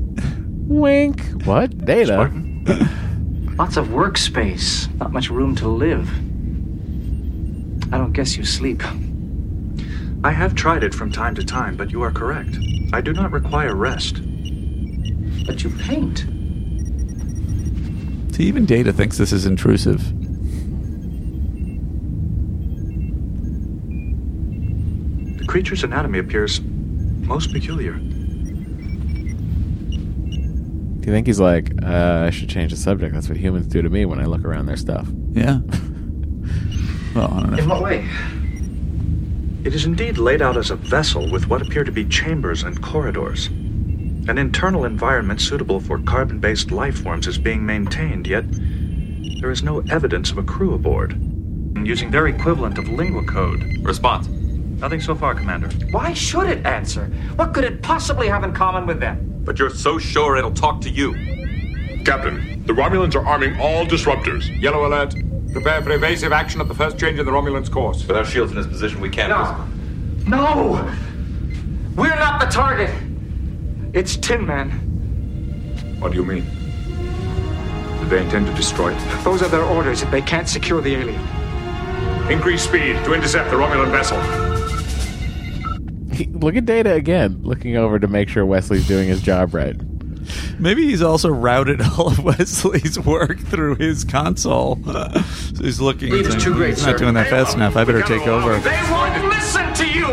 [SPEAKER 1] Wink. What? Data.
[SPEAKER 2] Lots of workspace, not much room to live. I don't guess you sleep.
[SPEAKER 5] I have tried it from time to time, but you are correct. I do not require rest.
[SPEAKER 2] But you paint.
[SPEAKER 3] See, even Data thinks this is intrusive.
[SPEAKER 5] The creature's anatomy appears most peculiar.
[SPEAKER 1] Do you think he's like, uh, I should change the subject? That's what humans do to me when I look around their stuff.
[SPEAKER 3] Yeah. well, I don't
[SPEAKER 1] [LAUGHS]
[SPEAKER 3] know.
[SPEAKER 5] In what way? It is indeed laid out as a vessel with what appear to be chambers and corridors. An internal environment suitable for carbon based life forms is being maintained, yet there is no evidence of a crew aboard. Using their equivalent of lingua code.
[SPEAKER 21] Response.
[SPEAKER 5] Nothing so far, Commander.
[SPEAKER 2] Why should it answer? What could it possibly have in common with them?
[SPEAKER 21] But you're so sure it'll talk to you.
[SPEAKER 22] Captain, the Romulans are arming all disruptors.
[SPEAKER 17] Yellow alert. Prepare for evasive action at the first change in the Romulan's course.
[SPEAKER 6] With our shields in this position, we can't
[SPEAKER 17] No.
[SPEAKER 6] risk them.
[SPEAKER 2] No! We're not the target. It's Tin Man.
[SPEAKER 17] What do you mean?
[SPEAKER 2] Do they intend to destroy it? Those are their orders if they can't secure the alien.
[SPEAKER 17] [LAUGHS] Increase speed to intercept the Romulan vessel.
[SPEAKER 1] Look at Data again, looking over to make sure Wesley's doing his job right.
[SPEAKER 3] Maybe he's also routed [LAUGHS] all of Wesley's work through his console. [LAUGHS] so he's looking.
[SPEAKER 2] Lead
[SPEAKER 3] he's
[SPEAKER 2] is
[SPEAKER 3] like,
[SPEAKER 2] too great,
[SPEAKER 3] he's not
[SPEAKER 2] sir.
[SPEAKER 3] doing that fast enough. I better take over.
[SPEAKER 2] They won't listen to you!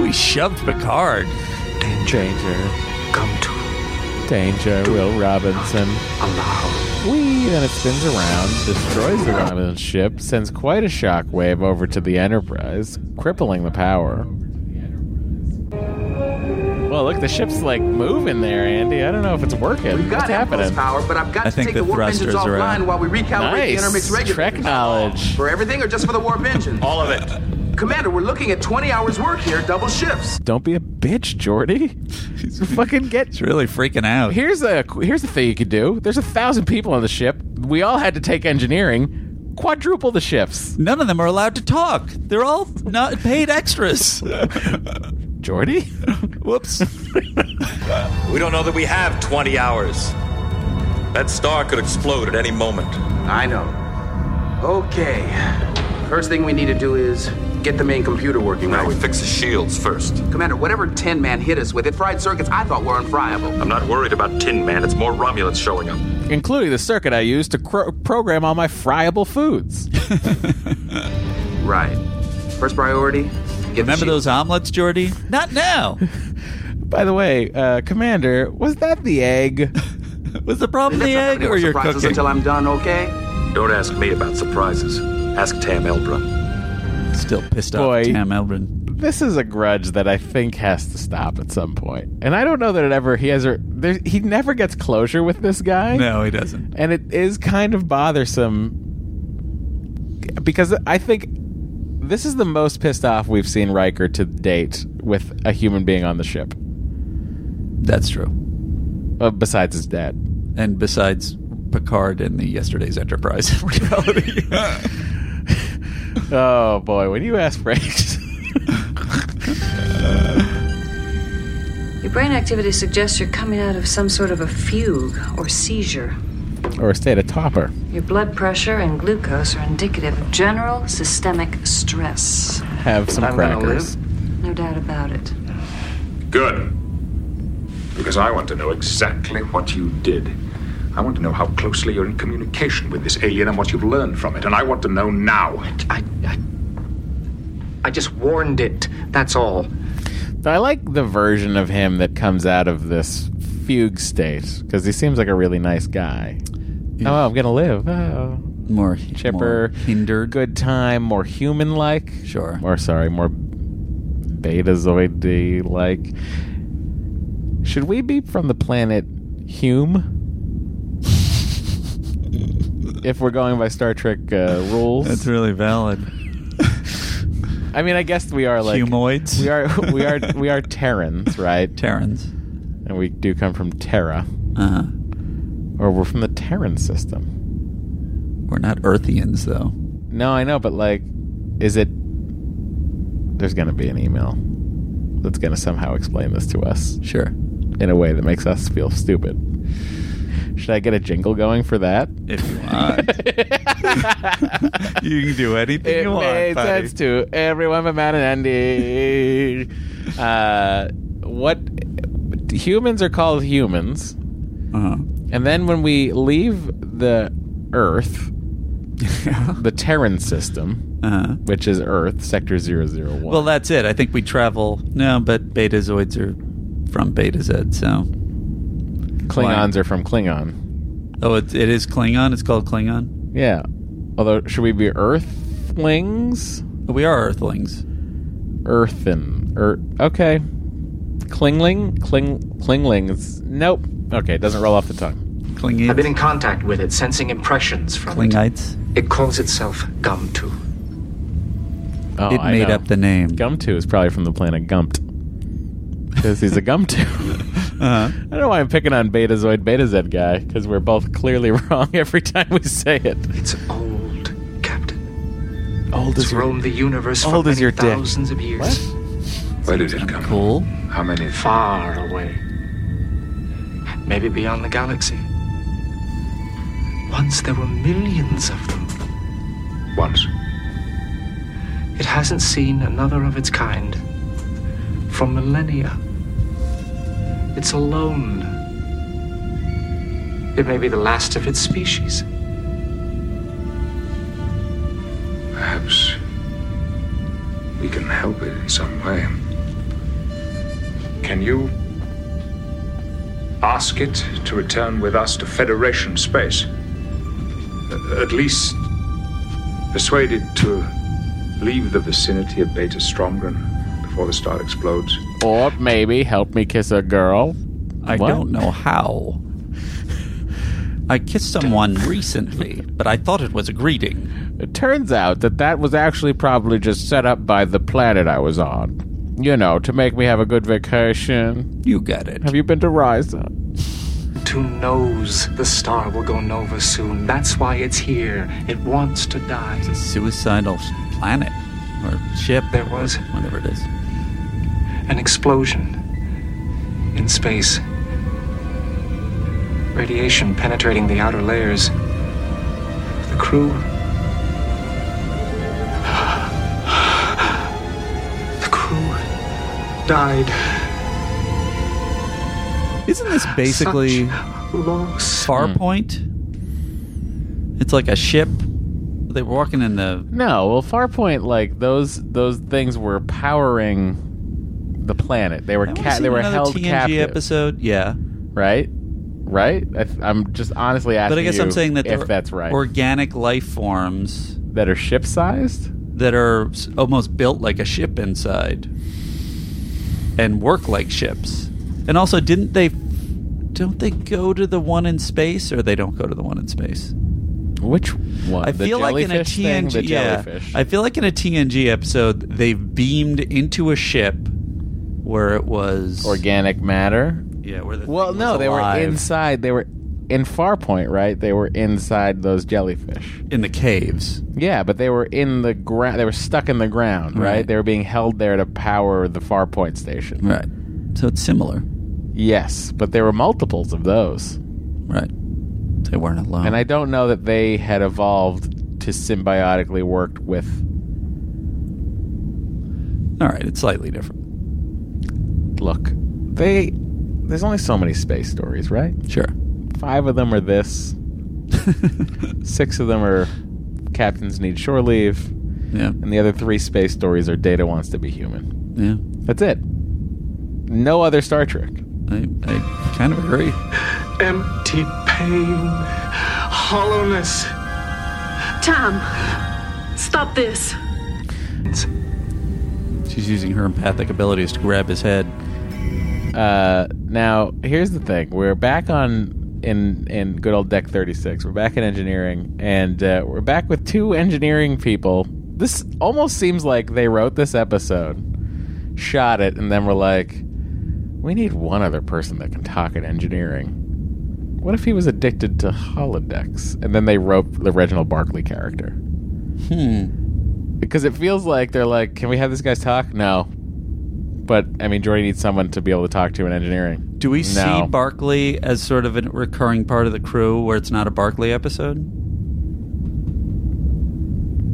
[SPEAKER 3] Ooh, he shoved Picard.
[SPEAKER 1] Danger. Come to. Danger, Will Robinson. Allow. Whee! Then it spins around, destroys the Robinson ship, sends quite a shockwave over to the Enterprise, crippling the power. Well, look, the ship's like moving there, Andy. I don't know if it's working.
[SPEAKER 23] We've got
[SPEAKER 1] What's happening?
[SPEAKER 23] impulse power, but I've got
[SPEAKER 1] I
[SPEAKER 23] to
[SPEAKER 1] think
[SPEAKER 23] take
[SPEAKER 1] the
[SPEAKER 23] the, warp engines
[SPEAKER 1] thrusters are uh,
[SPEAKER 23] offline
[SPEAKER 1] out.
[SPEAKER 23] while we recalibrate
[SPEAKER 1] Nice.
[SPEAKER 23] the intermix regulators.
[SPEAKER 1] Trek knowledge.
[SPEAKER 23] For everything or just for the warp engine? All
[SPEAKER 6] of it.
[SPEAKER 23] Commander, we're looking at 20 hours work here, double shifts.
[SPEAKER 1] Don't be a bitch, Jordy. fucking get.
[SPEAKER 3] It's really freaking out.
[SPEAKER 1] Here's a here's the thing you could do. There's a thousand people on the ship. We all had to take engineering. Quadruple the shifts.
[SPEAKER 3] None of them are allowed to talk. They're all not paid extras.
[SPEAKER 1] Jordy?
[SPEAKER 3] Whoops.
[SPEAKER 6] We don't know that we have 20 hours. That star could explode at any moment.
[SPEAKER 23] I know. Okay. First thing we need to do is get the main computer working. Now we
[SPEAKER 6] fix the shields first.
[SPEAKER 23] Commander, whatever Tin Man hit us with, it fried circuits I thought were unfriable.
[SPEAKER 6] I'm not worried about Tin Man. It's more Romulans showing up.
[SPEAKER 1] Including the circuit I used to cro- program all my friable
[SPEAKER 3] [LAUGHS]
[SPEAKER 1] foods. [LAUGHS]
[SPEAKER 23] right. First priority.
[SPEAKER 3] Remember those omelets, Jordy? Not now.
[SPEAKER 1] By the way, uh, Commander, was that the
[SPEAKER 3] [LAUGHS]
[SPEAKER 1] egg?
[SPEAKER 3] was the problem
[SPEAKER 23] Let's not have any more surprises until I'm done, okay?
[SPEAKER 6] Don't ask me about surprises. Ask Tam Elbrun.
[SPEAKER 3] Still pissed off,
[SPEAKER 1] Boy.
[SPEAKER 3] Tam Elbrin.
[SPEAKER 1] This is a grudge that I think has to stop at some point, and I don't know that it ever. He has. A, there, he never gets closure with this guy.
[SPEAKER 3] No, he doesn't.
[SPEAKER 1] and it is kind of bothersome because I think this is the most pissed off we've seen Riker to date with a human being on the ship.
[SPEAKER 3] That's true.
[SPEAKER 1] Uh, besides his dad,
[SPEAKER 3] and besides Picard and the
[SPEAKER 1] [LAUGHS]
[SPEAKER 3] yesterday's Enterprise [LAUGHS] reality.
[SPEAKER 1] oh boy, when you ask Frank. [LAUGHS]
[SPEAKER 8] Your brain activity suggests you're coming out of some sort of a fugue or seizure.
[SPEAKER 1] or a state of topper.
[SPEAKER 8] Your blood pressure and glucose are indicative of general systemic stress.
[SPEAKER 1] Have some
[SPEAKER 17] I'm gonna
[SPEAKER 1] crackers.
[SPEAKER 8] No doubt about it.
[SPEAKER 17] Good. Because I want to know exactly what you did. I want to know how closely you're in communication with this alien and what you've learned from it, and I want to know now. I, I,
[SPEAKER 2] I just warned it. That's all.
[SPEAKER 1] I like the version of him that comes out of this fugue state because he seems like a really nice guy. Oh, I'm gonna live. Oh.
[SPEAKER 3] More
[SPEAKER 1] chipper, hindered, good time, more human-like.
[SPEAKER 3] Sure.
[SPEAKER 1] Or sorry, more betazoid like. Should we be from the planet Hume? if we're going by Star Trek uh, rules,
[SPEAKER 3] That's really valid.
[SPEAKER 1] [LAUGHS] I mean, I guess we are like
[SPEAKER 3] Humoids?
[SPEAKER 1] We are we are we are Terrans, right?
[SPEAKER 3] Terrans,
[SPEAKER 1] and we do come from Terra,
[SPEAKER 3] Uh-huh.
[SPEAKER 1] or we're from the Terran system.
[SPEAKER 3] We're not Earthians, though.
[SPEAKER 1] No, I know, but like, is it? There's gonna be an email that's gonna somehow explain this to us.
[SPEAKER 3] Sure.
[SPEAKER 1] In a way that makes us feel stupid. Should I get a jingle going for that?
[SPEAKER 3] If you
[SPEAKER 1] [LAUGHS]
[SPEAKER 3] want. [LAUGHS] you can do anything
[SPEAKER 1] it
[SPEAKER 3] you want,
[SPEAKER 1] made
[SPEAKER 3] buddy.
[SPEAKER 1] sense to everyone but Matt and Andy. uh, what humans are called humans,
[SPEAKER 3] uh-huh.
[SPEAKER 1] and then when we leave the Earth,
[SPEAKER 3] [LAUGHS]
[SPEAKER 1] the Terran system,
[SPEAKER 3] Uh-huh.
[SPEAKER 1] which is Earth Sector 001.
[SPEAKER 3] Well, that's it. I think we travel. No, but Betazoids are from Beta Z, so.
[SPEAKER 1] Klingons are from Klingon.
[SPEAKER 3] Oh, it, it is Klingon? It's called Klingon?
[SPEAKER 1] Yeah. Although, should we be Earthlings?
[SPEAKER 3] We are Earthlings.
[SPEAKER 1] Earthen. Earth. Okay. Klingling? Kling, Klinglings. Nope. Okay, it doesn't roll off the tongue.
[SPEAKER 3] Klingites.
[SPEAKER 2] I've been in contact with it, sensing impressions from
[SPEAKER 3] Klingites.
[SPEAKER 2] it. It calls itself Gumtu.
[SPEAKER 1] Oh,
[SPEAKER 3] It
[SPEAKER 1] I
[SPEAKER 3] made
[SPEAKER 1] know.
[SPEAKER 3] up the name. [LAUGHS]
[SPEAKER 1] Gumtu is probably from the planet Gumped. Because he's a Gumtu.
[SPEAKER 3] Uh-huh.
[SPEAKER 1] I don't know why I'm picking on Betazoid Betazoid guy because we're both clearly [LAUGHS] wrong every time we say it.
[SPEAKER 2] It's old, Captain.
[SPEAKER 1] Old
[SPEAKER 2] it's
[SPEAKER 1] as your-
[SPEAKER 2] roamed the universe
[SPEAKER 1] old
[SPEAKER 2] for
[SPEAKER 1] as
[SPEAKER 2] many
[SPEAKER 1] your dick.
[SPEAKER 2] thousands of years.
[SPEAKER 17] Where did it come?
[SPEAKER 3] Cool.
[SPEAKER 17] How many?
[SPEAKER 2] Far away. Maybe beyond the galaxy. Once there were millions of them.
[SPEAKER 17] Once.
[SPEAKER 2] It hasn't seen another of its kind for millennia. It's alone. It may be the last of its species.
[SPEAKER 17] Perhaps we can help it in some way. Can you ask it to return with us to Federation space? A- At least persuade it to leave the vicinity of Beta Stromgren before the star explodes.
[SPEAKER 1] Or maybe help me kiss a girl.
[SPEAKER 3] I don't know how. I kissed someone recently, but I thought it was a greeting.
[SPEAKER 1] It turns out that that was actually probably just set up by the planet I was on. You know, to make me have a good vacation.
[SPEAKER 3] You get it.
[SPEAKER 1] Have you been to Ryza?
[SPEAKER 2] Two knows the star will go nova soon. That's why it's here. It wants to die.
[SPEAKER 3] It's a suicidal planet or ship.
[SPEAKER 2] There was
[SPEAKER 3] whatever it is.
[SPEAKER 2] An explosion in space. Radiation penetrating the outer layers. The crew. The crew died.
[SPEAKER 3] Isn't this basically Farpoint? It's like a ship. They were walking in the
[SPEAKER 1] No, well, Farpoint, like those those things were powering the planet. They were
[SPEAKER 3] Haven't we
[SPEAKER 1] ca- they
[SPEAKER 3] seen
[SPEAKER 1] were
[SPEAKER 3] another
[SPEAKER 1] held
[SPEAKER 3] TNG
[SPEAKER 1] captive.
[SPEAKER 3] episode. Yeah,
[SPEAKER 1] right, right. I th- I'm just honestly asking.
[SPEAKER 3] but I guess
[SPEAKER 1] you
[SPEAKER 3] I'm saying that
[SPEAKER 1] if
[SPEAKER 3] they're
[SPEAKER 1] that's right.
[SPEAKER 3] organic life forms
[SPEAKER 1] that are ship sized,
[SPEAKER 3] that are s- almost built like a ship inside, and work like ships. And also, didn't they? Don't they go to the one in space, or they don't go to the one in space?
[SPEAKER 1] Which one?
[SPEAKER 3] I
[SPEAKER 1] The
[SPEAKER 3] feel like in a
[SPEAKER 1] jellyfish thing?
[SPEAKER 3] TNG,
[SPEAKER 1] The
[SPEAKER 3] yeah,
[SPEAKER 1] jellyfish.
[SPEAKER 3] I feel like in a TNG episode, they've beamed into a ship where it was
[SPEAKER 1] organic matter.
[SPEAKER 3] Yeah, where the
[SPEAKER 1] well,
[SPEAKER 3] thing
[SPEAKER 1] no,
[SPEAKER 3] was
[SPEAKER 1] they
[SPEAKER 3] alive.
[SPEAKER 1] were inside. They were in Farpoint, right? They were inside those jellyfish
[SPEAKER 3] in the caves.
[SPEAKER 1] Yeah, but they were in the ground. They were stuck in the ground, right?
[SPEAKER 3] Right.
[SPEAKER 1] They were being held there to power the Farpoint station.
[SPEAKER 3] Right. So it's similar.
[SPEAKER 1] Yes, but there were multiples of those.
[SPEAKER 3] Right. They weren't alone.
[SPEAKER 1] And I don't know that they had evolved to symbiotically work with.
[SPEAKER 3] All right, it's slightly different.
[SPEAKER 1] Look, they. There's only so many space stories, right?
[SPEAKER 3] Sure.
[SPEAKER 1] Five of them are
[SPEAKER 3] [LAUGHS]
[SPEAKER 1] this. Six of them are captains need shore leave.
[SPEAKER 3] Yeah.
[SPEAKER 1] And the other three space stories are Data wants to be human.
[SPEAKER 3] Yeah.
[SPEAKER 1] That's it. No other Star Trek.
[SPEAKER 3] I, I kind of agree. Um,
[SPEAKER 2] Empty pain. Hollowness.
[SPEAKER 11] Tam, stop this.
[SPEAKER 3] She's using her empathic abilities to grab his head.
[SPEAKER 1] Uh, now here's the thing: we're back on in in good old deck 36. We're back in engineering, and uh, we're back with two engineering people. This almost seems like they wrote this episode, shot it, and then we're like, we need one other person that can talk at engineering. What if he was addicted to holodecks? And then they wrote the Reginald Barkley character.
[SPEAKER 3] Hmm.
[SPEAKER 1] Because it feels like they're like, can we have this guy's talk? No. But, I mean, Jordy needs someone to be able to talk to in engineering.
[SPEAKER 3] Do we see
[SPEAKER 1] No.
[SPEAKER 3] Barkley as sort of a recurring part of the crew where it's not a Barkley episode?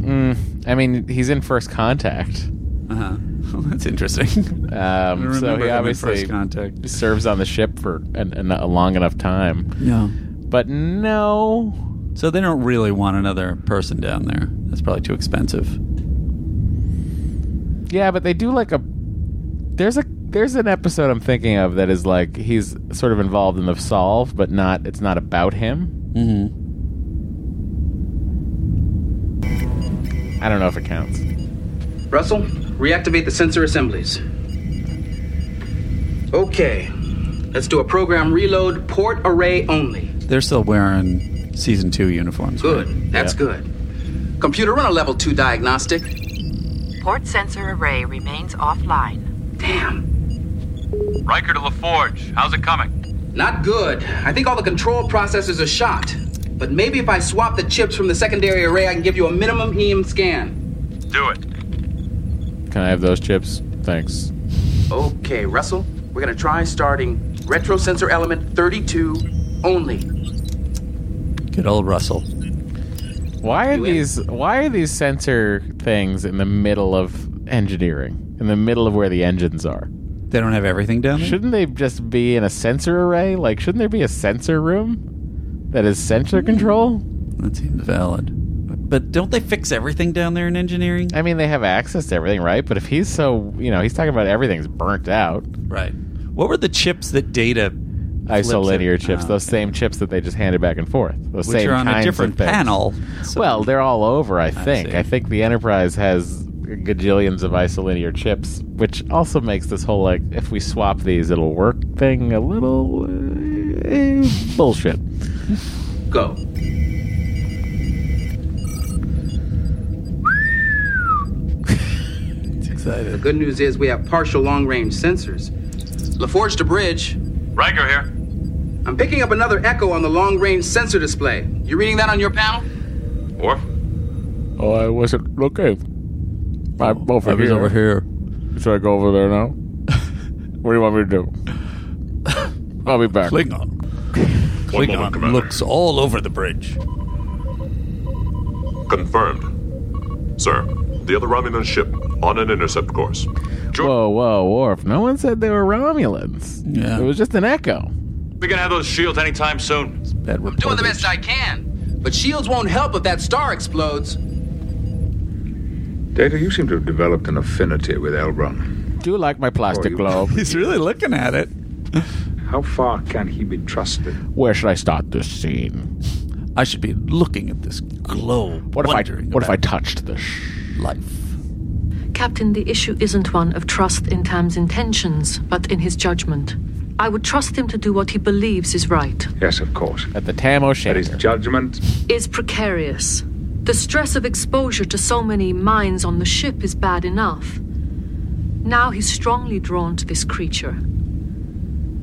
[SPEAKER 1] Mm, I mean, he's in first contact.
[SPEAKER 3] Uh-huh. [LAUGHS] That's interesting.
[SPEAKER 1] Um, so
[SPEAKER 3] remember him
[SPEAKER 1] he
[SPEAKER 3] in
[SPEAKER 1] obviously
[SPEAKER 3] First Contact.
[SPEAKER 1] serves on the ship for an, an, a long enough time.
[SPEAKER 3] No.
[SPEAKER 1] But no.
[SPEAKER 3] So they don't really want another person down there. That's probably too expensive.
[SPEAKER 1] Yeah, but they do like a. There's a there's an episode I'm thinking of that is like he's sort of involved in the solve, but not it's not about him.
[SPEAKER 3] Mm-hmm.
[SPEAKER 1] I don't know if it counts.
[SPEAKER 23] Russell, reactivate the sensor assemblies. Okay, let's do a program reload port array only.
[SPEAKER 3] They're still wearing season two uniforms.
[SPEAKER 23] Good, that's good. Computer, run a level 2 diagnostic.
[SPEAKER 4] Port sensor array remains offline.
[SPEAKER 23] Damn.
[SPEAKER 4] Riker to LaForge. How's it coming?
[SPEAKER 23] Not good. I think all the control processors are shot. But maybe if I swap the chips from the secondary array, I can give you a minimum EM scan.
[SPEAKER 4] Do it.
[SPEAKER 1] Can I have those chips? Thanks.
[SPEAKER 23] Okay, Russell, we're gonna try starting retro sensor element 32 only.
[SPEAKER 3] Good old Russell.
[SPEAKER 1] Why are these why are these sensor things in the middle of engineering? In the middle of where the engines are?
[SPEAKER 3] They don't have everything down there?
[SPEAKER 1] Shouldn't they just be in a sensor array? Like shouldn't there be a sensor room that is sensor control?
[SPEAKER 3] That seems valid. But don't they fix everything down there in engineering?
[SPEAKER 1] I mean, they have access to everything, right? But if he's so, you know, he's talking about everything's burnt out.
[SPEAKER 3] Right. What were the chips that data
[SPEAKER 1] Isolinear
[SPEAKER 3] flips it-
[SPEAKER 1] chips,
[SPEAKER 3] Oh,
[SPEAKER 1] those same chips that they just handed back and forth. Those
[SPEAKER 3] Which
[SPEAKER 1] same
[SPEAKER 3] are on a
[SPEAKER 1] kinds of
[SPEAKER 3] different
[SPEAKER 1] things.
[SPEAKER 3] panel, so-
[SPEAKER 1] well, they're all over, I think.
[SPEAKER 3] see.
[SPEAKER 1] I, think the Enterprise has gajillions of isolinear chips, which also makes this whole like if we swap these, it'll work thing a little uh, eh, bullshit.
[SPEAKER 23] Go.
[SPEAKER 3] Excited.
[SPEAKER 23] The good news is we have partial long range sensors. LaForge to bridge.
[SPEAKER 4] Riker here.
[SPEAKER 23] I'm picking up another echo on the long range sensor display. You reading that on your panel?
[SPEAKER 4] Worf?
[SPEAKER 1] Oh, I wasn't looking. I'm over
[SPEAKER 3] I was over here.
[SPEAKER 1] Should I go over there
[SPEAKER 3] [LAUGHS]
[SPEAKER 1] now? what do you want me to do? I'll be back.
[SPEAKER 3] Klingon.
[SPEAKER 22] One moment,
[SPEAKER 3] Klingon
[SPEAKER 22] Commander.
[SPEAKER 3] looks all over the bridge.
[SPEAKER 22] Confirmed. Sir, the other Romulan ship on an intercept course.
[SPEAKER 1] Whoa, whoa, Worf. No one said they were Romulans. Yeah. It was just an echo.
[SPEAKER 4] We can have those shields anytime soon.
[SPEAKER 3] Bad I'm
[SPEAKER 23] doing the best I can, but shields won't help if that star explodes.
[SPEAKER 19] Data, you seem to have developed an affinity with Elrond.
[SPEAKER 1] Do you like my plastic globe?
[SPEAKER 3] [LAUGHS] He's really looking at it.
[SPEAKER 19] How far can he be trusted?
[SPEAKER 1] Where should I start this scene?
[SPEAKER 3] I should be looking at this globe.
[SPEAKER 1] What if I
[SPEAKER 3] wondering
[SPEAKER 1] what if I
[SPEAKER 3] about
[SPEAKER 1] touched this?
[SPEAKER 3] Life.
[SPEAKER 11] Captain, the issue isn't one of trust in Tam's intentions, but in his judgment. I would trust him to do what he believes is right.
[SPEAKER 19] Yes, of course.
[SPEAKER 1] At the Tam O'Shanter.
[SPEAKER 19] That is judgment.
[SPEAKER 11] is precarious. The stress of exposure to so many minds on the ship is bad enough. Now he's strongly drawn to this creature.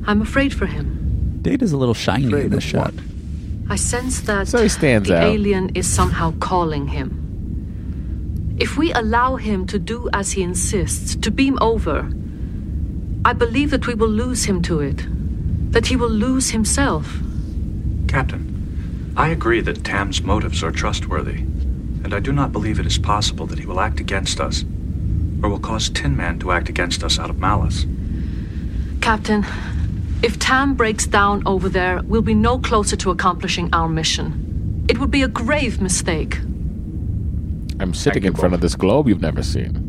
[SPEAKER 11] I'm afraid for him.
[SPEAKER 3] Data's a little shiny in this shot.
[SPEAKER 11] I sense that
[SPEAKER 3] So he stands
[SPEAKER 11] the
[SPEAKER 3] out.
[SPEAKER 11] alien is somehow calling him. If we allow him to do as he insists, to beam over, I believe that we will lose him to it, that he will lose himself.
[SPEAKER 18] Captain, I agree that Tam's motives are trustworthy, and I do not believe it is possible that he will act against us, or will cause Tin Man to act against us out of malice.
[SPEAKER 11] Captain, if Tam breaks down over there, we'll be no closer to accomplishing our mission. It would be a grave mistake.
[SPEAKER 1] I'm sitting in front of this globe you've never seen.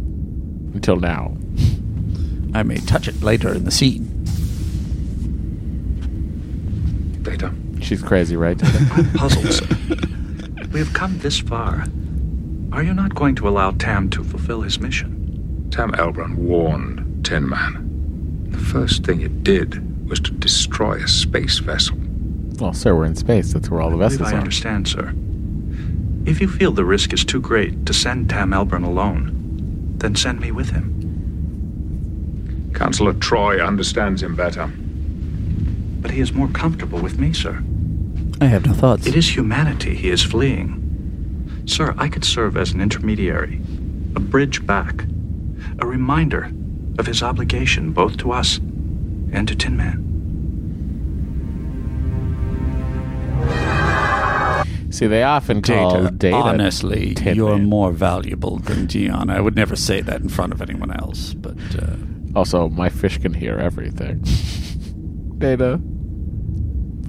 [SPEAKER 1] Until now.
[SPEAKER 3] I may touch it later in the scene.
[SPEAKER 19] Data.
[SPEAKER 1] She's crazy, right? [LAUGHS]
[SPEAKER 18] Puzzled, sir. We have come this far. Are you not going to allow Tam to fulfill his mission?
[SPEAKER 19] Tam Elrond warned Tin Man. The first thing it did was to destroy a space vessel.
[SPEAKER 1] well, sir, we're in space. That's where all the
[SPEAKER 18] believe
[SPEAKER 1] vessels
[SPEAKER 18] I
[SPEAKER 1] are.
[SPEAKER 18] understand, sir. If you feel the risk is too great to send Tam Elburn alone, then send me with him.
[SPEAKER 19] Counselor Troy understands him better.
[SPEAKER 18] But he is more comfortable with me, sir.
[SPEAKER 3] I have no thoughts.
[SPEAKER 18] It is humanity he is fleeing. Sir, I could serve as an intermediary, a bridge back, a reminder of his obligation both to us and to Tin Man.
[SPEAKER 1] See, they often call data.
[SPEAKER 3] Honestly,
[SPEAKER 1] Tin
[SPEAKER 3] you're
[SPEAKER 1] Man.
[SPEAKER 3] more valuable than Dion. I would never say that in front of anyone else, but uh,
[SPEAKER 1] Also, my fish can hear everything. Data.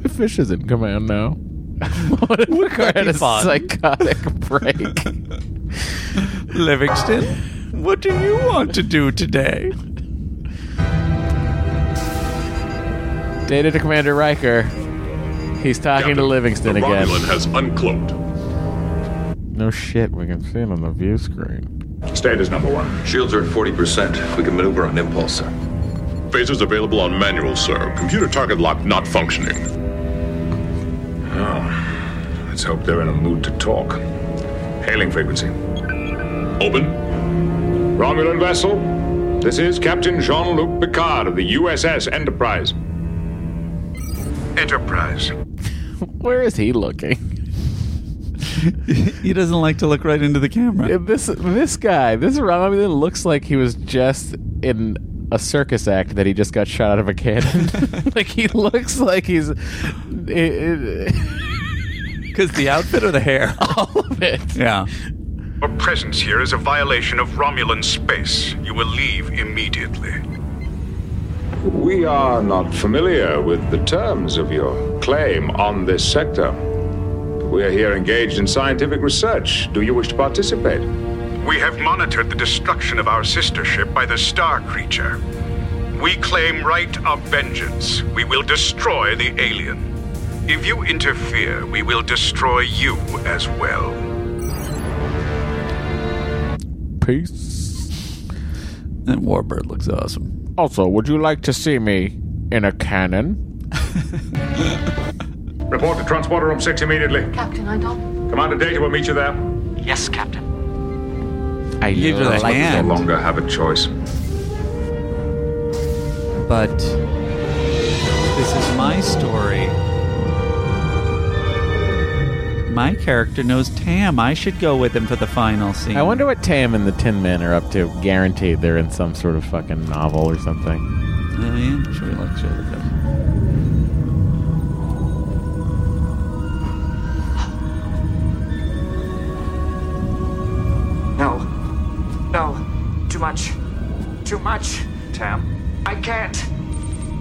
[SPEAKER 1] My fish is in command now. what if we
[SPEAKER 3] that be
[SPEAKER 1] had a
[SPEAKER 3] fun?
[SPEAKER 1] psychotic break?
[SPEAKER 3] [LAUGHS] Livingston, what do you want to do today?
[SPEAKER 1] Data to Commander Riker. He's talking to Livingston
[SPEAKER 22] the
[SPEAKER 1] again.
[SPEAKER 22] Romulan has uncloaked.
[SPEAKER 1] No shit, we can see it on the view screen.
[SPEAKER 22] Standard number one.
[SPEAKER 6] Shields are at 40%. We can maneuver on impulse, sir.
[SPEAKER 22] Phasers available on manual, sir. Computer target lock not functioning.
[SPEAKER 19] Oh, let's hope they're in a mood to talk. Hailing frequency.
[SPEAKER 22] Open.
[SPEAKER 19] Romulan vessel, This is Captain Jean Luc Picard of the USS Enterprise.
[SPEAKER 24] Enterprise.
[SPEAKER 1] [LAUGHS] Where is he looking?
[SPEAKER 3] he doesn't like to look right into the camera.
[SPEAKER 1] This this guy, this Romulus looks like he was just in a circus act that he just got shot out of a cannon.
[SPEAKER 3] [LAUGHS]
[SPEAKER 1] [LAUGHS] like he [LAUGHS] looks like [LAUGHS] he's because
[SPEAKER 3] the outfit or the hair,
[SPEAKER 1] [LAUGHS] all of it.
[SPEAKER 3] Yeah.
[SPEAKER 14] Your presence here is a violation of Romulan space. You will leave immediately.
[SPEAKER 19] We are not familiar with the terms of your claim on this sector. We are here engaged in scientific research. Do you wish to participate?
[SPEAKER 14] We have monitored the destruction of our sister ship by the star creature. We claim right of vengeance. We will destroy the alien. If you interfere, we will destroy you as well.
[SPEAKER 1] Peace.
[SPEAKER 3] That warbird looks awesome.
[SPEAKER 1] Also, would you like to see me in a cannon?
[SPEAKER 24] Report to Transporter Room 6 immediately.
[SPEAKER 25] Captain, I don't.
[SPEAKER 24] Commander Data will meet you there.
[SPEAKER 2] Yes, Captain.
[SPEAKER 1] I
[SPEAKER 3] give her the hand,
[SPEAKER 24] No longer have a choice.
[SPEAKER 3] but this is my story. My character knows Tam. I should go with him for the final scene.
[SPEAKER 1] I wonder what Tam and the Tin Men are up to. Guaranteed, they're in some sort of fucking novel or something.
[SPEAKER 3] Oh, yeah, sure, let's show the film.
[SPEAKER 2] No. No. Too much. Too much.
[SPEAKER 18] Tam,
[SPEAKER 2] I can't.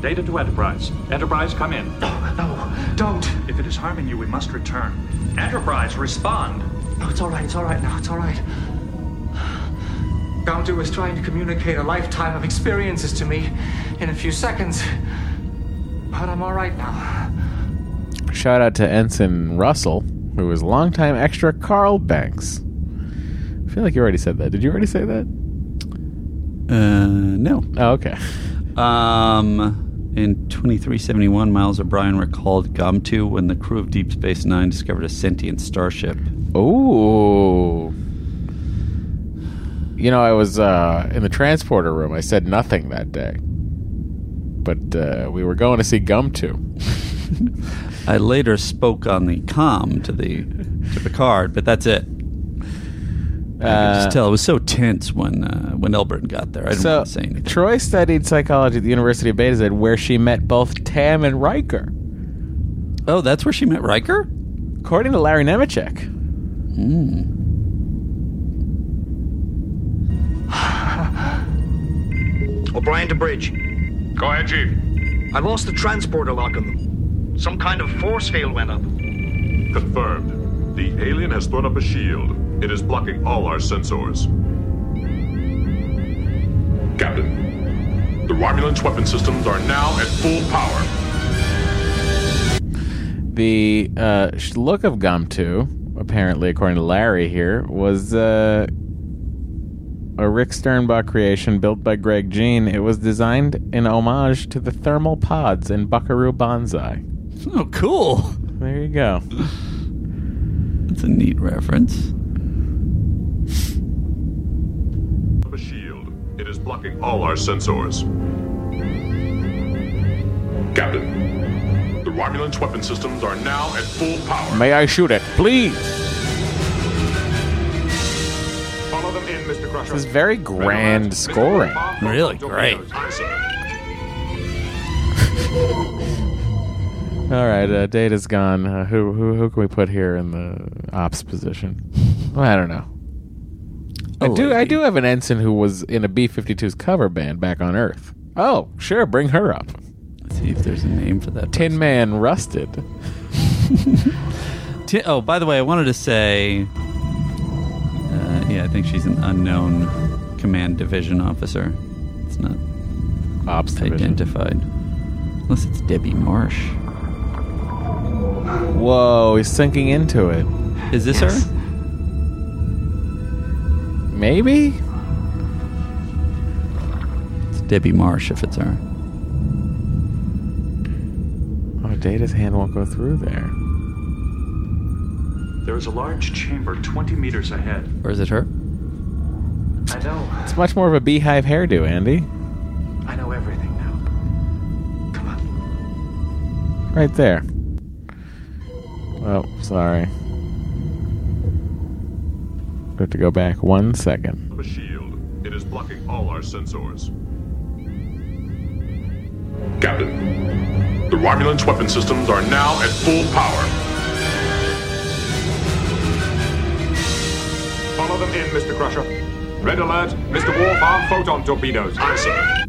[SPEAKER 18] data to Enterprise. Enterprise, come in.
[SPEAKER 2] No, don't.
[SPEAKER 18] If it is harming you, we must return. Enterprise, respond.
[SPEAKER 2] No, it's all right. It's all right now. It's all right. Bounty was trying to communicate a lifetime of experiences to me in a few seconds. But I'm all right now.
[SPEAKER 1] Shout out to Ensign Russell, who was longtime extra Carl Banks. I feel like you already said that. Did you already say that?
[SPEAKER 3] Uh, no.
[SPEAKER 1] Oh, okay.
[SPEAKER 3] Um, in 2371, Miles O'Brien recalled Gomtu when the crew of Deep Space Nine discovered a sentient starship.
[SPEAKER 1] Oh. You know, I was uh, in the transporter room. I said nothing that day. But uh, we were going to see Gum 2.
[SPEAKER 3] I later spoke on the com to the to Picard, but that's it. I could
[SPEAKER 1] Uh,
[SPEAKER 3] just tell it was so tense when uh, when Elbert got there. [LAUGHS] I didn't
[SPEAKER 1] So,
[SPEAKER 3] want to say anything.
[SPEAKER 1] Troy studied psychology at the University of Beta Z, where she met both Tam and Riker.
[SPEAKER 3] Oh, that's where she met Riker? Hmm.
[SPEAKER 1] According to Larry Nemechek.
[SPEAKER 22] O'Brien to bridge.
[SPEAKER 14] Go ahead, Chief.
[SPEAKER 22] I lost the transporter lock on them. Some kind of force field went up.
[SPEAKER 14] Confirmed. The alien has thrown up a shield. It is blocking all our sensors. Captain, the Romulans' weapon systems are now at full power.
[SPEAKER 1] The uh, sh- look of Gum 2, apparently, according to Larry here, was uh, a Rick Sternbach creation built by Greg Jean. It was designed in homage to the thermal pods in Buckaroo Banzai.
[SPEAKER 3] Oh, cool.
[SPEAKER 1] There you go.
[SPEAKER 3] That's a neat reference.
[SPEAKER 14] Up a shield. It is blocking all our sensors. Captain, the Romulans' weapon systems are now at full power.
[SPEAKER 1] May I shoot it, please?
[SPEAKER 14] Follow them in, Mr. Crusher.
[SPEAKER 1] This is very grand scoring.
[SPEAKER 3] Really great.
[SPEAKER 1] All right, uh, data's gone. Uh, who who who can we put here in the ops position? Well, I don't know. I do I do have an ensign who was in a B 52's cover band back on Earth. Oh, sure, bring her up.
[SPEAKER 3] Let's see if there's a name for that.
[SPEAKER 1] Tin Man Rusted.
[SPEAKER 3] [LAUGHS] Ti- oh, by the way, I wanted to say, uh, yeah, I think she's an unknown command division officer. It's not
[SPEAKER 1] ops
[SPEAKER 3] identified, unless it's Debbie Marsh.
[SPEAKER 1] Whoa, he's sinking into it.
[SPEAKER 3] Is this her?
[SPEAKER 1] Maybe?
[SPEAKER 3] It's Debbie Marsh if it's her.
[SPEAKER 1] Oh, Data's hand won't go through there.
[SPEAKER 18] There is a large chamber 20 meters ahead.
[SPEAKER 3] Or is it her?
[SPEAKER 2] I know.
[SPEAKER 1] It's much more of a beehive hairdo, Andy.
[SPEAKER 2] I know everything now.
[SPEAKER 1] Right there. Oh, sorry. We have to go back one second.
[SPEAKER 7] The shield. It is blocking all our sensors. Captain, the Romulans' weapon systems are now at full power.
[SPEAKER 21] Follow them in, Mr. Crusher. Red alert, Mr. Wolf armed photon torpedoes. Aye, sir.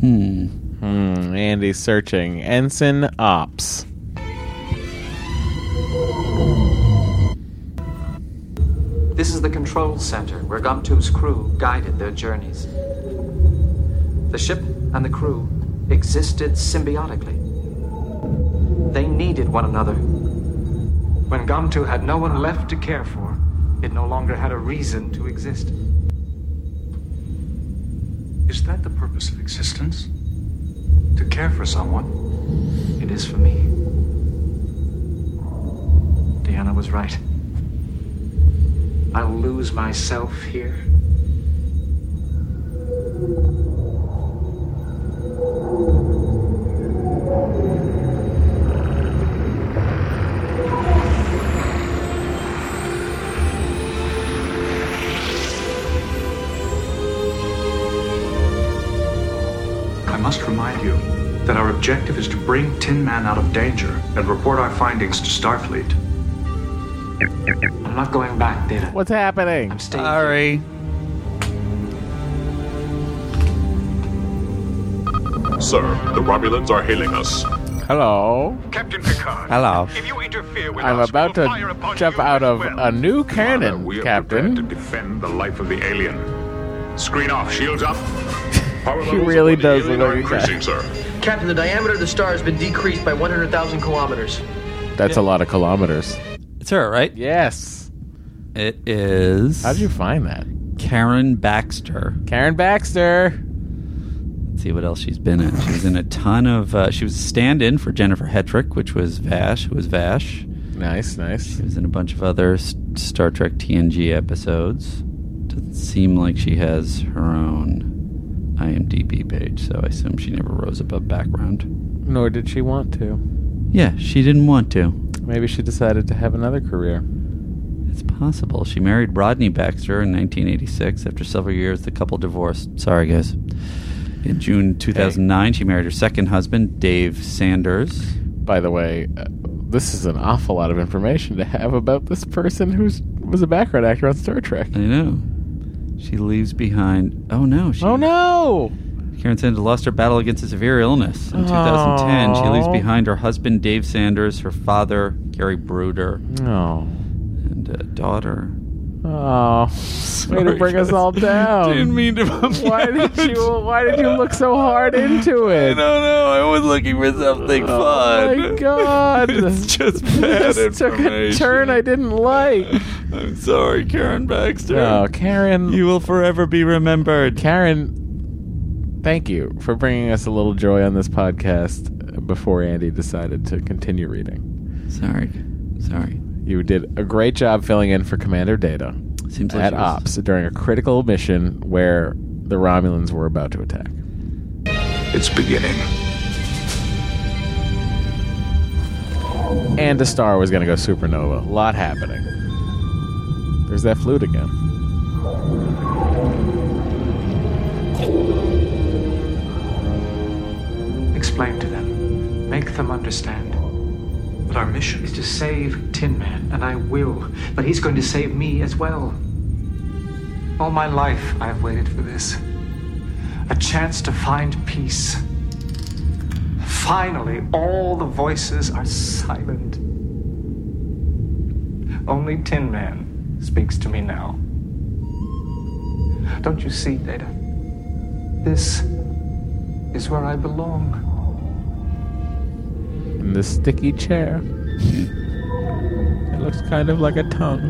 [SPEAKER 1] Hmm. Hmm. Andy's searching. Ensign Ops.
[SPEAKER 13] This is the control center where Gumto's crew guided their journeys. The ship and the crew existed symbiotically. They needed one another.
[SPEAKER 2] When Gamtu had no one left to care for, it no longer had a reason to exist.
[SPEAKER 12] Is that the purpose of existence? To care for someone?
[SPEAKER 13] It is for me.
[SPEAKER 2] Deanna was right. I'll lose myself here.
[SPEAKER 12] I must remind you that our objective is to bring Tin Man out of danger and report our findings to Starfleet.
[SPEAKER 2] I'm not going back, Data.
[SPEAKER 1] What's happening? I'm
[SPEAKER 2] staying.
[SPEAKER 3] Sorry.
[SPEAKER 7] Sir, the Romulans are hailing us.
[SPEAKER 1] Hello.
[SPEAKER 7] Captain Picard.
[SPEAKER 1] Hello.
[SPEAKER 7] If you interfere with
[SPEAKER 1] I'm
[SPEAKER 7] us,
[SPEAKER 1] about
[SPEAKER 7] we'll
[SPEAKER 1] to jump out of a new cannon,
[SPEAKER 7] we are
[SPEAKER 1] Captain.
[SPEAKER 7] prepared to defend the life of the alien. Screen off, shields [LAUGHS] up. Power
[SPEAKER 1] He
[SPEAKER 7] levels
[SPEAKER 1] really
[SPEAKER 7] of the
[SPEAKER 1] does
[SPEAKER 7] alien
[SPEAKER 1] look
[SPEAKER 7] are
[SPEAKER 1] like that.
[SPEAKER 7] increasing, sir.
[SPEAKER 23] Captain, the diameter of the star has been decreased by 100,000 kilometers.
[SPEAKER 1] That's a lot of kilometers.
[SPEAKER 3] It's her, right?
[SPEAKER 1] Yes.
[SPEAKER 3] It is. How did
[SPEAKER 1] you find that?
[SPEAKER 3] Karen Baxter.
[SPEAKER 1] Karen Baxter.
[SPEAKER 3] Let's see what else she's been in. She was in a ton of. Uh, she was stand in for Jennifer Hetrick, which was Vash. Who was Vash?
[SPEAKER 1] Nice, nice.
[SPEAKER 3] She was in a bunch of other S- Star Trek TNG episodes. Doesn't seem like she has her own IMDb page, so I assume she never rose above background.
[SPEAKER 1] Nor did she want to.
[SPEAKER 3] Yeah, she didn't want to.
[SPEAKER 1] Maybe she decided to have another career.
[SPEAKER 3] It's possible. She married Rodney Baxter in 1986. After several years, the couple divorced. Sorry, guys. In June 2009, she married her second husband, Dave Sanders.
[SPEAKER 1] By the way, uh, this is an awful lot of information to have about this person who was a background actor on Star Trek.
[SPEAKER 3] I know. She leaves behind. Oh no! She,
[SPEAKER 1] oh no!
[SPEAKER 3] Karen Sanders lost her battle against a severe illness in 2010. She leaves
[SPEAKER 1] Aw.
[SPEAKER 3] behind her husband, Dave Sanders, her father, Gary Bruder,
[SPEAKER 1] No.
[SPEAKER 3] and a daughter.
[SPEAKER 1] Oh, way to bring us all down.
[SPEAKER 3] Didn't mean to.
[SPEAKER 1] why did you? Why did you look so
[SPEAKER 3] [LAUGHS]
[SPEAKER 1] hard into it?
[SPEAKER 3] don't know. I was looking for something
[SPEAKER 1] Oh my god!
[SPEAKER 3] [LAUGHS] It's just
[SPEAKER 1] [LAUGHS]
[SPEAKER 3] bad
[SPEAKER 1] this took a
[SPEAKER 3] information.
[SPEAKER 1] turn I didn't like.
[SPEAKER 3] I'm [LAUGHS] sorry, Karen Baxter.
[SPEAKER 1] Oh, Karen,
[SPEAKER 3] you will forever be remembered.
[SPEAKER 1] Karen, thank you for bringing us a little joy on this podcast before Andy decided to continue reading.
[SPEAKER 3] Sorry, sorry.
[SPEAKER 1] You did a great job filling in for Commander Data
[SPEAKER 3] Seems like
[SPEAKER 1] at
[SPEAKER 3] she was-
[SPEAKER 1] Ops during a critical mission where the Romulans were about to attack.
[SPEAKER 7] It's beginning.
[SPEAKER 1] And a star was going to go supernova. A lot happening. There's that flute again.
[SPEAKER 2] Explain to them. Make them understand. But our mission is to save Tin Man, and I will. But he's going to save me as well. All my life, I've waited for this. A chance to find peace. Finally, all the voices are silent. Only Tin Man speaks to me now. Don't you see, Data? This is where I belong.
[SPEAKER 1] in the sticky chair. it looks kind of like a tongue.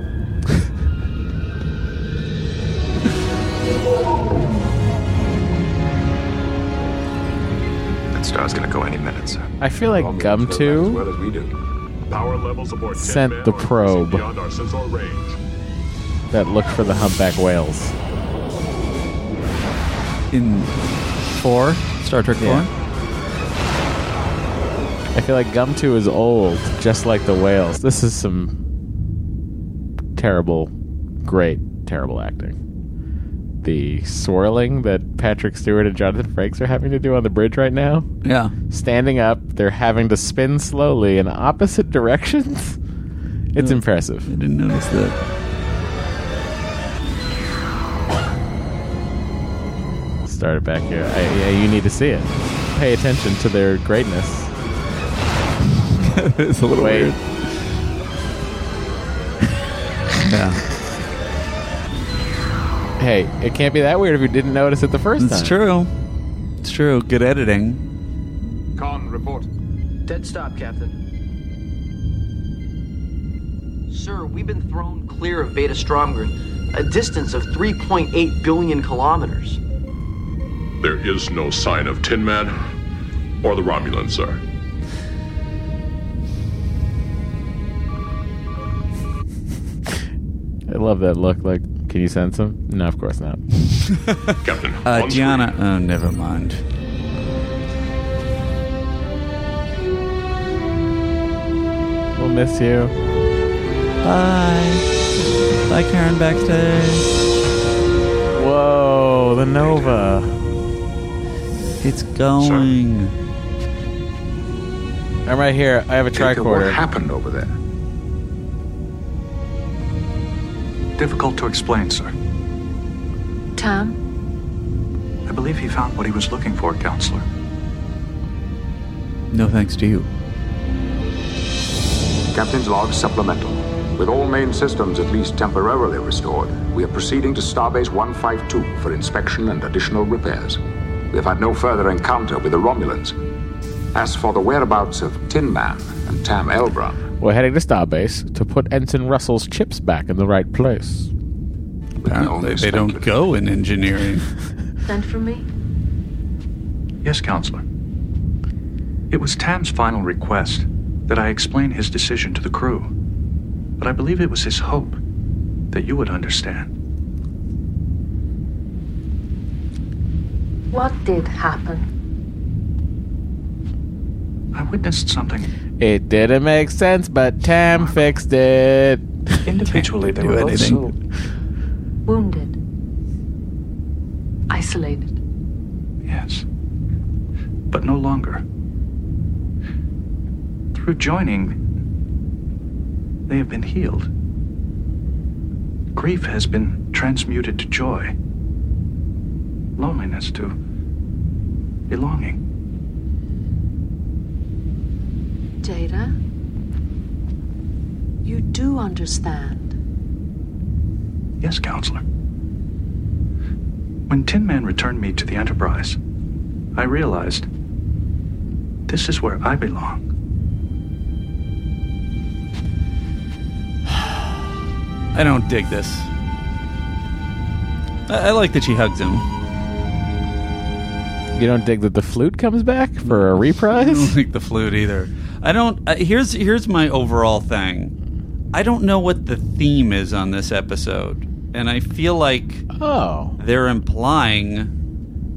[SPEAKER 7] That star's gonna go any minute, sir.
[SPEAKER 1] I feel like
[SPEAKER 7] As
[SPEAKER 1] Gumtoo
[SPEAKER 7] well as we do. Power levels aboard Tin
[SPEAKER 1] Sent
[SPEAKER 7] Man
[SPEAKER 1] the
[SPEAKER 7] are increasing
[SPEAKER 1] probe.
[SPEAKER 7] Beyond our sensor range.
[SPEAKER 1] that looked for the humpback whales.
[SPEAKER 3] in four Star Trek four.
[SPEAKER 1] I feel like Gumtu is old, just like the whales. This is some terrible, great, terrible acting. The swirling that Patrick Stewart and Jonathan Frakes are having to do on the bridge right now.
[SPEAKER 3] Yeah.
[SPEAKER 1] Standing up, they're having to spin slowly in opposite directions. [LAUGHS] It's impressive. I
[SPEAKER 3] didn't notice that.
[SPEAKER 1] Start it back here. I, yeah, you need to see it. Pay attention to their greatness.
[SPEAKER 3] [LAUGHS] it's a little
[SPEAKER 1] Wait.
[SPEAKER 3] weird. yeah.
[SPEAKER 1] Hey, it can't be that weird if you didn't notice it the first
[SPEAKER 3] It's
[SPEAKER 1] time.
[SPEAKER 3] true. It's true. Good editing.
[SPEAKER 23] Con, report. Dead stop, Captain. Sir, we've been thrown clear of Beta Stromgren, a distance of 3.8 billion kilometers.
[SPEAKER 22] There is no sign of Tin Man or the Romulans, sir.
[SPEAKER 1] I love that look. Like, can you sense him? No, of course not.
[SPEAKER 22] Captain.
[SPEAKER 3] Uh, Gianna. Oh, never mind.
[SPEAKER 1] We'll miss you.
[SPEAKER 3] Bye. Bye, Karen Baxter.
[SPEAKER 1] Whoa, the Nova.
[SPEAKER 3] It's going.
[SPEAKER 1] I'm right here. I have a
[SPEAKER 26] Taker,
[SPEAKER 1] tricorder.
[SPEAKER 26] What happened over there?
[SPEAKER 18] Difficult to explain, sir.
[SPEAKER 11] Tom,
[SPEAKER 18] I believe he found what he was looking for, Counselor.
[SPEAKER 3] No thanks to you.
[SPEAKER 19] Captain's log supplemental. With all main systems at least temporarily restored, we are proceeding to Starbase 152 for inspection and additional repairs. We have had no further encounter with the Romulans. As for the whereabouts of Tin Man and Tam Elbron,
[SPEAKER 1] We're heading to Starbase to put Ensign Russell's chips back in the right place.
[SPEAKER 3] Apparently, Uh, they don't go in engineering.
[SPEAKER 27] Sent for me?
[SPEAKER 18] Yes, Counselor. It was Tam's final request that I explain his decision to the crew. But I believe it was his hope that you would understand.
[SPEAKER 11] what did happen?
[SPEAKER 18] I witnessed something.
[SPEAKER 1] It didn't make sense, but Tam fixed it.
[SPEAKER 18] Individually,
[SPEAKER 1] [LAUGHS]
[SPEAKER 18] they were both so
[SPEAKER 11] Wounded. Isolated.
[SPEAKER 18] Yes. But no longer. Through joining, they have been healed. Grief has been transmuted to joy, loneliness to belonging.
[SPEAKER 11] Data? You do understand.
[SPEAKER 18] Yes, Counselor. When Tin Man returned me to the Enterprise, I realized this is where I belong.
[SPEAKER 3] I don't dig this. I, I like that she hugs him.
[SPEAKER 1] You don't dig that the flute comes back for a
[SPEAKER 3] I
[SPEAKER 1] reprise?
[SPEAKER 3] don't [LAUGHS] like the flute either. I don't. Uh, here's here's my overall thing. I don't know what the theme is on this episode, and I feel like
[SPEAKER 1] oh
[SPEAKER 3] they're implying.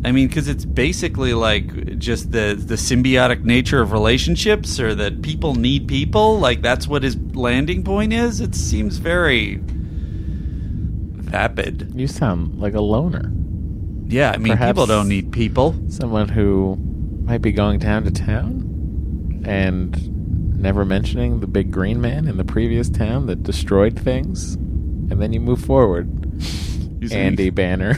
[SPEAKER 3] I mean, because it's basically like just the the symbiotic nature of relationships, or that people need people. Like that's what his landing point is. It seems very vapid.
[SPEAKER 1] You sound like a loner.
[SPEAKER 3] Yeah, I mean, people don't need people.
[SPEAKER 1] Someone who might be going town to town and never mentioning the big green man in the previous town that destroyed things, and then you move forward.
[SPEAKER 3] [LAUGHS] You see-
[SPEAKER 1] Andy
[SPEAKER 3] [LAUGHS]
[SPEAKER 1] Banner.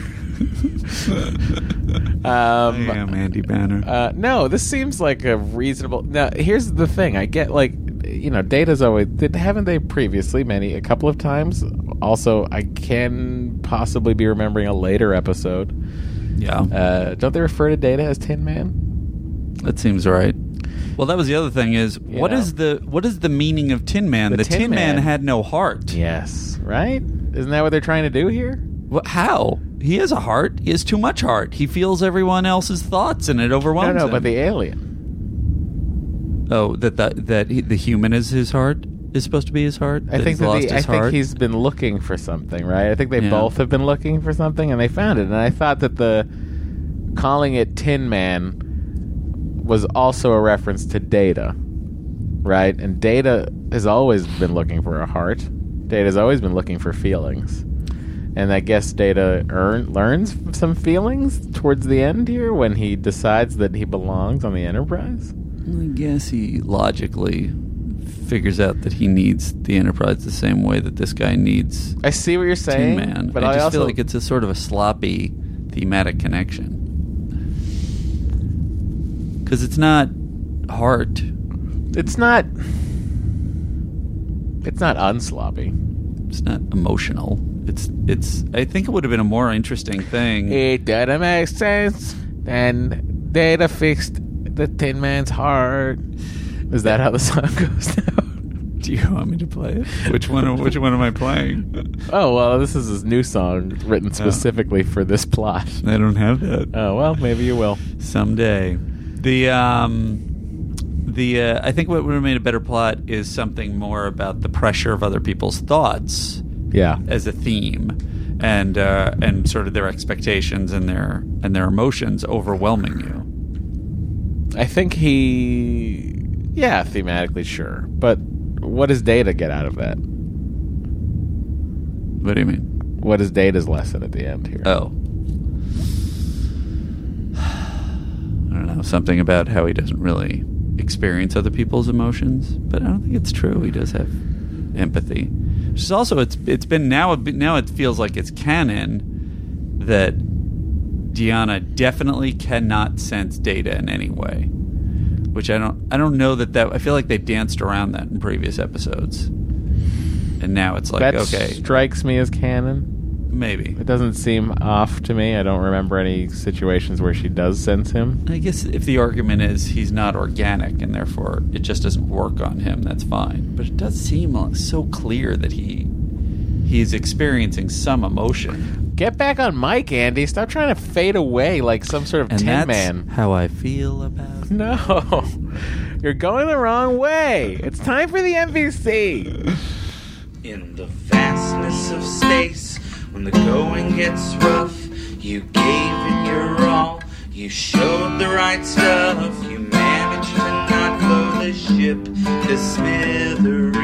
[SPEAKER 1] um,
[SPEAKER 3] I am Andy Banner.
[SPEAKER 1] Uh, no, this seems like a reasonable. Now, here's the thing: I get like, you know, data's always. Did, haven't they previously many a couple of times? Also, I can possibly be remembering a later episode.
[SPEAKER 3] Yeah.
[SPEAKER 1] Uh, don't they refer to data as Tin Man?
[SPEAKER 3] That seems right. Well, that was the other thing is what
[SPEAKER 1] know.
[SPEAKER 3] is the what is the meaning of Tin Man? The, Tin, Man. had no heart.
[SPEAKER 1] Yes, right? Isn't that what they're trying to do here?
[SPEAKER 3] What, how? He has a heart. He has too much heart. He feels everyone else's thoughts and it overwhelms
[SPEAKER 1] no, no,
[SPEAKER 3] him.
[SPEAKER 1] but the alien.
[SPEAKER 3] oh, that the, that he, the human is his heart is supposed to be his heart.
[SPEAKER 1] I think
[SPEAKER 3] he's
[SPEAKER 1] that
[SPEAKER 3] lost
[SPEAKER 1] the, I
[SPEAKER 3] his heart.
[SPEAKER 1] think he's been looking for something, right? I think they
[SPEAKER 3] Yeah.
[SPEAKER 1] both have been looking for something and they found it. And I thought that the calling it Tin Man was also a reference to Data, right? And Data has always been looking for a heart. Data's always been looking for feelings. And I guess Data earn, learns some feelings towards the end here when he decides that he belongs on the Enterprise.
[SPEAKER 3] I guess he logically figures out that he needs the Enterprise the same way that this guy needs.
[SPEAKER 1] I see what you're saying,
[SPEAKER 3] Tin Man.
[SPEAKER 1] but
[SPEAKER 3] I,
[SPEAKER 1] I
[SPEAKER 3] just feel
[SPEAKER 1] also-
[SPEAKER 3] like it's a sort of a sloppy thematic connection because it's not heart.
[SPEAKER 1] It's not. It's not unsloppy.
[SPEAKER 3] It's not emotional. It's it's. I think it would have been a more interesting thing.
[SPEAKER 1] It doesn't make sense. And Data fixed the Tin Man's heart. Is that how the song [LAUGHS] goes down?
[SPEAKER 3] Do you want me to play it? Which one? Which one am I playing?
[SPEAKER 1] [LAUGHS] Oh well, this is his new song written specifically for this plot.
[SPEAKER 3] I don't have that.
[SPEAKER 1] Oh well, maybe you will
[SPEAKER 3] someday. The um, the uh, I think what would have made a better plot is something more about the pressure of other people's thoughts.
[SPEAKER 1] Yeah.
[SPEAKER 3] as a theme, and uh, and sort of their expectations and their and their emotions overwhelming you.
[SPEAKER 1] I think he, yeah, thematically sure, but what does Data get out of that?
[SPEAKER 3] What do you mean?
[SPEAKER 1] What is Data's lesson at the end here?
[SPEAKER 3] Oh, I don't know something about how he doesn't really experience other people's emotions, but I don't think it's true. He does have empathy. Which is also it's it's been now a bit- now it feels like it's canon that Deanna definitely cannot sense data in any way. Which I don't I don't know that that I feel like they've danced around that in previous episodes. And now it's like
[SPEAKER 1] that
[SPEAKER 3] okay,
[SPEAKER 1] strikes me as canon.
[SPEAKER 3] maybe.
[SPEAKER 1] It doesn't seem off to me. I don't remember any situations where she does sense him.
[SPEAKER 3] I guess if the argument is he's not organic and therefore it just doesn't work on him, that's fine. But it does seem like so clear that he he's experiencing some emotion.
[SPEAKER 1] Get back on mic, Andy. Stop trying to fade away like some sort of
[SPEAKER 3] And
[SPEAKER 1] tin
[SPEAKER 3] that's
[SPEAKER 1] man. [LAUGHS]
[SPEAKER 3] how I feel about
[SPEAKER 1] No. You're going the wrong way. It's time for the MVC.
[SPEAKER 9] In the vastness of space, when the going gets rough, you gave it your all, you showed the right stuff, you managed to not blow the ship to smithereens.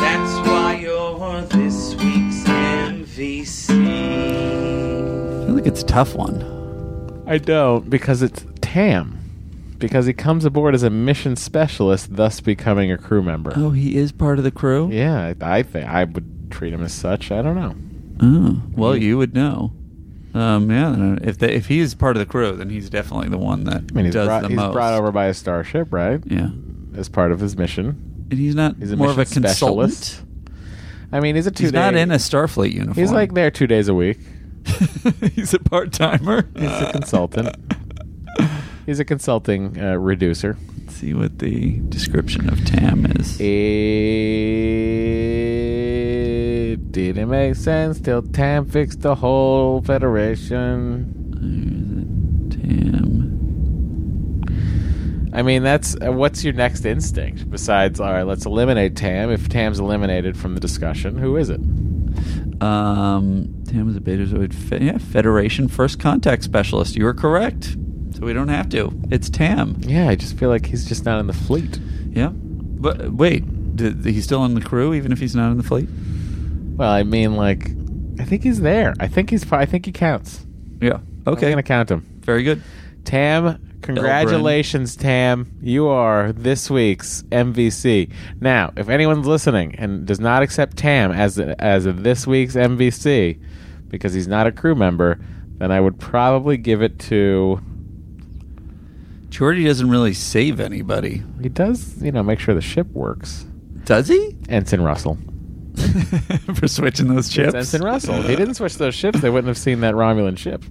[SPEAKER 9] That's why you're this week's MVC.
[SPEAKER 3] I feel like it's a tough one.
[SPEAKER 1] I don't because it's Tam. Because he comes aboard as a mission specialist, thus becoming a crew member.
[SPEAKER 3] Oh, he is part of the crew?
[SPEAKER 1] Yeah, I I think I would treat him as such. I don't know.
[SPEAKER 3] Oh. Well you would know. Um, yeah, then if they, if he is part of the crew, then he's definitely the one that
[SPEAKER 1] I mean, he's,
[SPEAKER 3] does
[SPEAKER 1] brought,
[SPEAKER 3] the
[SPEAKER 1] he's
[SPEAKER 3] most.
[SPEAKER 1] brought over by a starship, right?
[SPEAKER 3] Yeah.
[SPEAKER 1] As part of his mission.
[SPEAKER 3] And he's not
[SPEAKER 1] He's
[SPEAKER 3] more of a
[SPEAKER 1] mission
[SPEAKER 3] consultant.
[SPEAKER 1] specialist. I mean, he's a two
[SPEAKER 3] He's not in a Starfleet uniform.
[SPEAKER 1] He's like there two days a week.
[SPEAKER 3] [LAUGHS] he's a part timer.
[SPEAKER 1] He's a consultant. he's a consulting uh, reducer.
[SPEAKER 3] Let's see what the description of Tam is.
[SPEAKER 1] It didn't make sense till Tam fixed the whole Federation.
[SPEAKER 3] Tam.
[SPEAKER 1] I mean, that's uh, what's your next instinct besides, all right, let's eliminate Tam. If Tam's eliminated from the discussion, who is it?
[SPEAKER 3] Um, Tam is a Betazoid. Fe- yeah, Federation First Contact Specialist. You are correct. So we don't have to. It's Tam.
[SPEAKER 1] Yeah, I just feel like he's just not in the fleet.
[SPEAKER 3] Yeah. But uh, wait, d- d- he's still on the crew even if he's not in the fleet?
[SPEAKER 1] Well, I mean, like, I think he's there. I think he's. I think he counts.
[SPEAKER 3] Yeah. Okay.
[SPEAKER 1] I'm gonna count him.
[SPEAKER 3] Very good.
[SPEAKER 1] Tam, congratulations, Tam. You are this week's MVC. Now, if anyone's listening and does not accept Tam as as this week's MVC because he's not a crew member, then I would probably give it to.
[SPEAKER 3] Jordy doesn't really save anybody. [LAUGHS]
[SPEAKER 1] He does, you know, make sure the ship works.
[SPEAKER 3] Does he?
[SPEAKER 1] Ensign Russell.
[SPEAKER 3] For switching those
[SPEAKER 1] It's
[SPEAKER 3] chips.
[SPEAKER 1] Ensign Russell. If he
[SPEAKER 3] [LAUGHS]
[SPEAKER 1] didn't switch those ships, they wouldn't have seen that Romulan ship.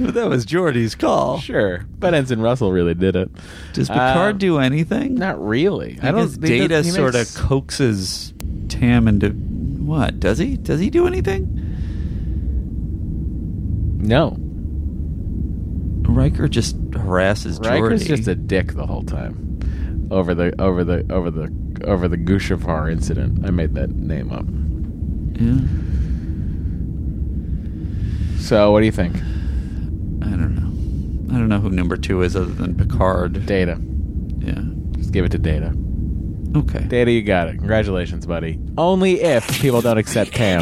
[SPEAKER 3] that was Jordy's call.
[SPEAKER 1] Sure, but Ensign Russell really did it.
[SPEAKER 3] Does Picard
[SPEAKER 1] Um,
[SPEAKER 3] do anything?
[SPEAKER 1] Not really.
[SPEAKER 3] I, don't.
[SPEAKER 1] he
[SPEAKER 3] Data
[SPEAKER 1] does- he
[SPEAKER 3] sort
[SPEAKER 1] makes-
[SPEAKER 3] of coaxes Tam into what? Does he? Does he do anything?
[SPEAKER 1] no.
[SPEAKER 3] Riker just harasses
[SPEAKER 1] Riker's
[SPEAKER 3] Geordi.
[SPEAKER 1] just a dick the whole time. Over the over the over the over the Gushavar incident. I made that name up.
[SPEAKER 3] yeah.
[SPEAKER 1] So, what do you think?
[SPEAKER 3] I don't know. I don't know who number two is other than Picard.
[SPEAKER 1] Data.
[SPEAKER 3] Yeah.
[SPEAKER 1] Just give it to Data.
[SPEAKER 3] Okay.
[SPEAKER 1] Data, you got it. Congratulations, buddy. Only if people don't accept Tam.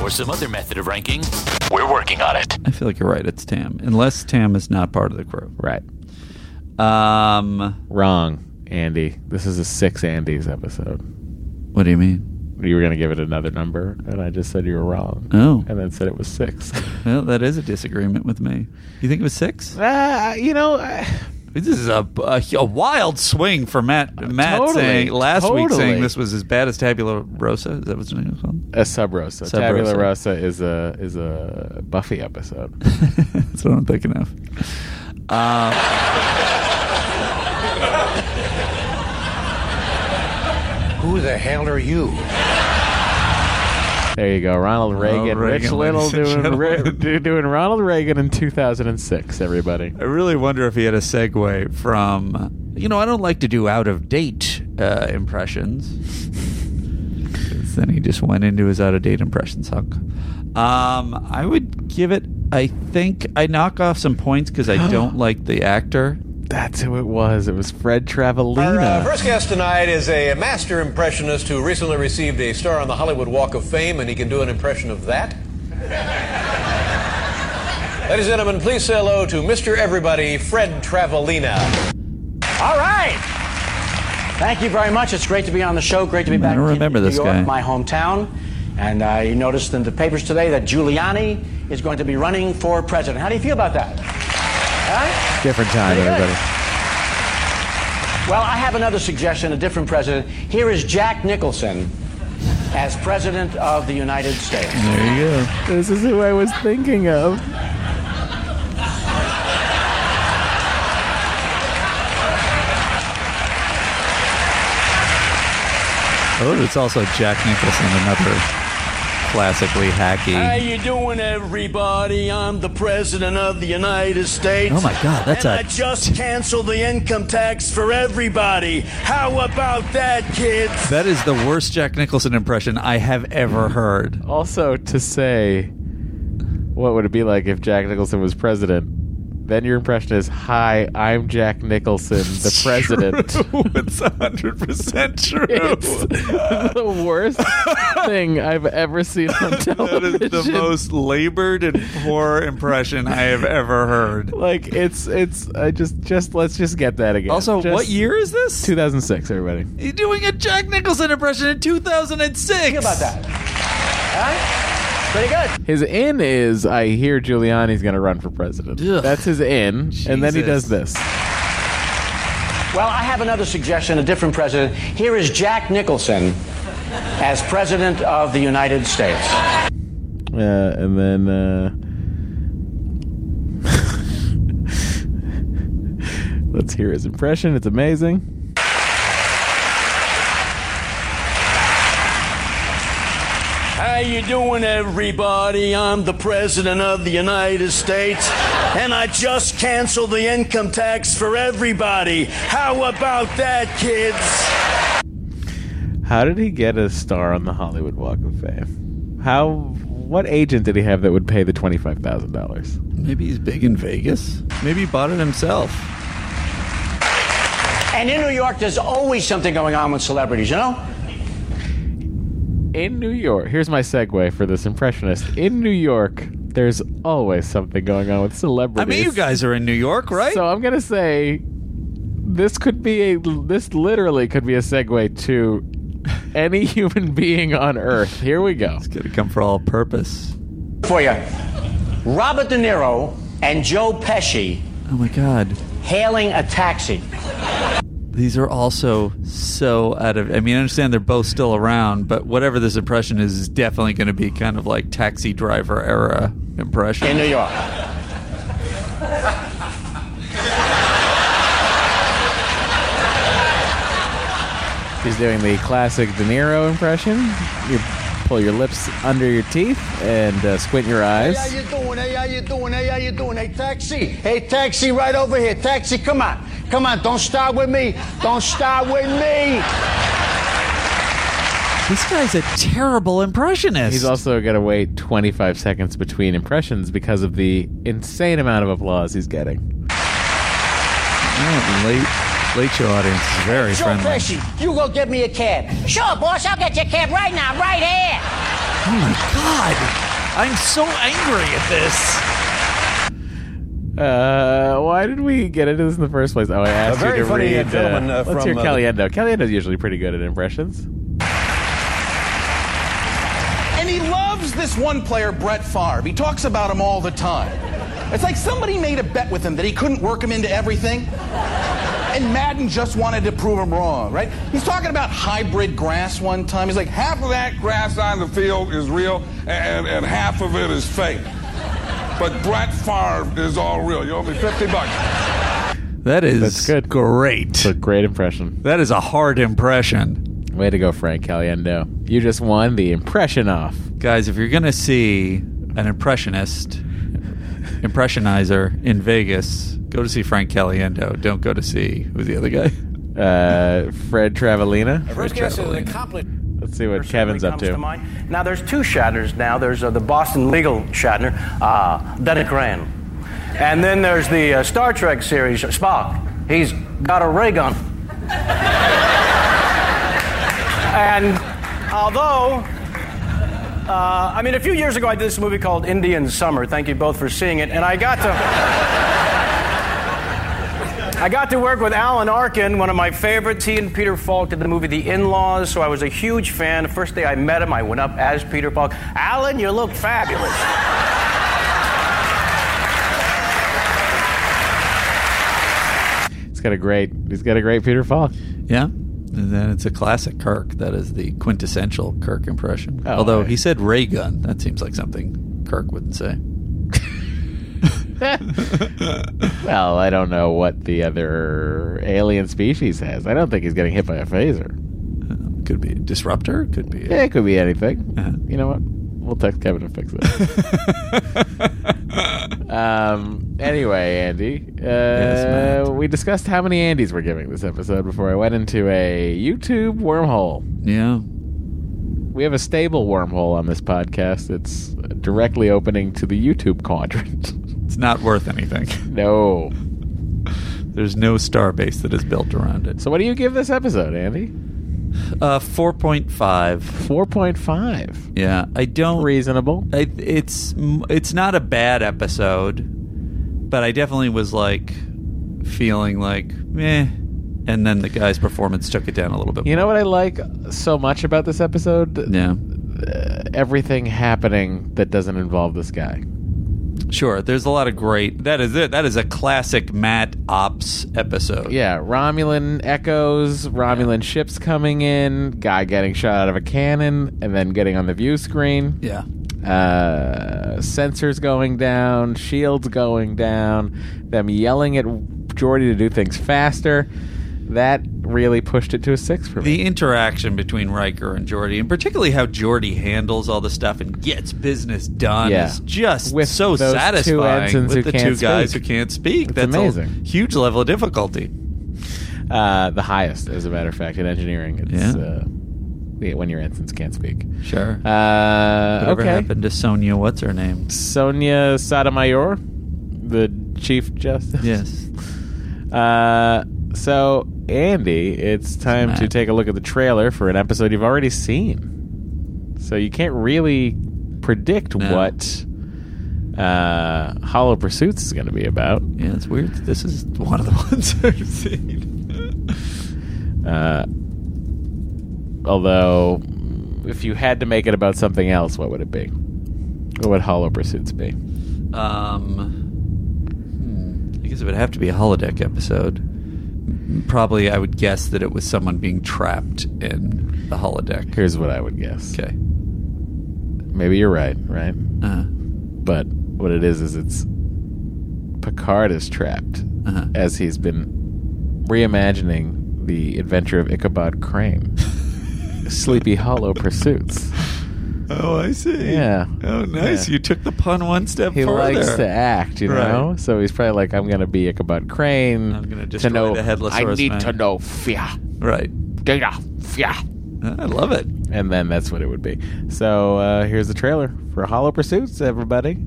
[SPEAKER 10] Or some other method of ranking. We're working on it.
[SPEAKER 3] I feel like you're right. It's Tam, unless Tam is not part of the crew.
[SPEAKER 1] Right.
[SPEAKER 3] Um.
[SPEAKER 1] Wrong, Andy. This is a six Andes episode.
[SPEAKER 3] What do you mean? [LAUGHS]
[SPEAKER 1] You were going to give it another number, and I just said you were wrong.
[SPEAKER 3] Oh.
[SPEAKER 1] And then said it was [LAUGHS] six.
[SPEAKER 3] Well, that is a disagreement with me. You think it was six?
[SPEAKER 1] Uh, you know, I-
[SPEAKER 3] This is a, a, a wild swing for Matt. Matt
[SPEAKER 1] Uh, totally,
[SPEAKER 3] saying last week
[SPEAKER 1] totally.
[SPEAKER 3] saying this was his baddest tabula rosa. Is that what it was called?
[SPEAKER 1] a sub rosa.
[SPEAKER 3] Sub
[SPEAKER 1] Tabula
[SPEAKER 3] Rosa.
[SPEAKER 1] rosa is a is a Buffy episode.
[SPEAKER 3] [LAUGHS] That's what I'm thinking of.
[SPEAKER 1] Ah.
[SPEAKER 3] Uh,
[SPEAKER 16] Who the hell are you?
[SPEAKER 1] There you go, Ronald
[SPEAKER 3] Ronald
[SPEAKER 1] Reagan,
[SPEAKER 3] Oh, Reagan,
[SPEAKER 1] Rich Little
[SPEAKER 3] ladies and
[SPEAKER 1] doing
[SPEAKER 3] gentlemen.
[SPEAKER 1] Re- do- doing Ronald Reagan in 2006. Everybody,
[SPEAKER 3] I really wonder if he had a segue from. You know, I don't like to do out of date uh, impressions. then he just went into his out of date impressions hunk. Um, I would give it. I think I knock off some points because
[SPEAKER 1] [GASPS]
[SPEAKER 3] I don't like the actor.
[SPEAKER 1] That's who it was. It was Fred
[SPEAKER 20] Our uh,
[SPEAKER 1] Travolina.
[SPEAKER 20] first guest tonight is a master impressionist who recently received a star on the Hollywood Walk of Fame, and he can do an impression of that. Ladies and gentlemen, please say hello to Mr. Everybody, Fred Travolina.
[SPEAKER 28] All right. Thank you very much. It's great to be on the show. Great to be back.
[SPEAKER 3] don't
[SPEAKER 28] in
[SPEAKER 3] remember
[SPEAKER 28] New
[SPEAKER 3] this
[SPEAKER 28] York,
[SPEAKER 3] guy.
[SPEAKER 28] My hometown. And I noticed in the papers today that Giuliani is going to be running for president. How do you feel about that?
[SPEAKER 1] Different time, everybody.
[SPEAKER 28] Well, I have another suggestion, a different president. Here is Jack Nicholson as president of the United States.
[SPEAKER 3] There you go.
[SPEAKER 1] This is who I was thinking of.
[SPEAKER 3] Oh, it's also Jack Nicholson, another classically hacky.
[SPEAKER 28] How you doing, everybody? I'm the president of the United States.
[SPEAKER 3] Oh my God, that's
[SPEAKER 28] and
[SPEAKER 3] a-
[SPEAKER 28] I just canceled the income tax for everybody. How about that, kids?
[SPEAKER 3] That is the worst Jack Nicholson impression I have ever heard.
[SPEAKER 1] Also, to say, what would it be like if Jack Nicholson was president? Then your impression is, "Hi, I'm Jack Nicholson, the president."
[SPEAKER 3] [LAUGHS] it's hundred percent
[SPEAKER 1] [LAUGHS]
[SPEAKER 3] true.
[SPEAKER 1] It's the worst thing I've ever seen on
[SPEAKER 3] [LAUGHS] [LAUGHS] That
[SPEAKER 1] television.
[SPEAKER 3] is the most labored and poor impression I have ever heard.
[SPEAKER 1] Like it's it's I just just let's just get that again.
[SPEAKER 3] Also,
[SPEAKER 1] Just-
[SPEAKER 3] what year is this?
[SPEAKER 1] 2006, everybody.
[SPEAKER 3] He's doing a Jack Nicholson impression in 2006. Think about that.
[SPEAKER 28] Pretty good.
[SPEAKER 1] His in is I hear Giuliani's going to run for president. That's his in, and then he does
[SPEAKER 28] Jesus.
[SPEAKER 1] this.
[SPEAKER 28] Well, I have another suggestion, a different president. Here is Jack Nicholson as president of the United States.
[SPEAKER 1] Uh, and then uh, uh, [LAUGHS] let's hear his impression. It's amazing.
[SPEAKER 28] How you doing, everybody? I'm the president of the United States, and I just canceled the income tax for everybody. How about that, kids?
[SPEAKER 1] How did he get a star on the Hollywood Walk of Fame? How? What agent did he have that would pay the twenty five thousand dollars?
[SPEAKER 3] Maybe he's big in Vegas. Maybe he bought it himself.
[SPEAKER 28] And in New York, there's always something going on with celebrities, you know?
[SPEAKER 1] In New York, here's my segue for this impressionist. In New York, there's always something going on with
[SPEAKER 3] I
[SPEAKER 1] celebrities.
[SPEAKER 3] mean, you guys are in New York, right?
[SPEAKER 1] So I'm gonna say this could be a this literally could be a segue to any [LAUGHS] human being on Earth. Here we go. It's
[SPEAKER 3] gonna come for all purpose.
[SPEAKER 28] For you, Robert De Niro and Joe Pesci
[SPEAKER 3] Oh my God.
[SPEAKER 28] hailing a taxi.
[SPEAKER 3] These are also so out of. I mean, I understand they're both still around, but whatever this impression is, is definitely going to be kind of like taxi driver era impression.
[SPEAKER 28] In New York.
[SPEAKER 1] He's doing the classic De Niro impression. You pull your lips under your teeth and uh, squint your
[SPEAKER 16] Hey,
[SPEAKER 1] eyes.
[SPEAKER 16] how you doing? Hey, how you doing? Hey, how you doing? Hey, taxi. Hey, taxi, right over here. Taxi, come on. Come on, don't start with me. Don't start with me.
[SPEAKER 3] This guy's a terrible impressionist.
[SPEAKER 1] He's also got to wait 25 seconds between impressions because of the insane amount of applause he's getting.
[SPEAKER 3] late, late show audience is very
[SPEAKER 29] Joe Pesci, you go get me a cab.
[SPEAKER 28] Sure, boss, I'll get your cab right now, right here.
[SPEAKER 3] Oh my god! I'm so angry at this.
[SPEAKER 1] Uh, why did we get into this in the first place? Oh, I asked
[SPEAKER 30] very
[SPEAKER 1] you to
[SPEAKER 30] funny, uh,
[SPEAKER 1] read.
[SPEAKER 30] gentleman, uh,
[SPEAKER 1] let's
[SPEAKER 30] from,
[SPEAKER 1] hear
[SPEAKER 30] uh,
[SPEAKER 1] Caliendo. Caliendo's usually pretty good at impressions.
[SPEAKER 23] And he loves this one player, Brett Favre. He talks about him all the time. It's like somebody made a bet with him that he couldn't work him into everything. And Madden just wanted to prove him wrong, right? He's talking about hybrid grass one time. He's like, half of that grass on the field is real, and, and half of it is fake. But Brett Favre is all real. You owe me 50 bucks.
[SPEAKER 3] That is That's good. great. It's a
[SPEAKER 1] great impression.
[SPEAKER 3] That is a hard impression.
[SPEAKER 1] Way to go, Frank Caliendo. You just won the impression off.
[SPEAKER 3] Guys, if you're going to see an impressionist, impressionizer in Vegas, go to see Frank Caliendo. Don't go to see, who's the other guy?
[SPEAKER 1] Uh, Fred Travelina.
[SPEAKER 4] Let's
[SPEAKER 1] see what Kevin's up to.
[SPEAKER 4] Now, there's two Shatners now. There's uh, the Boston legal Shatner, uh, Dennis Rand. And then there's the uh, Star Trek series, Spock. He's got a ray gun. and although, uh, I mean, a few years ago I did this movie called Indian Summer. Thank you both for seeing it. And I got to. I got to work with Alan Arkin, one of my favorites. He and Peter Falk did the movie The In Laws, so I was a huge fan. The first day I met him, I went up as Peter Falk. Alan, you look fabulous.
[SPEAKER 1] He's got a great. He's got a great Peter Falk.
[SPEAKER 3] Yeah. And then it's a classic Kirk. That is the quintessential Kirk impression.
[SPEAKER 1] Oh,
[SPEAKER 3] Although
[SPEAKER 1] right.
[SPEAKER 3] he said ray gun. That seems like something Kirk wouldn't say. [LAUGHS]
[SPEAKER 1] Well, I don't know what the other alien species has. I don't think he's getting hit by a phaser.
[SPEAKER 3] Uh, could be a disruptor. Could be. Uh-huh.
[SPEAKER 1] yeah, it could be anything. You know what? We'll text Kevin and fix it.
[SPEAKER 3] [LAUGHS]
[SPEAKER 1] um. Anyway, Andy, uh, we discussed how many Andys we're giving this episode before I went into a YouTube wormhole.
[SPEAKER 3] Yeah.
[SPEAKER 1] We have a stable wormhole on this podcast. It's directly opening to the YouTube quadrant. [LAUGHS]
[SPEAKER 3] It's not worth anything.
[SPEAKER 1] No.
[SPEAKER 3] There's no star base that is built around it.
[SPEAKER 1] So, what do you give this episode, Andy?
[SPEAKER 3] Uh, 4.5.
[SPEAKER 1] 4.5.
[SPEAKER 3] Yeah, I don't
[SPEAKER 1] reasonable.
[SPEAKER 3] I, it's m- it's not a bad episode, but I definitely was like feeling like meh, and then the guy's performance took it down a little bit.
[SPEAKER 1] You know what I like so much about this episode?
[SPEAKER 3] Yeah.
[SPEAKER 1] Uh, everything happening that doesn't involve this guy.
[SPEAKER 3] Sure, there's a lot of great. That is it. That is a classic Matt Ops episode.
[SPEAKER 1] Yeah, Romulan echoes, Romulan ships coming in, guy getting shot out of a cannon, and then getting on the view screen.
[SPEAKER 3] Yeah.
[SPEAKER 1] Uh, sensors going down, shields going down, them yelling at Jordy to do things faster. That really pushed it to a six for me.
[SPEAKER 3] The interaction between Riker and Geordi, and particularly how Geordi handles all the stuff and gets business done,
[SPEAKER 1] Yeah.
[SPEAKER 3] is just
[SPEAKER 1] With
[SPEAKER 3] so
[SPEAKER 1] those two
[SPEAKER 3] satisfying
[SPEAKER 1] ensigns who
[SPEAKER 3] with the two
[SPEAKER 1] can't
[SPEAKER 3] guys who
[SPEAKER 1] speak.
[SPEAKER 3] can't speak.
[SPEAKER 1] It's
[SPEAKER 3] That's
[SPEAKER 1] amazing.
[SPEAKER 3] a huge level of difficulty.
[SPEAKER 1] Uh, the highest, as a matter of fact, in engineering. It's
[SPEAKER 3] Yeah.
[SPEAKER 1] uh, yeah, when your ensigns can't speak.
[SPEAKER 3] Sure.
[SPEAKER 1] Uh,
[SPEAKER 3] Whatever
[SPEAKER 1] okay.
[SPEAKER 3] happened to Sonia? What's her name?
[SPEAKER 1] Sonia Sotomayor, the Chief Justice.
[SPEAKER 3] Yes.
[SPEAKER 1] [LAUGHS] Uh, so, Andy, it's time to take a look at the trailer for an episode you've already seen. So you can't really predict what uh, Hollow Pursuits is going to be about.
[SPEAKER 3] Yeah, it's weird. This is one of the [LAUGHS] ones [LAUGHS] I've seen.
[SPEAKER 1] [LAUGHS] Uh, although, if you had to make it about something else, what would it be? What would Hollow Pursuits be?
[SPEAKER 3] Um, hmm, I guess it would have to be a holodeck episode. Probably, I would guess that it was someone being trapped in the holodeck.
[SPEAKER 1] Here's what I would guess.
[SPEAKER 3] Okay.
[SPEAKER 1] Maybe you're right, right?
[SPEAKER 3] Uh-huh.
[SPEAKER 1] But what it is is it's Picard is trapped
[SPEAKER 3] Uh-huh.
[SPEAKER 1] as he's been reimagining the adventure of Ichabod
[SPEAKER 3] [LAUGHS]
[SPEAKER 1] Crane, Sleepy Hollow Pursuits.
[SPEAKER 3] Oh, I see.
[SPEAKER 1] Yeah.
[SPEAKER 3] Oh, nice.
[SPEAKER 1] Yeah.
[SPEAKER 3] You took the pun one step
[SPEAKER 1] He
[SPEAKER 3] further.
[SPEAKER 1] likes to act, you
[SPEAKER 3] Right.
[SPEAKER 1] know. So he's probably like, "I'm gonna be Ichabod Crane. I'm
[SPEAKER 3] gonna
[SPEAKER 1] to
[SPEAKER 3] destroy
[SPEAKER 1] know
[SPEAKER 3] the headless
[SPEAKER 1] I need
[SPEAKER 3] horseman."
[SPEAKER 1] to know fear,
[SPEAKER 3] Right.
[SPEAKER 1] data, fear."
[SPEAKER 3] I love it.
[SPEAKER 1] and then that's what it would be. So uh, here's the trailer for Hollow Pursuits, everybody.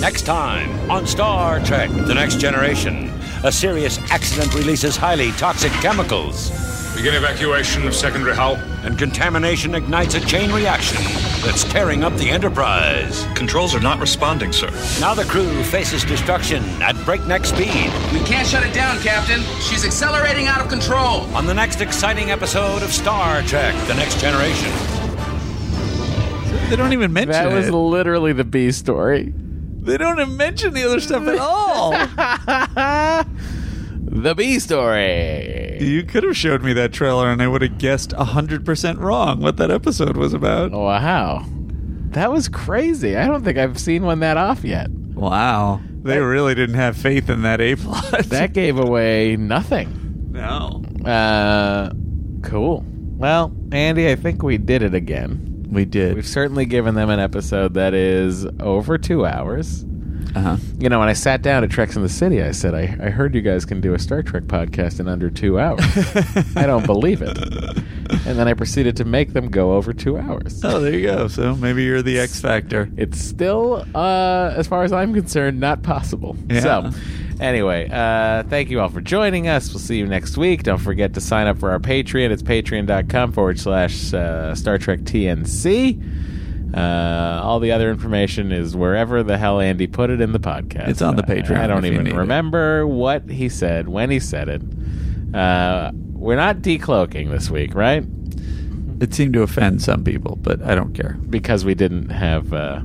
[SPEAKER 5] Next time on Star Trek The Next Generation, a serious accident releases highly toxic chemicals. Begin evacuation of secondary hull. And contamination ignites a chain reaction that's tearing up the Enterprise. Controls are not responding, sir. Now the crew faces destruction at breakneck speed.
[SPEAKER 23] We can't shut it down, Captain. She's accelerating out of control.
[SPEAKER 5] On the next exciting episode of Star Trek The Next Generation.
[SPEAKER 3] They don't even mention
[SPEAKER 1] That was
[SPEAKER 3] it.
[SPEAKER 1] literally the B story.
[SPEAKER 3] They don't even mention the other stuff
[SPEAKER 1] [LAUGHS]
[SPEAKER 3] at all.
[SPEAKER 1] The B story.
[SPEAKER 3] You could have showed me that trailer and I would have guessed 100% wrong what that episode was about.
[SPEAKER 1] Wow. That was crazy. I don't think I've seen one that off yet.
[SPEAKER 3] Wow. Oh, They really didn't have faith in that A plot.
[SPEAKER 1] That gave away nothing.
[SPEAKER 3] No.
[SPEAKER 1] Uh, cool. Well, Andy, I think we did it again.
[SPEAKER 3] We did.
[SPEAKER 1] We've certainly given them an episode that is over two hours. Uh-huh. You know, when I sat down at Treks in the City, I said, I, I heard you guys can do a Star Trek podcast in under two hours. I don't believe it. And then I proceeded to make them go over two hours.
[SPEAKER 3] Oh, there you go. So maybe you're the X Factor.
[SPEAKER 1] It's still, uh, as far as I'm concerned, not possible.
[SPEAKER 3] Yeah.
[SPEAKER 1] So, [LAUGHS] anyway, uh, thank you all for joining us. We'll see you next week. Don't forget to sign up for our Patreon. It's patreon.com forward slash uh, Star Trek TNC. Uh, all the other information is wherever the hell Andy put it in the podcast.
[SPEAKER 3] It's on the Patreon
[SPEAKER 1] I, I don't
[SPEAKER 3] if you
[SPEAKER 1] even
[SPEAKER 3] need it.
[SPEAKER 1] remember what he said when he said it. Uh, we're not decloaking this week, right?
[SPEAKER 3] It seemed to offend some people, but I don't care.
[SPEAKER 1] Because we didn't have, uh,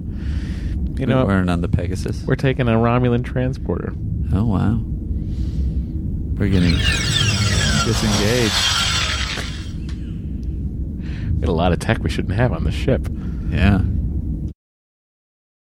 [SPEAKER 1] you know,
[SPEAKER 3] we weren't on the Pegasus.
[SPEAKER 1] we're taking a Romulan transporter.
[SPEAKER 3] Oh wow, we're getting disengaged.
[SPEAKER 1] We had a lot of tech we shouldn't have on the ship.
[SPEAKER 3] Yeah.